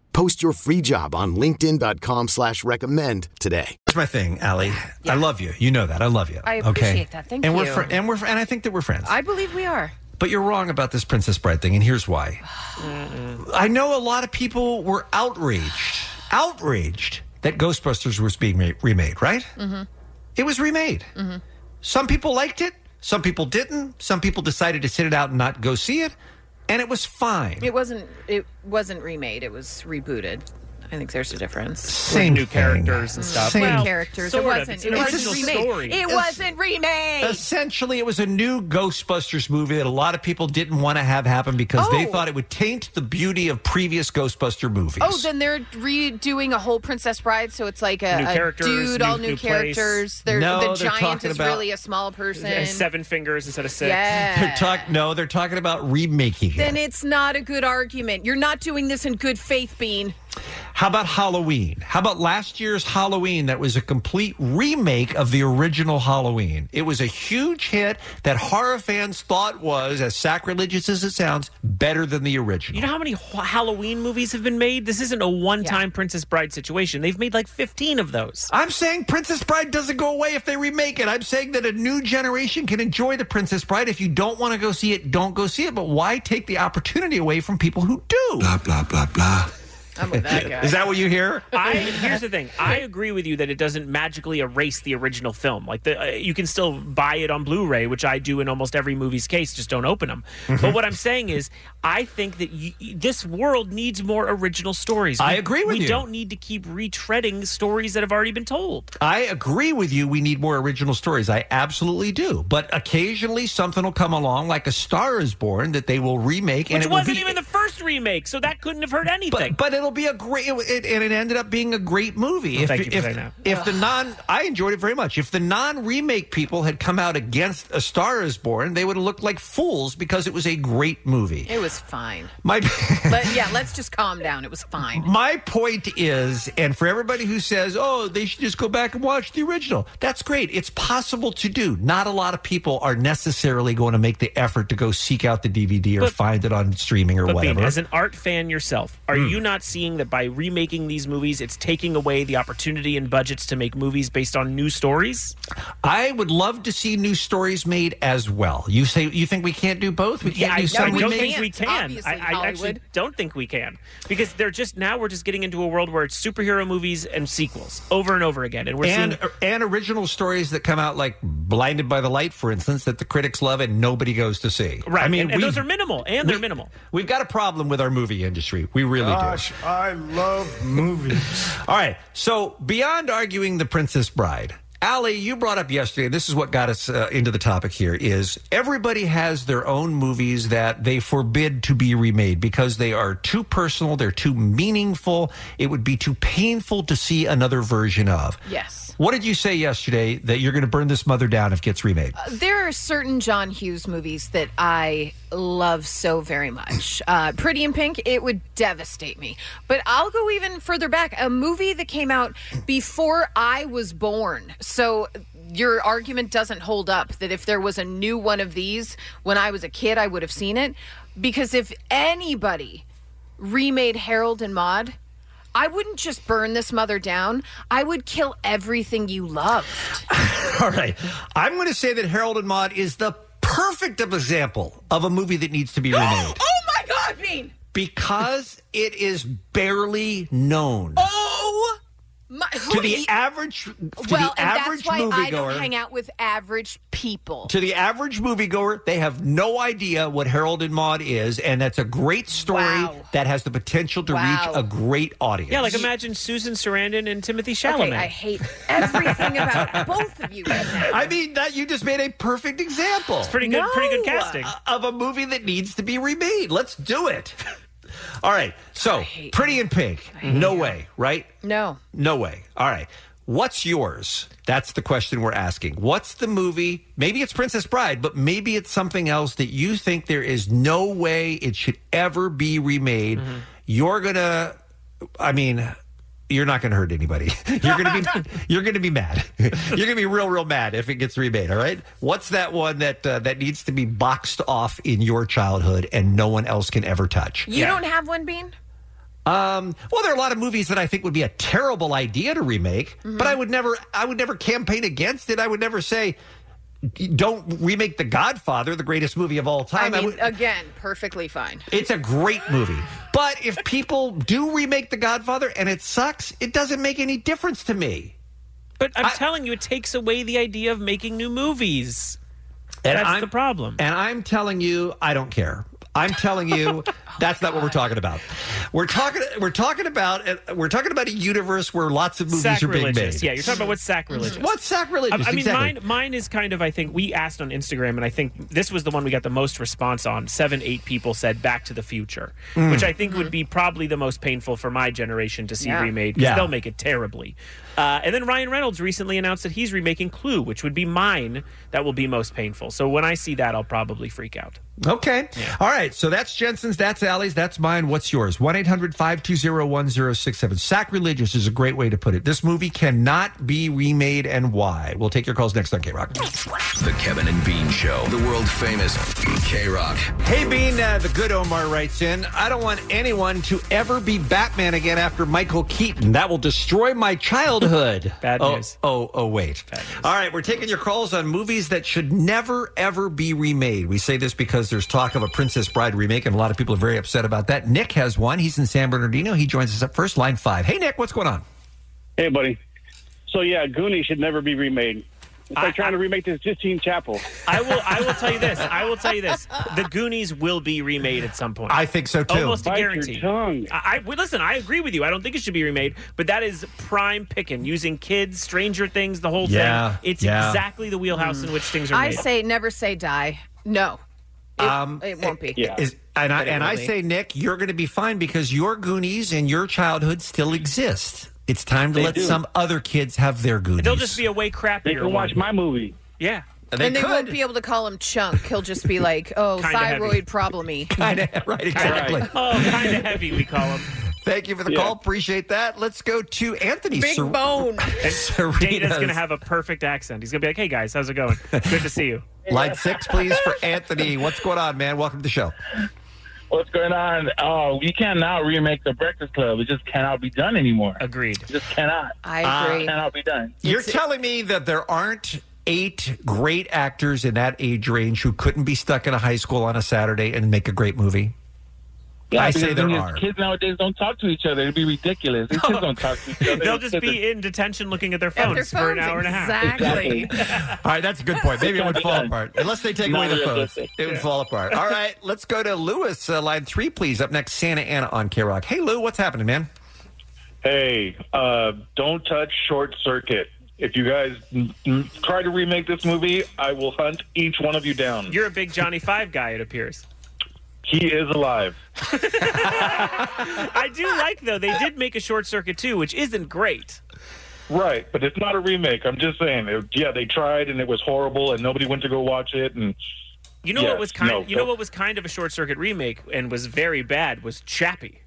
Speaker 28: Post your free job on linkedin.com/recommend slash recommend today.
Speaker 11: Here's my thing, Allie. I love you. You know that. I love you.
Speaker 12: I
Speaker 11: okay?
Speaker 12: appreciate that. Thank
Speaker 11: and
Speaker 12: you.
Speaker 11: We're fr- and we're fr- and I think that we're friends.
Speaker 12: I believe we are.
Speaker 11: But you're wrong about this Princess Bride thing, and here's why. I know a lot of people were outraged, outraged that Ghostbusters was being ma- remade, right?
Speaker 2: Mm-hmm.
Speaker 11: It was remade.
Speaker 2: Mm-hmm.
Speaker 11: Some people liked it, some people didn't, some people decided to sit it out and not go see it, and it was fine.
Speaker 12: It wasn't. It wasn't remade. It was rebooted. I think there's a difference.
Speaker 11: Same
Speaker 3: new characters and stuff.
Speaker 11: Same.
Speaker 12: Well, characters. It
Speaker 3: sort of.
Speaker 12: wasn't.
Speaker 3: It's
Speaker 12: It
Speaker 3: an
Speaker 12: wasn't
Speaker 3: original
Speaker 12: remade.
Speaker 3: story.
Speaker 12: It
Speaker 3: It's-
Speaker 12: wasn't remade.
Speaker 11: Essentially, it was a new Ghostbusters movie that a lot of people didn't want to have happen because they
Speaker 12: Oh.
Speaker 11: thought it would taint the beauty of previous Ghostbuster movies.
Speaker 12: Oh, then they're redoing a whole Princess Bride, so it's like a,
Speaker 11: New
Speaker 12: a
Speaker 11: characters,
Speaker 12: dude,
Speaker 11: new-
Speaker 12: all new,
Speaker 11: new place.
Speaker 12: characters. They're,
Speaker 11: No,
Speaker 12: the
Speaker 11: they're
Speaker 12: giant
Speaker 11: talking
Speaker 12: is
Speaker 11: about-
Speaker 12: really a small person.
Speaker 3: And seven fingers instead of six.
Speaker 12: Yeah.
Speaker 11: They're talk- no, they're talking about remaking it.
Speaker 12: Then it's not a good argument. You're not doing this in good faith, Bean.
Speaker 11: How about Halloween? How about last year's Halloween that was a complete remake of the original Halloween? It was a huge hit that horror fans thought was, as sacrilegious as it sounds, better than the original.
Speaker 3: You know how many Ho- Halloween movies have been made? This isn't a one-time Princess Bride situation. They've made like 15 of those.
Speaker 11: I'm saying Princess Bride doesn't go away if they remake it. I'm saying that a new generation can enjoy The Princess Bride. If you don't want to go see it, don't go see it. But why take the opportunity away from people who do?
Speaker 29: Blah, blah, blah, blah.
Speaker 12: I'm with that guy.
Speaker 11: Is that what you hear?
Speaker 3: I here's the thing. I agree with you that it doesn't magically erase the original film. Like the, uh, you can still buy it on Blu-ray, which I do in almost every movie's case. Just don't open them.
Speaker 11: Mm-hmm.
Speaker 3: But what I'm saying is, I think that y y- this world needs more original stories.
Speaker 11: I agree with
Speaker 3: we
Speaker 11: you.
Speaker 3: We don't need to keep retreading stories that have already been told.
Speaker 11: I agree with you. We need more original stories. I absolutely do. But occasionally something will come along, like A Star is Born, that they will remake. and
Speaker 3: Which
Speaker 11: it will
Speaker 3: wasn't
Speaker 11: be-
Speaker 3: even the first remake, so that couldn't have hurt anything.
Speaker 11: But it'll be a great, it, it- and it ended up being a great movie.
Speaker 3: Well,
Speaker 11: if
Speaker 3: thank you for
Speaker 11: if,
Speaker 3: saying that.
Speaker 11: if the non, I enjoyed it very much. If the non-remake people had come out against A Star Is Born, they would have looked like fools because it was a great movie.
Speaker 12: It was fine.
Speaker 11: My
Speaker 12: But yeah, let's just calm down. It was fine.
Speaker 11: my point is, and for everybody who says, "Oh, they should just go back and watch the original," that's great. It's possible to do. Not a lot of people are necessarily going to make the effort to go seek out the DVD or
Speaker 3: But-
Speaker 11: find it on streaming or
Speaker 3: but
Speaker 11: whatever.
Speaker 3: Bean, as an art fan yourself, are
Speaker 11: Hmm.
Speaker 3: you not seeing that by remaking these movies, it's taking away the opportunity and budgets to make movies based on new stories?
Speaker 11: I would love to see new stories made as well. You say you think we can't do both? We can't
Speaker 3: I,
Speaker 11: do
Speaker 3: I
Speaker 11: some
Speaker 3: don't
Speaker 11: remake?
Speaker 3: think we can. I, I actually don't think we can because they're just now we're just getting into a world where it's superhero movies and sequels over and over again, and we're
Speaker 11: and
Speaker 3: seeing.
Speaker 11: and original stories that come out like Blinded by the Light, for instance, that the critics love and nobody goes to see.
Speaker 3: Right,
Speaker 11: I mean,
Speaker 3: and, and those
Speaker 11: we've-
Speaker 3: are minimal, and they're
Speaker 11: we-
Speaker 3: minimal.
Speaker 11: We've got a problem with our movie industry. We really
Speaker 7: Gosh, I love movies.
Speaker 11: do. All right. So beyond arguing the Princess Bride. Allie, you brought up yesterday. This is what got us uh, into the topic here. Is everybody has their own movies that they forbid to be remade because they are too personal, they're too meaningful. It would be too painful to see another version of.
Speaker 12: Yes.
Speaker 11: What did you say yesterday that you're going to burn this mother down if it gets remade?
Speaker 12: Uh, There are certain John Hughes movies that I love so very much. Uh, Pretty in Pink, it would devastate me. But I'll go even further back. A movie that came out before I was born. So your argument doesn't hold up that if there was a new one of these when I was a kid, I would have seen it. Because if anybody remade Harold and Maude, I wouldn't just burn this mother down. I would kill everything you love.
Speaker 11: All right. I'm going to say that Harold and Maude is the perfect of example of a movie that needs to be remade
Speaker 12: Oh my God, Bean!
Speaker 11: because it is barely known.
Speaker 12: Oh my! Who
Speaker 11: To
Speaker 12: do
Speaker 11: the
Speaker 12: you-
Speaker 11: average, to
Speaker 12: well,
Speaker 11: the
Speaker 12: and
Speaker 11: average
Speaker 12: that's why I
Speaker 11: moviegoer,
Speaker 12: don't hang out with average people.
Speaker 11: to the average moviegoer, they have no idea what Harold and Maude is, and that's a great story that has the potential to
Speaker 12: Wow.
Speaker 11: reach a great audience.
Speaker 3: Yeah, like imagine Susan Sarandon and Timothy Chalamet.
Speaker 12: Okay, I hate everything about both of you. Right now.
Speaker 11: I mean, that you just made a perfect example. It's
Speaker 3: pretty good- pretty good No. casting.
Speaker 11: of a movie that needs to be remade. Let's do it. All right. So, Pretty in Pink. No way, right?
Speaker 12: No.
Speaker 11: No way. All right. What's yours? That's the question we're asking. What's the movie? Maybe it's Princess Bride, but maybe it's something else that you think there is no way it should ever be remade.
Speaker 3: Mm-hmm.
Speaker 11: You're going to I mean, you're not going to hurt anybody. You're going to be you're going to be mad. You're going to be real real mad if it gets remade, all right? What's that one that uh, that needs to be boxed off in your childhood and no one else can ever touch?
Speaker 12: You don't have one, Bean?
Speaker 11: Um, well, there are a lot of movies that I think would be a terrible idea to remake,
Speaker 12: Mm-hmm.
Speaker 11: but I would never, I would never campaign against it. I would never say, "Don't remake The Godfather, the greatest movie of all
Speaker 12: I
Speaker 11: time." I
Speaker 12: mean,
Speaker 11: would-
Speaker 12: again, perfectly fine.
Speaker 11: it's a great movie, but if people do remake The Godfather and it sucks, it doesn't make any difference to me.
Speaker 3: But I'm telling you, it takes away the idea of making new movies.
Speaker 11: And
Speaker 3: That's
Speaker 11: I'm-
Speaker 3: the problem.
Speaker 11: And I'm telling you, I don't care. I'm telling you, that's not what we're talking about. We're talking. We're talking about. uh, We're talking about a universe where lots of movies are being made.
Speaker 3: sacrilegious. Yeah, you're talking about what's sacrilegious.
Speaker 11: What's sacrilegious?
Speaker 3: I, I mean,
Speaker 11: Exactly.
Speaker 3: mine, mine is kind of. I think we asked on Instagram, and I think this was the one we got the most response on. Seven, eight people said Back to the Future,
Speaker 11: Mm.
Speaker 3: which I think would be probably the most painful for my generation to see
Speaker 11: Yeah.
Speaker 3: remade because
Speaker 11: Yeah.
Speaker 3: they'll make it terribly. Uh, and then Ryan Reynolds recently announced that he's remaking Clue, which would be mine. That will be most painful. So when I see that, I'll probably freak out.
Speaker 11: Okay. All right. So that's Jensen's, that's Allie's, that's mine. What's yours? 1 800 520 1067. Sacrilegious is a great way to put it. This movie cannot be remade and why. We'll take your calls next on K Rock.
Speaker 18: The Kevin and Bean Show, the world famous K Rock.
Speaker 11: Hey, Bean, uh, the good Omar writes in I don't want anyone to ever be Batman again after Michael Keaton. That will destroy my childhood. Bad
Speaker 3: news.
Speaker 11: Oh, oh, wait. All right, we're taking your calls on movies that should never, ever be remade. We say this because there's talk of a Princess Bride remake, and a lot of people are very very upset about that. Nick has one. He's in San Bernardino. He joins us up first, line five. Hey, Nick, what's going on?
Speaker 30: Hey, buddy. So yeah, Goonies should never be remade. It's like trying to remake the Sistine Chapel.
Speaker 3: I will. I will tell you this. I will tell you this. The Goonies will be remade at some point.
Speaker 11: I think so, too.
Speaker 3: Almost a
Speaker 11: Bite your
Speaker 3: guarantee. I, I well, listen. I agree with you. I don't think it should be remade, but that is prime picking using kids, Stranger Things, the whole
Speaker 11: Yeah,
Speaker 3: thing. It's
Speaker 11: yeah.
Speaker 3: exactly the wheelhouse in which things are
Speaker 12: I
Speaker 3: made.
Speaker 12: say never say die. No. It, it won't be.
Speaker 11: Is, Um, and I,
Speaker 12: But it
Speaker 11: and I
Speaker 12: will be.
Speaker 11: say, Nick, you're going to be fine because your Goonies and your childhood still exist. It's time to
Speaker 3: They
Speaker 11: let
Speaker 3: do.
Speaker 11: some other kids have their Goonies.
Speaker 3: They'll just be a way crappier.
Speaker 11: They can watch
Speaker 30: my movie.
Speaker 3: Yeah.
Speaker 12: and they won't be able to call him Chunk. He'll just be like, oh,
Speaker 3: Kinda heavy.
Speaker 12: thyroid problemy.
Speaker 11: Kind of right, exactly.
Speaker 3: Oh, kind of heavy. We call them.
Speaker 11: Thank you for the
Speaker 3: Yeah.
Speaker 11: call. Appreciate that. Let's go to Anthony.
Speaker 3: Big
Speaker 11: bone.
Speaker 3: And Data's going to have a perfect accent. He's going to be like, "Hey guys, how's it going? Good to see you."
Speaker 11: Line six, please, for Anthony. What's going on, man? Welcome to the show.
Speaker 15: What's going on? Oh, we cannot remake The Breakfast Club. It just cannot be done anymore.
Speaker 3: Agreed.
Speaker 15: It just cannot.
Speaker 12: I
Speaker 15: It cannot Ah, be done.
Speaker 11: You're telling me that there aren't eight great actors in that age range who couldn't be stuck in a high school on a Saturday and make a great movie?
Speaker 15: Yeah,
Speaker 11: I
Speaker 15: because
Speaker 11: say
Speaker 15: the
Speaker 11: there
Speaker 15: thing is,
Speaker 11: are.
Speaker 15: Kids nowadays don't talk to each other. It'd be ridiculous. These kids don't talk to each other.
Speaker 3: They'll
Speaker 15: These
Speaker 3: just
Speaker 15: kids
Speaker 3: be in detention looking at their
Speaker 15: their
Speaker 3: phones, for
Speaker 15: phones,
Speaker 3: an hour and a half.
Speaker 15: exactly.
Speaker 11: All right, that's a good point. Maybe it would fall apart. Unless they take
Speaker 15: Not
Speaker 11: away the phones,
Speaker 15: realistic.
Speaker 11: it would
Speaker 15: Yeah.
Speaker 11: fall apart. All right, let's go to Lewis, uh, line three, please. Up next, Santa Ana on K Rock. Hey, Lou, what's happening, man?
Speaker 23: Hey, uh, don't touch Short Circuit. If you guys mm, mm, try to remake this movie, I will hunt each one of you down.
Speaker 3: You're a big Johnny Five guy, it appears.
Speaker 23: He is alive.
Speaker 3: I do like though they did make a short circuit too, which isn't great.
Speaker 23: Right, but it's not a remake. I'm just saying. It, yeah, they tried and it was horrible and nobody went to go watch it and
Speaker 3: You know
Speaker 23: Yeah,
Speaker 3: what was kind
Speaker 23: no,
Speaker 3: you know
Speaker 23: don't-
Speaker 3: what was kind of a short circuit remake and was very bad was Chappie.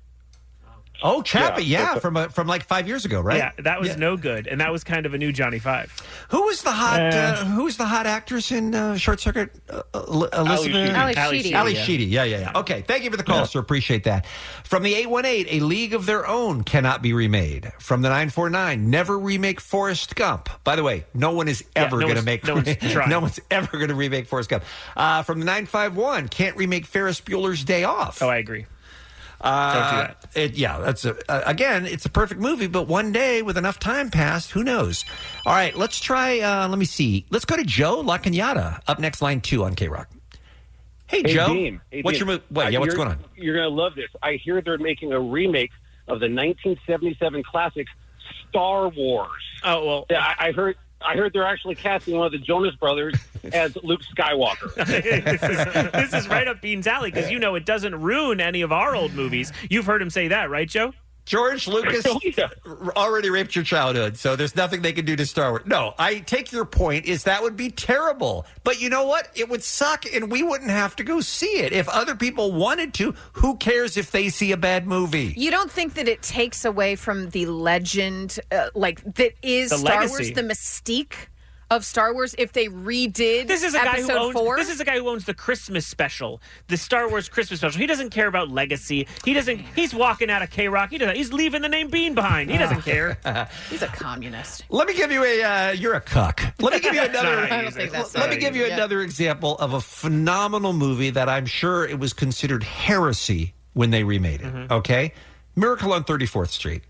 Speaker 11: Oh, Chappie,
Speaker 3: Yeah.
Speaker 11: yeah, from uh, from like five years ago, right?
Speaker 3: Yeah, that was
Speaker 11: Yeah.
Speaker 3: no good, and that was kind of a new Johnny Five.
Speaker 11: Who was the hot uh, Who was the hot actress in uh, Short Circuit? Uh, uh, Elizabeth
Speaker 3: Sheedy. Ali Sheedy.
Speaker 11: Ali
Speaker 3: Yeah.
Speaker 11: Sheedy. Yeah, yeah, yeah. Okay, thank you for the call, sir. Appreciate that. From the eight one eight, a league of their own cannot be remade. From the nine four nine, never remake Forrest Gump. By the way, no one is
Speaker 3: Yeah,
Speaker 11: ever
Speaker 3: no
Speaker 11: going
Speaker 3: one's-
Speaker 11: to make.
Speaker 3: no one's trying.
Speaker 11: no one's ever going to remake Forrest Gump. Uh, from the nine five one, can't remake Ferris Bueller's Day Off. Oh,
Speaker 3: I agree.
Speaker 11: Uh,
Speaker 3: Don't do that.
Speaker 11: It, yeah, that's a, uh, again, it's a perfect movie, but one day with enough time passed, who knows? All right, let's try. Uh, let me see. Let's go to Joe La Cunada up next, line two on K Rock. Hey, Joe,
Speaker 7: Dean. Hey,
Speaker 11: what's
Speaker 7: Dean.
Speaker 11: your move? What,
Speaker 7: Uh,
Speaker 11: yeah, what's
Speaker 7: you're-
Speaker 11: going on?
Speaker 7: You're going to love this. I hear they're making a remake of the 1977 classic Star Wars.
Speaker 3: Oh well,
Speaker 7: yeah, I, I heard. I heard they're actually casting one of the Jonas Brothers as Luke Skywalker.
Speaker 3: this, is, this is right up Bean's alley because you know it doesn't ruin any of our old movies. You've heard him say that, right, Joe?
Speaker 11: George Lucas already raped your childhood, so there's nothing they can do to Star Wars. No, I take your point. Is that would be terrible, but you know what? It would suck, and we wouldn't have to go see it if other people wanted to. Who cares if they see a bad movie?
Speaker 12: You don't think that it takes away from the legend, uh, like that is
Speaker 11: The
Speaker 12: Star
Speaker 11: legacy.
Speaker 12: Wars, the mystique of Star Wars, if they redid
Speaker 3: This is a guy
Speaker 12: episode
Speaker 3: who owns.
Speaker 12: four?
Speaker 3: This is a guy who owns the Christmas special, the Star Wars Christmas special. He doesn't care about legacy. He doesn't. He's walking out of K Rock. He doesn't. He's leaving the name Bean behind. He doesn't care.
Speaker 12: He's a communist.
Speaker 11: Let me give you a. Uh, you're a cuck. Let me give you
Speaker 3: That's not how you
Speaker 11: another.
Speaker 3: I don't use think it. that's
Speaker 11: let
Speaker 3: how
Speaker 11: me
Speaker 3: you
Speaker 11: give
Speaker 3: use
Speaker 11: you
Speaker 3: it.
Speaker 11: another example of a phenomenal movie that I'm sure it was considered heresy when they remade it.
Speaker 3: Mm-hmm.
Speaker 31: Mhm.
Speaker 11: Okay, Miracle on 34th Street,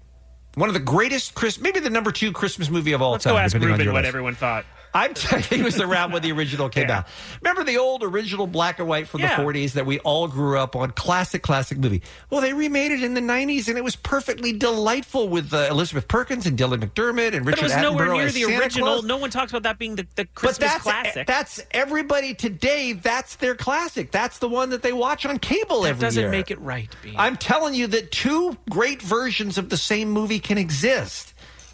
Speaker 11: one of the greatest Chris, maybe the number two Christmas movie of all
Speaker 3: Let's
Speaker 11: time.
Speaker 3: go ask
Speaker 11: depending on
Speaker 3: Ruben
Speaker 11: your
Speaker 3: what
Speaker 11: list.
Speaker 3: everyone thought.
Speaker 11: I'm t- he was around when the original came out. Remember the old original black and white from
Speaker 3: Yeah.
Speaker 11: the 40s that we all grew up on? Classic, classic movie. Well, they remade it in the 90s, and it was perfectly delightful with uh, Elizabeth Perkins and Dylan McDermott and
Speaker 3: But
Speaker 11: Richard
Speaker 3: it was nowhere
Speaker 11: Attenborough
Speaker 3: near
Speaker 11: as
Speaker 3: the
Speaker 11: Santa
Speaker 3: original.
Speaker 11: Claus.
Speaker 3: No one talks about that being the, the
Speaker 11: But
Speaker 3: Christmas
Speaker 11: that's e-,
Speaker 3: classic.
Speaker 11: that's everybody today. That's their classic. That's the one that they watch on cable
Speaker 3: that
Speaker 11: every
Speaker 3: doesn't
Speaker 11: year.
Speaker 3: make it right. Bean.
Speaker 11: I'm telling you that two great versions of the same movie can exist.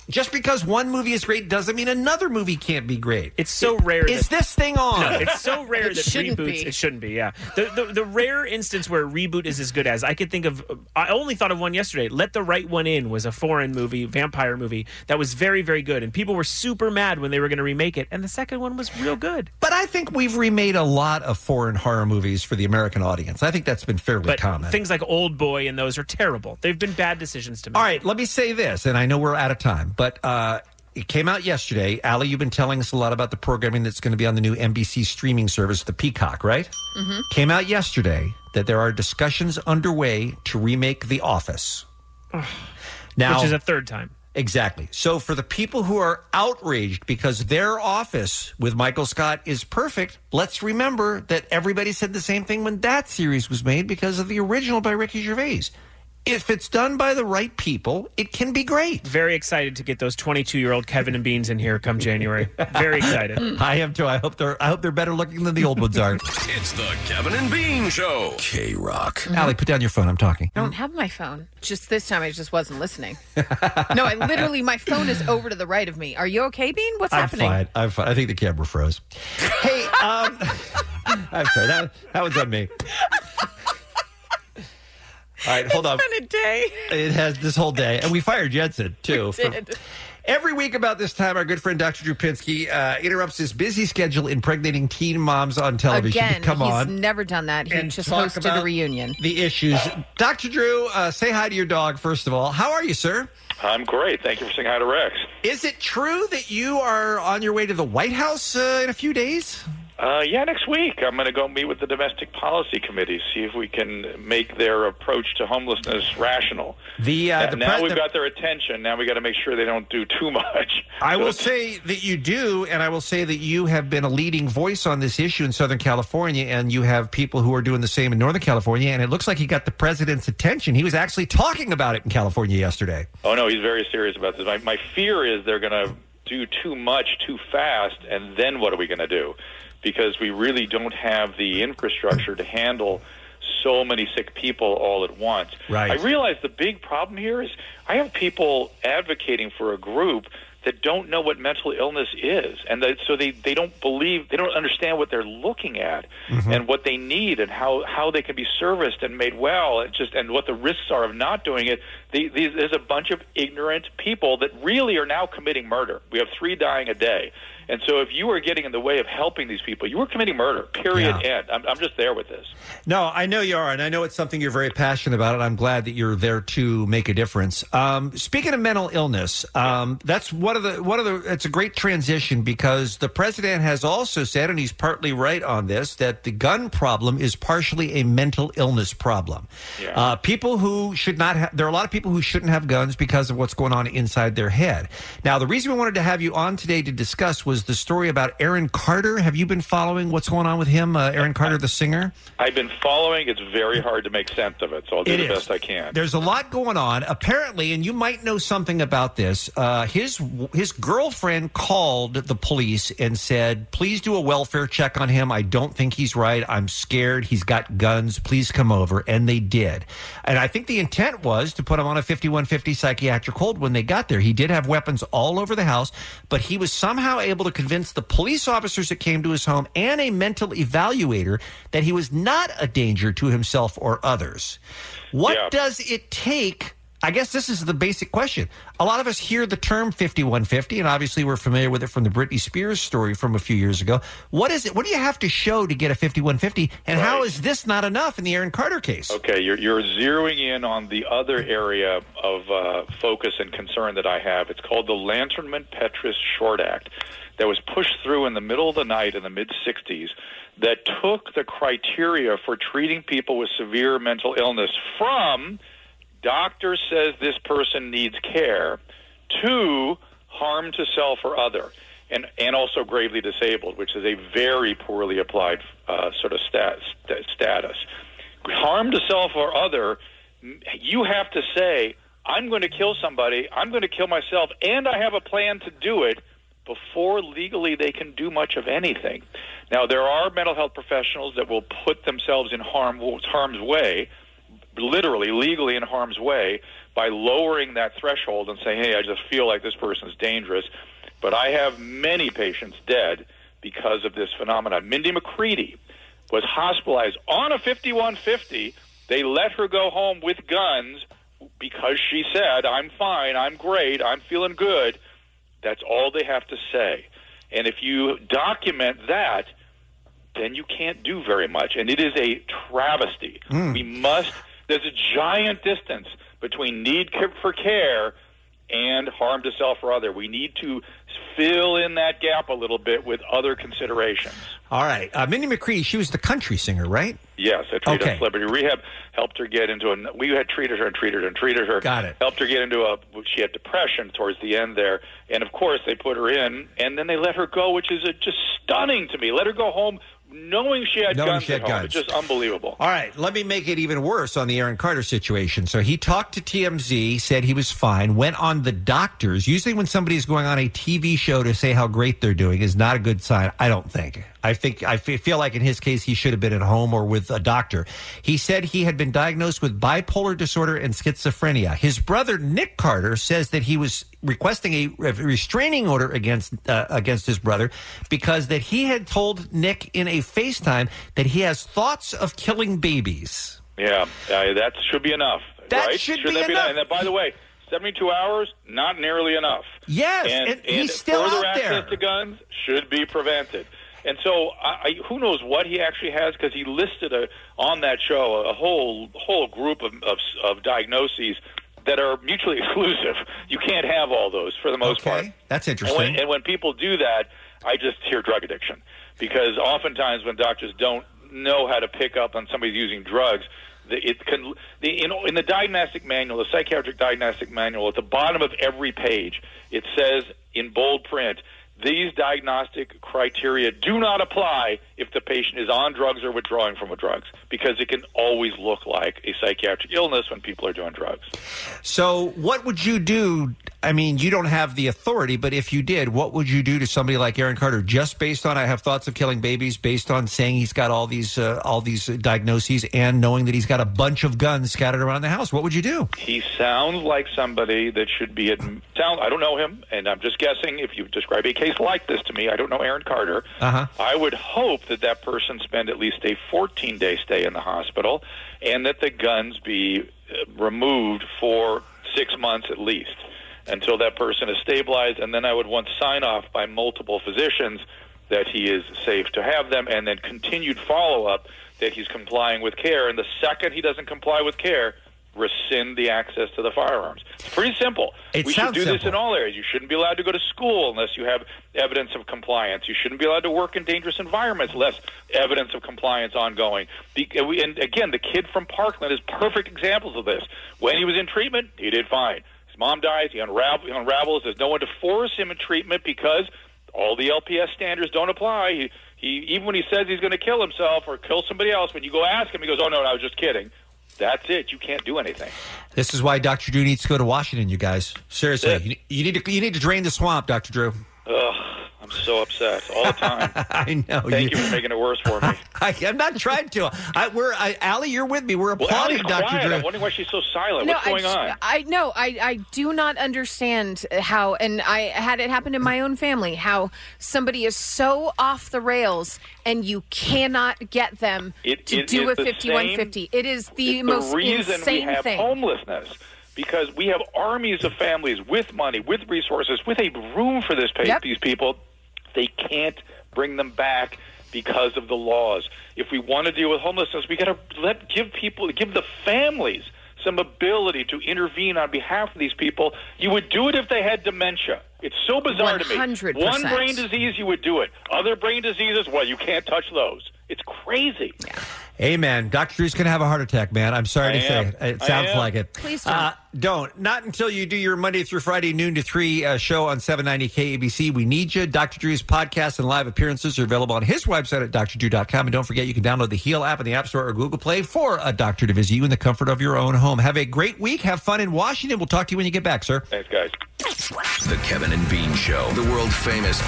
Speaker 11: Just because one movie is great doesn't mean another movie can't be great.
Speaker 3: It's so rare.
Speaker 11: Is
Speaker 3: that-
Speaker 11: this thing on?
Speaker 3: No, it's so rare
Speaker 11: It
Speaker 3: that
Speaker 11: shouldn't
Speaker 3: reboots.
Speaker 11: be.
Speaker 3: It shouldn't be. Yeah, the, the the rare instance where a reboot is as good as I could think of. I only thought of one yesterday. Let the Right One In was a foreign movie, vampire movie that was very very good, and people were super mad when they were going to remake it. And the second one was real good.
Speaker 11: But I think we've remade a lot of foreign horror movies for the American audience. I think that's been fairly
Speaker 3: But
Speaker 11: common.
Speaker 3: things like Old Boy and those are terrible. They've been bad decisions to make.
Speaker 11: All right, let me say this, and I know we're out of time, but uh, it came out yesterday. Allie, you've been telling us a lot about the programming that's going to be on the new NBC streaming service, the Peacock, right?
Speaker 2: Mhm.
Speaker 11: Came out yesterday that there are discussions underway to remake The Office. Now,
Speaker 3: Which is a third time.
Speaker 11: Exactly. So for the people who are outraged because their office with Michael Scott is perfect, let's remember that everybody said the same thing when that series was made because of the original by Ricky Gervais. If it's done by the right people, it can be great.
Speaker 3: Very excited to get those 22 year old Kevin and Beans in here come January. Very excited.
Speaker 11: I am too. I hope they're I hope they're better looking than the old ones are.
Speaker 18: It's the Kevin and Bean Show. K Rock.
Speaker 11: Mm-hmm. Allie, put down your phone. I'm talking.
Speaker 12: I don't have my phone. Just this time, I just wasn't listening. no, I literally, my phone is over to the right of me. Are you okay, Bean? What's
Speaker 11: I'm
Speaker 12: happening?
Speaker 11: fine. I'm fine. I think the camera froze. Hey, um, I'm sorry. That, that was on me. All right, hold on.
Speaker 12: a day.
Speaker 11: It has this whole day, and we fired Jensen too.
Speaker 7: We did. Every week about this time, our good friend Dr. Drew Pinsky uh, interrupts his busy schedule impregnating teen moms on television.
Speaker 12: Again,
Speaker 11: Come
Speaker 12: he's
Speaker 11: on.
Speaker 12: never done that. He just
Speaker 11: talk
Speaker 12: hosted
Speaker 11: about
Speaker 12: a reunion.
Speaker 11: The issues. Dr. Drew, uh, say hi to your dog, first of all. How are you, sir?
Speaker 23: I'm great. Thank you for saying hi to Rex.
Speaker 11: Is it true that you are on your way to the White House uh, in a few days?
Speaker 23: Uh, yeah, next week I'm going to go meet with the Domestic Policy Committee, see if we can make their approach to homelessness rational.
Speaker 11: The, uh,
Speaker 23: now,
Speaker 11: the
Speaker 23: now
Speaker 11: pres-
Speaker 23: we've
Speaker 11: the-
Speaker 23: got their attention. Now we got to make sure they don't do too much.
Speaker 11: I will say that you do, and I will say that you have been a leading voice on this issue in Southern California, and you have people who are doing the same in Northern California. And it looks like he got the president's attention. He was actually talking about it in California yesterday.
Speaker 23: Oh no, he's very serious about this. My, my fear is they're going to do too much too fast, and then what are we going to do? Because we really don't have the infrastructure to handle so many sick people all at once.
Speaker 32: Right.
Speaker 23: I realize the big problem here is I have people advocating for a group that don't know what mental illness is, and that, so they they don't believe they don't understand what they're looking at and what they need and how how they can be serviced and made well and just and what the risks are of not doing it the, these there's a bunch of ignorant people that really are now committing murder we have three dying a day and so if you are getting in the way of helping these people you are committing murder period end I'm, I'm just there with this
Speaker 11: No, I know you are, and I know it's something you're very passionate about, and I'm glad that you're there to make a difference. Um, speaking of mental illness, um, that's one of the one of the. It's a great transition because the president has also said, and he's partly right on this, that the gun problem is partially a mental illness problem. Uh, people who should not ha- there are a lot of people who shouldn't have guns because of what's going on inside their head. Now, the reason we wanted to have you on today to discuss was the story about Aaron Carter. Have you been following what's going on with him, uh, Aaron Carter, the singer?
Speaker 23: i've been following it's very hard to make sense of it so i'll do
Speaker 11: It
Speaker 23: the
Speaker 11: is.
Speaker 23: best i can
Speaker 11: There's a lot going on. Apparently, and you might know something about this. Uh, his his girlfriend called the police and said, "Please do a welfare check on him. I don't think he's right. I'm scared. He's got guns. Please come over." And they did. And I think the intent was to put him on a 5150 psychiatric hold when they got there. He did have weapons all over the house, but he was somehow able to convince the police officers that came to his home and a mental evaluator that he was not a danger to himself or others. What does it take? I guess this is the basic question. A lot of us hear the term 5150, and obviously we're familiar with it from the Britney Spears story from a few years ago. What is it? What do you have to show to get a 5150? And how is this not enough in the Aaron Carter case?
Speaker 23: Okay, you're, you're zeroing in on the other area of uh, focus and concern that I have. It's called the Lanternman Petrus Short Act that was pushed through in the middle of the night in the mid 60s that took the criteria for treating people with severe mental illness from doctor says this person needs care to harm to self or other and and also gravely disabled which is a very poorly applied uh, sort of stat, st- status harm to self or other m- you have to say i'm going to kill somebody i'm going to kill myself and i have a plan to do it before legally they can do much of anything now there are mental health professionals that will put themselves in harm harm's way literally legally in harm's way by lowering that threshold and saying, "Hey, I just feel like this person's dangerous." But I have many patients dead because of this phenomenon. Mindy McCready was hospitalized on a 5150. They let her go home with guns because she said, "I'm fine, I'm great, I'm feeling good." That's all they have to say. And if you document that, then you can't do very much. And it is a travesty. We must, there's a giant distance between need ca- for care and harm to self or other. We need to fill in that gap a little bit with other considerations.
Speaker 11: All right. Uh, Minnie McCree, she was the country singer, right?
Speaker 23: Yes, I treated
Speaker 11: Okay.
Speaker 23: okay. celebrity rehab. Helped her get into a. We had treated her and treated her and treated her.
Speaker 11: Got it.
Speaker 23: Helped her get into a. She had depression towards the end there, and of course they put her in, and then they let her go, which is uh just stunning to me. Let her go home knowing she had
Speaker 11: Knowing
Speaker 23: guns
Speaker 11: she had
Speaker 23: at home.
Speaker 11: guns.
Speaker 23: It's just unbelievable.
Speaker 11: All right, let me make it even worse on the Aaron Carter situation. So he talked to TMZ, said he was fine, went on the doctors. Usually, when somebody's going on a TV show to say how great they're doing, is not a good sign. I don't think. I think I fe- feel like in his case, he should have been at home or with a doctor. He said he had been diagnosed with bipolar disorder and schizophrenia. His brother Nick Carter says that he was requesting a re- restraining order against uh, against his brother because that he had told Nick in a FaceTime that he has thoughts of killing babies.
Speaker 23: Yeah, uh, that should be enough.
Speaker 11: That
Speaker 23: right?
Speaker 11: should be
Speaker 23: that
Speaker 11: enough.
Speaker 23: And that, by the way, seventy-two hours not nearly enough.
Speaker 11: Yes, and he's still
Speaker 23: further
Speaker 11: out there.
Speaker 23: access to guns should be prevented. And so, I, I, who knows what he actually has? Because he listed a, on that show a whole whole group of, of of diagnoses that are mutually exclusive. You can't have all those for the most part.
Speaker 11: That's
Speaker 23: And
Speaker 11: interesting.
Speaker 23: when, and when people do that, I just hear drug addiction because oftentimes when doctors don't know how to pick up on somebody's using drugs, the, it can the, in, in the diagnostic manual, the psychiatric diagnostic manual, at the bottom of every page, it says in bold print. These diagnostic criteria do not apply if the patient is on drugs or withdrawing from drugs because it can always look like a psychiatric illness when people are doing drugs.
Speaker 11: So, what would you do? I mean, you don't have the authority, but if you did, what would you do to somebody like Aaron Carter just based on I have thoughts of killing babies, based on saying he's got all these uh, all these diagnoses and knowing that he's got a bunch of guns scattered around the house? What would you do?
Speaker 23: He sounds like somebody that should be adm- sound. I don't know him, and I'm just guessing. If you describe a case like this to me, I don't know Aaron Carter.
Speaker 11: Uh-huh.
Speaker 23: I would hope that that person spend at least a 14 day stay in the hospital, and that the guns be uh, removed for six months at least until that person is stabilized, and then I would want sign off by multiple physicians that he is safe to have them, and then continued follow up that he's complying with care. And the second he doesn't comply with care, rescind the access to the firearms. It's pretty simple.
Speaker 11: It
Speaker 23: we should
Speaker 11: sounds
Speaker 23: do this in
Speaker 11: simple.
Speaker 23: all areas. You shouldn't be allowed to go to school unless you have evidence of compliance. You shouldn't be allowed to work in dangerous environments unless evidence of compliance ongoing. Be- and we- and again, the kid from Parkland is perfect examples of this. When he was in treatment, he did fine. His mom dies, he, unravel- he unravels. There's no one to force him in treatment because all the LPS standards don't apply. He, he even when he says he's going to kill himself or kill somebody else, when you go ask him, he goes, "Oh no, I was just kidding." That's it. You can't do anything.
Speaker 11: This is why Dr. Drew needs to go to Washington, you guys. Seriously, you, you need to you need to drain the swamp, Dr. Drew.
Speaker 23: Ugh, I'm so upset all the time.
Speaker 11: I know.
Speaker 23: Thank you. for making it worse for me.
Speaker 11: I, I'm not trying to. I, we're I, Allie, you're with me. We're
Speaker 23: Well, Allie's
Speaker 11: applauding Dr.
Speaker 23: quiet.
Speaker 11: Drew.
Speaker 23: I'm wondering why she's so silent. What's going
Speaker 12: I, uh,
Speaker 23: on?
Speaker 12: I no, I I do not understand how, and I had it happen in my own family. How somebody is so off the rails, and you cannot get them
Speaker 23: It-
Speaker 12: to
Speaker 23: it
Speaker 12: do
Speaker 23: is
Speaker 12: a
Speaker 23: the
Speaker 12: fifty-one fifty. It is the
Speaker 23: It's
Speaker 12: most
Speaker 23: the reason we
Speaker 12: insane
Speaker 23: have
Speaker 12: thing.
Speaker 23: homelessness because we have armies of families with money, with resources, with a room for this pa- these people. They can't bring them back because of the laws. If we want to deal with homelessness, we got to let give people give the families some ability to intervene on behalf of these people. You would do it if they had dementia. It's so bizarre to me. One
Speaker 12: 100%.
Speaker 23: brain disease, you would do it. Other brain diseases, well, you can't touch those. It's crazy.
Speaker 11: Amen. Dr. Drew's going to have a heart attack, man. I'm sorry
Speaker 23: I
Speaker 11: to
Speaker 23: am.
Speaker 11: say. It
Speaker 23: I
Speaker 11: sounds
Speaker 23: am.
Speaker 11: like it.
Speaker 23: Please
Speaker 11: don't. Uh, don't. Not until you do your Monday through Friday, noon to 3 uh, show on 790 KABC. We need you. Dr. Drew's podcast and live appearances are available on his website at drdrew.com. And don't forget, you can download the Heal app in the App Store or Google Play for a doctor to visit you in the comfort of your own home. Have a great week. Have fun in Washington. We'll talk to you when you get back, sir.
Speaker 23: Thanks, guys.
Speaker 18: The Kevin and Bean Show, the world famous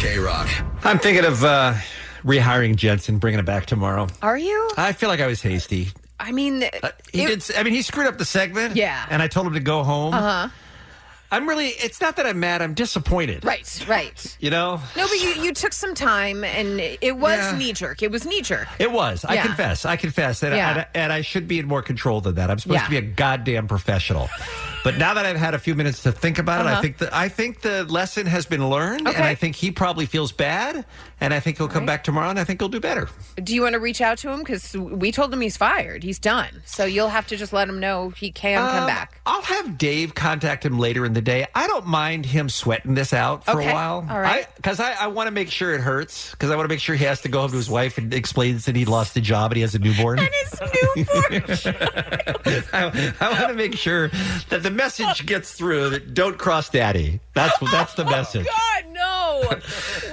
Speaker 18: K Rock.
Speaker 11: I'm thinking of uh, rehiring Jensen, bringing him back tomorrow.
Speaker 12: Are you?
Speaker 11: I feel like I was hasty.
Speaker 12: I mean,
Speaker 11: Uh, He did. I mean, he screwed up the segment.
Speaker 12: Yeah.
Speaker 11: And I told him to go home.
Speaker 12: Uh huh.
Speaker 11: I'm really. It's not that I'm mad. I'm disappointed.
Speaker 12: Right. Right.
Speaker 11: You know.
Speaker 12: No, but you, you took some time, and it was
Speaker 11: Yeah.
Speaker 12: knee jerk. It was knee jerk.
Speaker 11: It was. I
Speaker 12: Yeah.
Speaker 11: confess. I confess that,
Speaker 12: Yeah.
Speaker 11: and, I- and I should be in more control than that. I'm supposed to be
Speaker 12: Yeah.
Speaker 11: a goddamn professional. But now that I've had a few minutes to think about it, I
Speaker 12: Uh-huh.
Speaker 11: think that I think the lesson has been learned, and I think he probably feels bad, and I think he'll come back tomorrow, and I think he'll do better.
Speaker 12: Do you want to reach out to him? Because we told him he's fired. He's done. So you'll have to just let him know he can come
Speaker 11: Um,
Speaker 12: back.
Speaker 11: I'll have Dave contact him later in the day, I don't mind him sweating this out for
Speaker 33: Okay.
Speaker 11: a while.
Speaker 33: All right.
Speaker 11: Because I, I, want to make sure it hurts. Because I want to make sure he has to go home to his wife and explains that he lost the job and he has a newborn. And
Speaker 12: his newborn.
Speaker 11: I, I want to make sure that the message gets through that don't cross daddy. That's that's the message.
Speaker 34: God, no.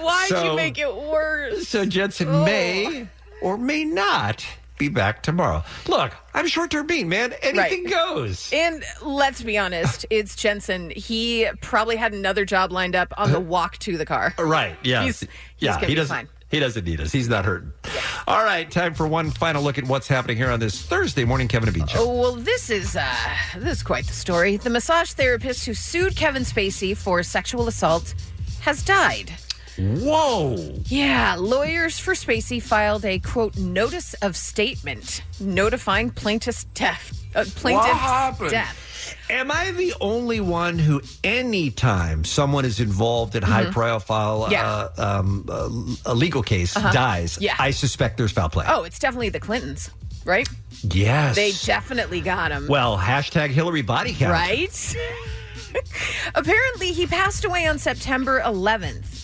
Speaker 11: Why'd you So- make
Speaker 34: it worse?
Speaker 11: So Jensen
Speaker 33: Oh.
Speaker 11: may or may not be back tomorrow. Look, I'm short term bean, man. Anything goes.
Speaker 12: And let's be honest, it's Jensen. He probably had another job lined up on the walk to the car.
Speaker 11: Uh, Right. Yeah.
Speaker 12: He's, he's
Speaker 11: yeah.
Speaker 12: gonna
Speaker 11: he
Speaker 12: be
Speaker 11: doesn't.
Speaker 12: fine.
Speaker 11: He doesn't need us. He's not hurting. All right. Time for one final look at what's happening here on this Thursday morning, Kevin and Bean show.
Speaker 12: Oh, well, this is uh, this is quite the story. The massage therapist who sued Kevin Spacey for sexual assault has died.
Speaker 11: Whoa.
Speaker 12: Yeah, lawyers for Spacey filed a quote notice of statement notifying plaintiff's death. Uh, plaintiff's
Speaker 11: happened?
Speaker 12: death.
Speaker 11: Am I the only one who, anytime someone is involved in high profile
Speaker 12: Mm-hmm. Yeah.
Speaker 11: uh, um, uh, a legal case,
Speaker 12: Uh-huh.
Speaker 11: dies,
Speaker 12: Yeah.
Speaker 11: I suspect there's foul play?
Speaker 12: Oh, it's definitely the Clintons, right?
Speaker 11: Yes.
Speaker 12: They definitely got him.
Speaker 11: well, hashtag Hillary body count.
Speaker 12: Right? Apparently, he passed away on September 11th.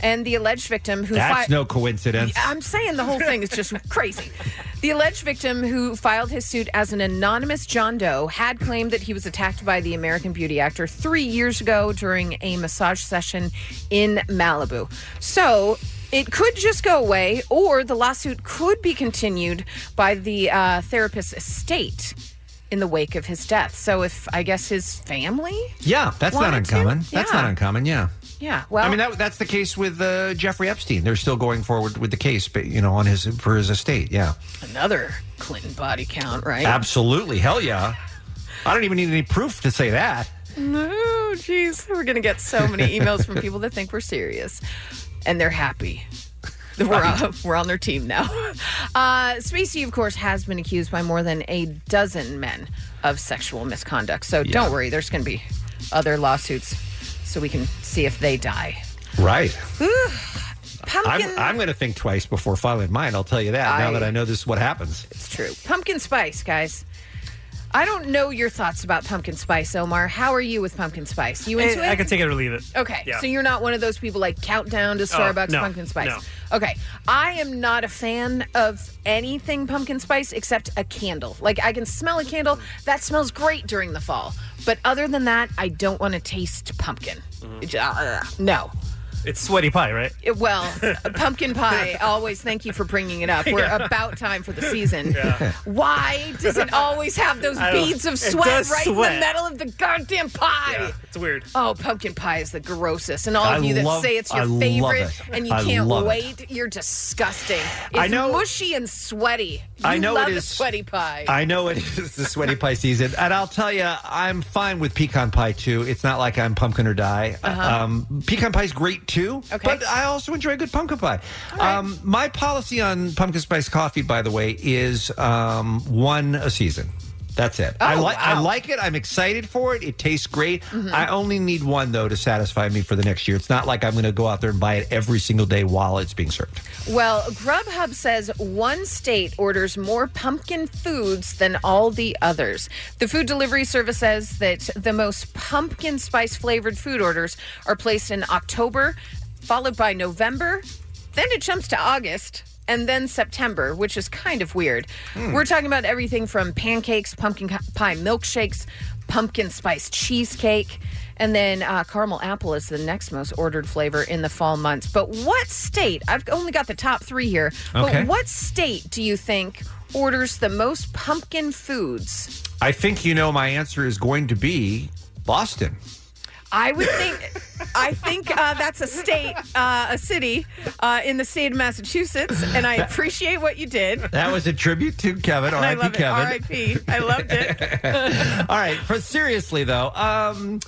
Speaker 12: And the alleged victim who
Speaker 11: That's
Speaker 12: fi-
Speaker 11: no coincidence.
Speaker 12: I'm saying the whole thing is just crazy. The alleged victim who filed his suit as an anonymous John Doe had claimed that he was attacked by the American beauty actor three years ago during a massage session in Malibu. So it could just go away, or the lawsuit could be continued by the uh, therapist's estate in the wake of his death. So if I guess his family?
Speaker 11: Yeah, that's not
Speaker 12: Wanted to?
Speaker 11: uncommon. That's
Speaker 12: Yeah.
Speaker 11: not uncommon, yeah.
Speaker 12: Yeah. Well,
Speaker 11: I mean, that, that's the case with uh, Jeffrey Epstein. They're still going forward with the case, but you know, on his for his estate. Yeah,
Speaker 12: another Clinton body count, right?
Speaker 11: absolutely, hell yeah. I don't even need any proof to say that.
Speaker 12: No, Oh, jeez, we're gonna get so many emails from people that think we're serious, and they're happy. that We're on, we're on their team now. Uh, Spacey, of course, has been accused by more than a dozen men of sexual misconduct. So don't worry, there's going to be other lawsuits, so we can see if they die.
Speaker 11: Right.
Speaker 12: Whew.
Speaker 11: I'm,
Speaker 12: Pumpkin,
Speaker 11: I'm going to think twice before filing mine. I'll tell you that now
Speaker 12: I-
Speaker 11: that I know this is what happens.
Speaker 12: it's true. Pumpkin spice, guys. I don't know your thoughts about pumpkin spice, Omar. How are you with pumpkin spice? You into it?
Speaker 7: Eh, I, I can take it or leave it.
Speaker 12: Okay,
Speaker 7: Yeah.
Speaker 12: so you're not one of those people like countdown to
Speaker 7: Oh,
Speaker 12: Starbucks
Speaker 7: no,
Speaker 12: pumpkin spice.
Speaker 7: no.
Speaker 12: Okay, I am not a fan of anything pumpkin spice except a candle. Like I can smell a candle that smells great during the fall, but other than that, I don't want to taste pumpkin.
Speaker 7: Mm-hmm.
Speaker 12: It- uh, no.
Speaker 7: It's sweaty pie, right?
Speaker 12: It- well, pumpkin pie. Always thank you for bringing it up. We're
Speaker 7: Yeah.
Speaker 12: about time for the season.
Speaker 7: Yeah.
Speaker 12: Why does it always have those
Speaker 7: I don't-
Speaker 12: beads of
Speaker 7: it
Speaker 12: sweat
Speaker 7: does
Speaker 12: right in
Speaker 7: sweat.
Speaker 12: the middle of the goddamn pie?
Speaker 7: Yeah, it's weird.
Speaker 12: Oh, pumpkin pie is the grossest. And all of
Speaker 7: I
Speaker 12: you that
Speaker 7: love-
Speaker 12: say it's
Speaker 7: I
Speaker 12: your
Speaker 7: love
Speaker 12: favorite
Speaker 7: it.
Speaker 12: and you
Speaker 7: I
Speaker 12: can't
Speaker 7: love it.
Speaker 12: wait, you're disgusting. It's
Speaker 11: I know-
Speaker 12: mushy and sweaty. You
Speaker 11: I know it
Speaker 12: love a
Speaker 11: is-
Speaker 12: sweaty pie.
Speaker 11: I know it is the sweaty pie season, and I'll tell you, I'm fine with pecan pie too. It's not like I'm pumpkin or die.
Speaker 34: Uh-huh.
Speaker 11: Um, pecan pie's great too, but I also enjoy a good pumpkin pie. Um, my policy on pumpkin spice coffee, by the way, is um, one a season. That's it. I
Speaker 34: Oh,
Speaker 11: like I
Speaker 34: wow.
Speaker 11: like it. I'm excited for it. It tastes great. I only need one though to satisfy me for the next year. It's not like I'm going to go out there and buy it every single day while it's being served.
Speaker 12: Well, Grubhub says one state orders more pumpkin foods than all the others. The food delivery service says that the most pumpkin spice flavored food orders are placed in October, followed by November, then it jumps to August. And then September, which is kind of weird.
Speaker 4: Hmm.
Speaker 12: We're talking about everything from pancakes, pumpkin pie milkshakes, pumpkin spice cheesecake, and then uh, caramel apple is the next most ordered flavor in the fall months. But what state? I've only got the top three here.
Speaker 11: Okay.
Speaker 12: But what state do you think orders the most pumpkin foods?
Speaker 11: I think you know my answer is going to be Boston.
Speaker 12: I would think. I think uh, that's a state, uh, a city uh, in the state of Massachusetts, and I appreciate what you did.
Speaker 11: That was a tribute to Kevin.
Speaker 12: And I
Speaker 11: R.I.P.
Speaker 12: love it.
Speaker 11: Kevin.
Speaker 12: R.I.P. I loved it.
Speaker 11: All right. For seriously though, um,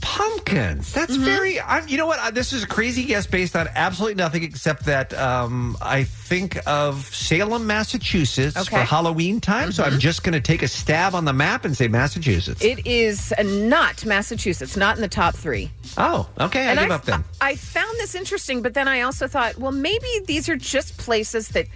Speaker 11: pumpkins. That's
Speaker 12: Mm-hmm.
Speaker 11: very. I'm, you know what? I, this is a crazy guess based on absolutely nothing except that um, I think of Salem, Massachusetts for
Speaker 12: Okay. Mm-hmm.
Speaker 11: Halloween time. So I'm just going to take a stab on the map and say Massachusetts.
Speaker 12: It is not Massachusetts, not in the top three.
Speaker 11: Oh, okay. I
Speaker 12: And
Speaker 11: give
Speaker 12: I-
Speaker 11: up then.
Speaker 12: I found this interesting, but then I also thought, well, maybe these are just places that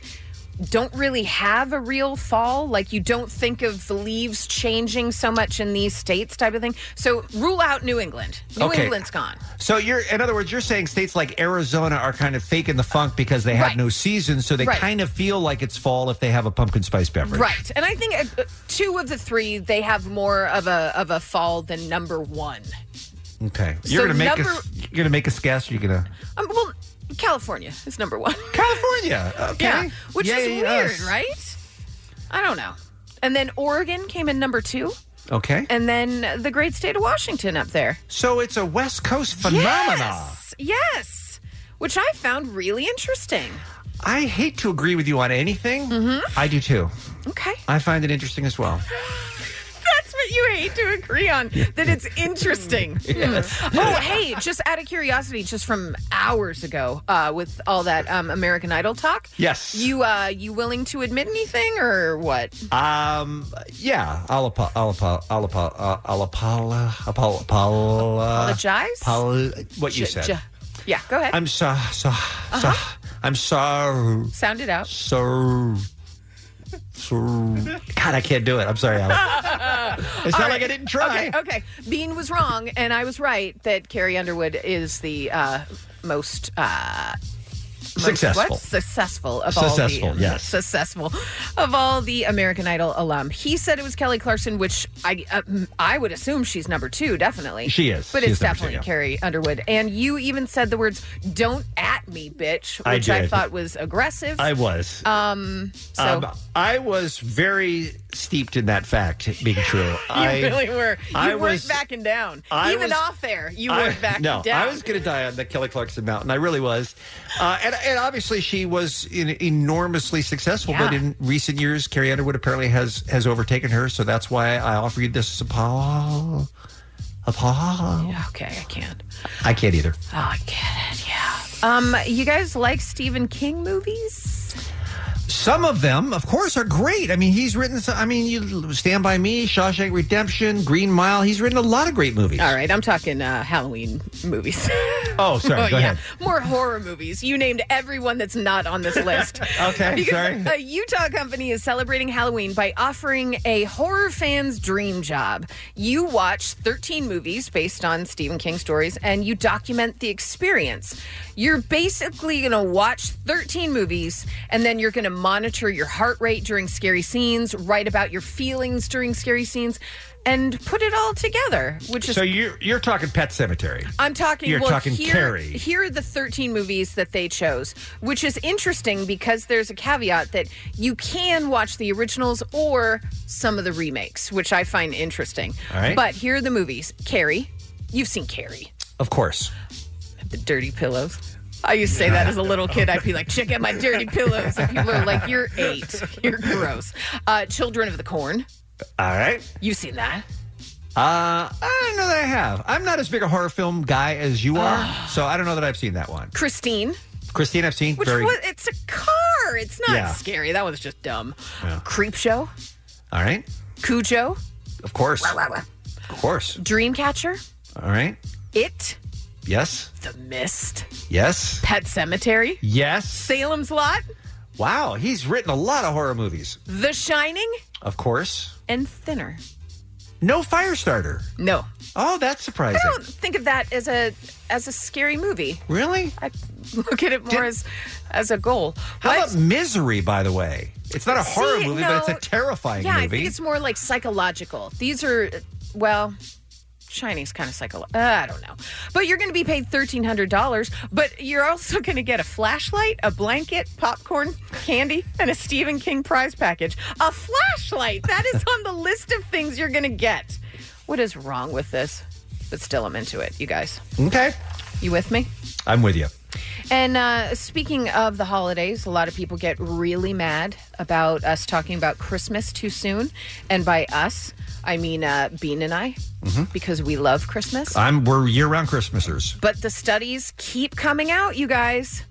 Speaker 12: don't really have a real fall. Like you don't think of the leaves changing so much in these states, type of thing. So rule out New England. New
Speaker 11: Okay.
Speaker 12: England's gone.
Speaker 11: So you're, in other words, you're saying states like Arizona are kind of faking the funk because they have
Speaker 12: Right.
Speaker 11: no season, so they
Speaker 12: Right.
Speaker 11: kind of feel like it's fall if they have a pumpkin spice beverage.
Speaker 12: Right, and I think uh, two of the three they have more of a of a fall than number one.
Speaker 11: Okay.
Speaker 12: So
Speaker 11: You're gonna make
Speaker 12: number-
Speaker 11: us. You're gonna make us guess. You're gonna.
Speaker 12: Um, well, California is number one.
Speaker 11: California. Okay.
Speaker 12: Yeah, which is
Speaker 11: Yay,
Speaker 12: weird,
Speaker 11: us.
Speaker 12: right? I don't know. And then Oregon came in number two,
Speaker 11: Okay.
Speaker 12: and then the great state of Washington up there.
Speaker 11: So it's a West Coast phenomena.
Speaker 12: Yes, yes. which I found really interesting.
Speaker 11: I hate to agree with you on anything.
Speaker 12: Mm-hmm.
Speaker 11: I do too.
Speaker 12: Okay.
Speaker 11: I find it interesting as well.
Speaker 12: That's what you hate to agree on, that it's interesting.
Speaker 11: Yes.
Speaker 12: Hmm. Oh, hey, just out of curiosity, just from hours ago uh, with all that um, American Idol talk.
Speaker 11: Yes.
Speaker 12: You uh, you willing to admit anything or what?
Speaker 11: Um. Yeah. I'll apo- I'll apo- I'll apo- uh, I'll apo- apo- apo-
Speaker 12: Apologize?
Speaker 11: apol- What you
Speaker 12: J-
Speaker 11: said.
Speaker 12: j- yeah, go ahead.
Speaker 11: I'm sorry. So, so,
Speaker 12: Uh-huh.
Speaker 11: I'm sorry.
Speaker 12: Sound it out.
Speaker 11: So, so. God, I can't do it. I'm sorry, Alex.
Speaker 12: it's
Speaker 11: not like I didn't try.
Speaker 12: Okay, okay. Bean was wrong, and I was right that Carrie Underwood is the uh, most. Uh, most
Speaker 11: Successful.
Speaker 12: what? Successful of all
Speaker 11: Successful,
Speaker 12: the
Speaker 11: yes.
Speaker 12: successful of all the American Idol alum. He said it was Kelly Clarkson, which I uh, I would assume she's number two, definitely.
Speaker 11: She is.
Speaker 12: but
Speaker 11: She
Speaker 12: it's
Speaker 11: is number two,
Speaker 12: definitely
Speaker 11: yeah.
Speaker 12: Carrie Underwood. And you even said the words "Don't at me, bitch,"
Speaker 11: I
Speaker 12: which I,
Speaker 11: did.
Speaker 12: thought was aggressive.
Speaker 11: I was.
Speaker 12: Um. So
Speaker 11: Um, I was very steeped in that fact being true. you
Speaker 12: you really were. You
Speaker 11: I
Speaker 12: weren't
Speaker 11: was-
Speaker 12: backing down.
Speaker 11: I
Speaker 12: Even
Speaker 11: was-
Speaker 12: off there, you
Speaker 11: I-
Speaker 12: weren't backing
Speaker 11: no,
Speaker 12: down.
Speaker 11: I was going to die on the Kelly Clarkson mountain. I really was. Uh, and, and obviously, she was in, enormously successful. But
Speaker 12: Yeah.
Speaker 11: in recent years, Carrie Underwood apparently has has overtaken her. So that's why I offer you this Apollo. Apollo.
Speaker 12: Okay, I can't.
Speaker 11: I can't either.
Speaker 12: Oh, I get it. Yeah. Um, you guys like Stephen King movies?
Speaker 11: Some of them, of course, are great. I mean, he's written. Some, I mean, you Stand by Me, Shawshank Redemption, Green Mile. He's written a lot of great movies.
Speaker 12: All right, I'm talking uh, Halloween movies.
Speaker 11: Oh, sorry. Go ahead.
Speaker 12: More horror movies. You named everyone that's not on this list.
Speaker 11: Okay,
Speaker 12: Because
Speaker 11: sorry.
Speaker 12: A Utah company is celebrating Halloween by offering a horror fan's dream job. You watch 13 movies based on Stephen King stories and you document the experience. You're basically going to watch 13 movies and then you're going to monitor your heart rate during scary scenes, write about your feelings during scary scenes, and put it all together, which is
Speaker 11: so you're you're talking Pet Cemetery.
Speaker 12: I'm talking.
Speaker 11: You're
Speaker 12: well,
Speaker 11: talking
Speaker 12: here,
Speaker 11: Carrie.
Speaker 12: Here are the 13 movies that they chose, which is interesting because there's a caveat that you can watch the originals or some of the remakes, which I find interesting.
Speaker 11: All right.
Speaker 12: But here are the movies: Carrie. You've seen Carrie.
Speaker 11: Of course.
Speaker 12: The dirty pillows. I used to say that as a little kid. I'd be like, check out my dirty pillows. And people are like, you're eight. You're gross. Uh, Children of the Corn.
Speaker 11: All right.
Speaker 12: You've seen that.
Speaker 11: Uh, I don't know that I have. I'm not as big a horror film guy as you are, so I don't know that I've seen that one.
Speaker 12: Christine.
Speaker 11: Christine, I've seen
Speaker 12: Ah. Which
Speaker 11: very.
Speaker 12: was, it's a car. It's not
Speaker 11: Yeah.
Speaker 12: scary. That was just dumb.
Speaker 11: Yeah.
Speaker 12: Creep Show.
Speaker 11: All right,
Speaker 12: Cujo,
Speaker 11: of course,
Speaker 12: Wah, wah, wah.
Speaker 11: of course.
Speaker 12: Dreamcatcher,
Speaker 11: All right,
Speaker 12: It,
Speaker 11: yes,
Speaker 12: The Mist,
Speaker 11: yes,
Speaker 12: Pet Cemetery,
Speaker 11: yes.
Speaker 12: Salem's Lot,
Speaker 11: Wow, he's written a lot of horror movies,
Speaker 12: The Shining,
Speaker 11: of course.
Speaker 12: and Thinner.
Speaker 11: No Firestarter.
Speaker 12: No.
Speaker 11: Oh, that's
Speaker 12: I
Speaker 11: surprising.
Speaker 12: don't think of that as a as a scary movie.
Speaker 11: Really?
Speaker 12: I look at it more as as a goal.
Speaker 11: How about Misery? By the way, it's not a
Speaker 12: See,
Speaker 11: horror movie, but it's
Speaker 12: no.
Speaker 11: a terrifying
Speaker 12: yeah, I
Speaker 11: movie.
Speaker 12: think it's more like psychological. These are, uh, well, Shining's kind of psychological. I don't know. But you're going to be paid $1,300, but you're also going to get a flashlight, a blanket, popcorn, candy, and a Stephen King prize package. A flashlight! That is on the list of things you're going to get. What is wrong with this? But still, I'm into it, you guys.
Speaker 11: okay,
Speaker 12: You with me?
Speaker 11: I'm with you.
Speaker 12: And uh, speaking of the holidays, a lot of people get really mad about us talking about Christmas too soon. And by us, I mean uh, Bean and I,
Speaker 11: Mhm.
Speaker 12: because we love Christmas.
Speaker 11: I'm we're year-round Christmasers.
Speaker 12: but the studies keep coming out, you guys,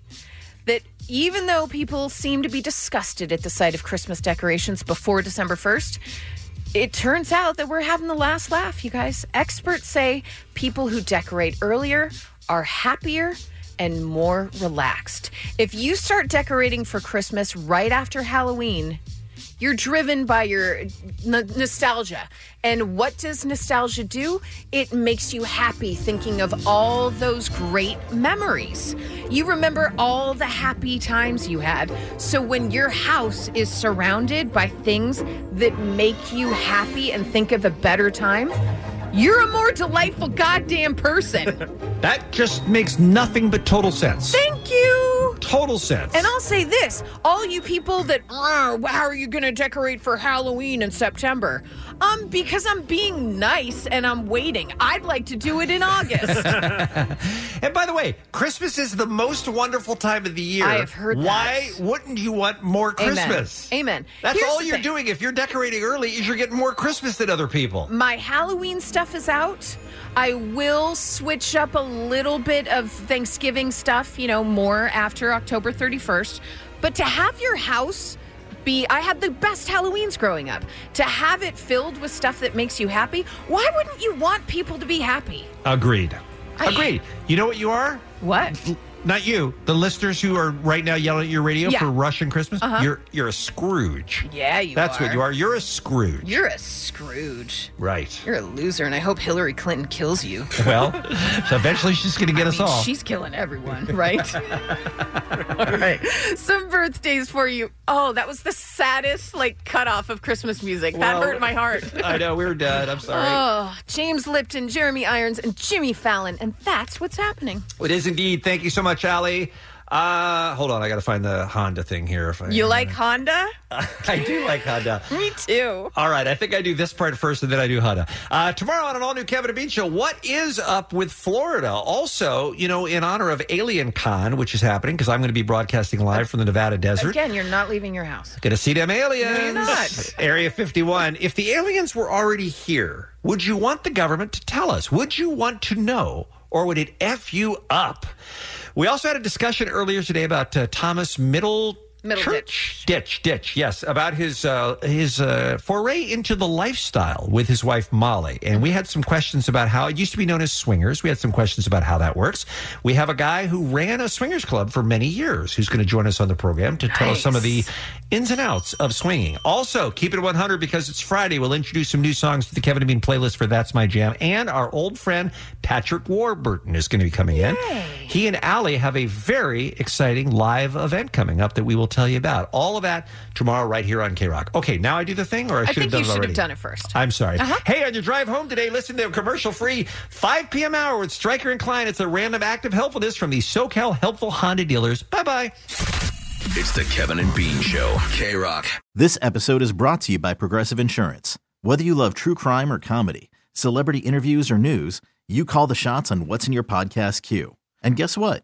Speaker 12: that even though people seem to be disgusted at the sight of Christmas decorations before December 1st, it turns out that we're having the last laugh, you guys. Experts say people who decorate earlier are happier and more relaxed. If you start decorating for Christmas right after Halloween, you're driven by your n- nostalgia. And what does nostalgia do? It makes you happy thinking of all those great memories. You remember all the happy times you had. So when your house is surrounded by things that make you happy and think of a better time, you're a more delightful goddamn person.
Speaker 11: That just makes nothing but total sense.
Speaker 12: Thank you.
Speaker 11: Total sense.
Speaker 12: And I'll say this all you people that, "Arr, how are you going to decorate for Halloween in September? Um, because I'm being nice and I'm waiting. I'd like to do it in August.
Speaker 11: And by the way, Christmas is the most wonderful time of the year.
Speaker 12: I have heard that.
Speaker 11: Why wouldn't you want more
Speaker 12: Amen.
Speaker 11: Christmas?
Speaker 12: Amen.
Speaker 11: That's
Speaker 12: Here's
Speaker 11: all
Speaker 12: the
Speaker 11: you're
Speaker 12: thing.
Speaker 11: doing. If you're decorating early, is you're getting more Christmas than other people.
Speaker 12: My Halloween stuff is out. I will switch up a little bit of Thanksgiving stuff, you know, more after October 31st. But to have your house be, I had the best Halloweens growing up. To have it filled with stuff that makes you happy, why wouldn't you want people to be happy?
Speaker 11: Agreed. Agreed. You know what you are?
Speaker 12: What?
Speaker 11: Not you. The listeners who are right now yelling at your radio
Speaker 12: Yeah.
Speaker 11: for Russian Christmas.
Speaker 12: Uh-huh.
Speaker 11: You're you're a Scrooge.
Speaker 12: Yeah, you
Speaker 11: That's
Speaker 12: are.
Speaker 11: what you are. You're a Scrooge.
Speaker 12: You're a Scrooge.
Speaker 11: Right.
Speaker 12: You're a loser, and I hope Hillary Clinton kills you.
Speaker 11: Well, so eventually she's going to get us all.
Speaker 12: She's killing everyone, right? all right. Some birthdays for you. Oh, that was the saddest like cutoff of Christmas music.
Speaker 11: Well,
Speaker 12: that hurt my heart.
Speaker 11: I know we were dead. I'm sorry.
Speaker 12: Oh, James Lipton, Jeremy Irons, and Jimmy Fallon, and that's what's happening.
Speaker 11: It is indeed. Thank you so much, Ali. Uh, hold on, I got to find the Honda thing here. If Oh, I,
Speaker 12: You like Honda?
Speaker 11: I do like Honda.
Speaker 12: Me too.
Speaker 11: All right, I think I do this part first, and then I do Honda. Uh, tomorrow on an all-new Kevin and Bean show, what is up with Florida? Also, you know, in honor of Alien Con, which is happening, because I'm going to be broadcasting live from the Nevada desert.
Speaker 12: Again, you're not leaving your house.
Speaker 11: Gonna see them aliens.
Speaker 12: No, you're not.
Speaker 11: Area 51. If the aliens were already here, would you want the government to tell us? Would you want to know? Or would it F you up? We also had a discussion earlier today about uh, Thomas Middle.
Speaker 12: Middle
Speaker 11: Church. Ditch, ditch, yes, about his uh, his uh, foray into the lifestyle with his wife Molly, and we had some questions about how it used to be known as swingers. We had some questions about how that works. We have a guy who ran a swingers club for many years who's going to join us on the program to tell us some of the ins and outs of swinging. Also, keep it 100 because it's Friday. We'll introduce some new songs to the Kevin and Bean playlist for That's My Jam. And our old friend Patrick Warburton is going to be coming in. He and Allie have a very exciting live event coming up that we will tell you about. All of that tomorrow right here on K Rock. Okay, now I do the thing, or I
Speaker 12: I
Speaker 11: should have
Speaker 12: think
Speaker 11: done
Speaker 12: you
Speaker 11: it
Speaker 12: should
Speaker 11: already.
Speaker 12: have done it first.
Speaker 11: I'm sorry.
Speaker 12: Uh-huh.
Speaker 11: Hey, on your drive home today, listen to a commercial free 5 p.m. hour with Stryker and Klein. It's a random act of helpfulness from the SoCal Helpful Honda dealers. Bye bye.
Speaker 18: It's the Kevin and Bean Show. K Rock.
Speaker 1: This episode is brought to you by Progressive Insurance. Whether you love true crime or comedy, celebrity interviews or news, you call the shots on what's in your podcast queue. And guess what?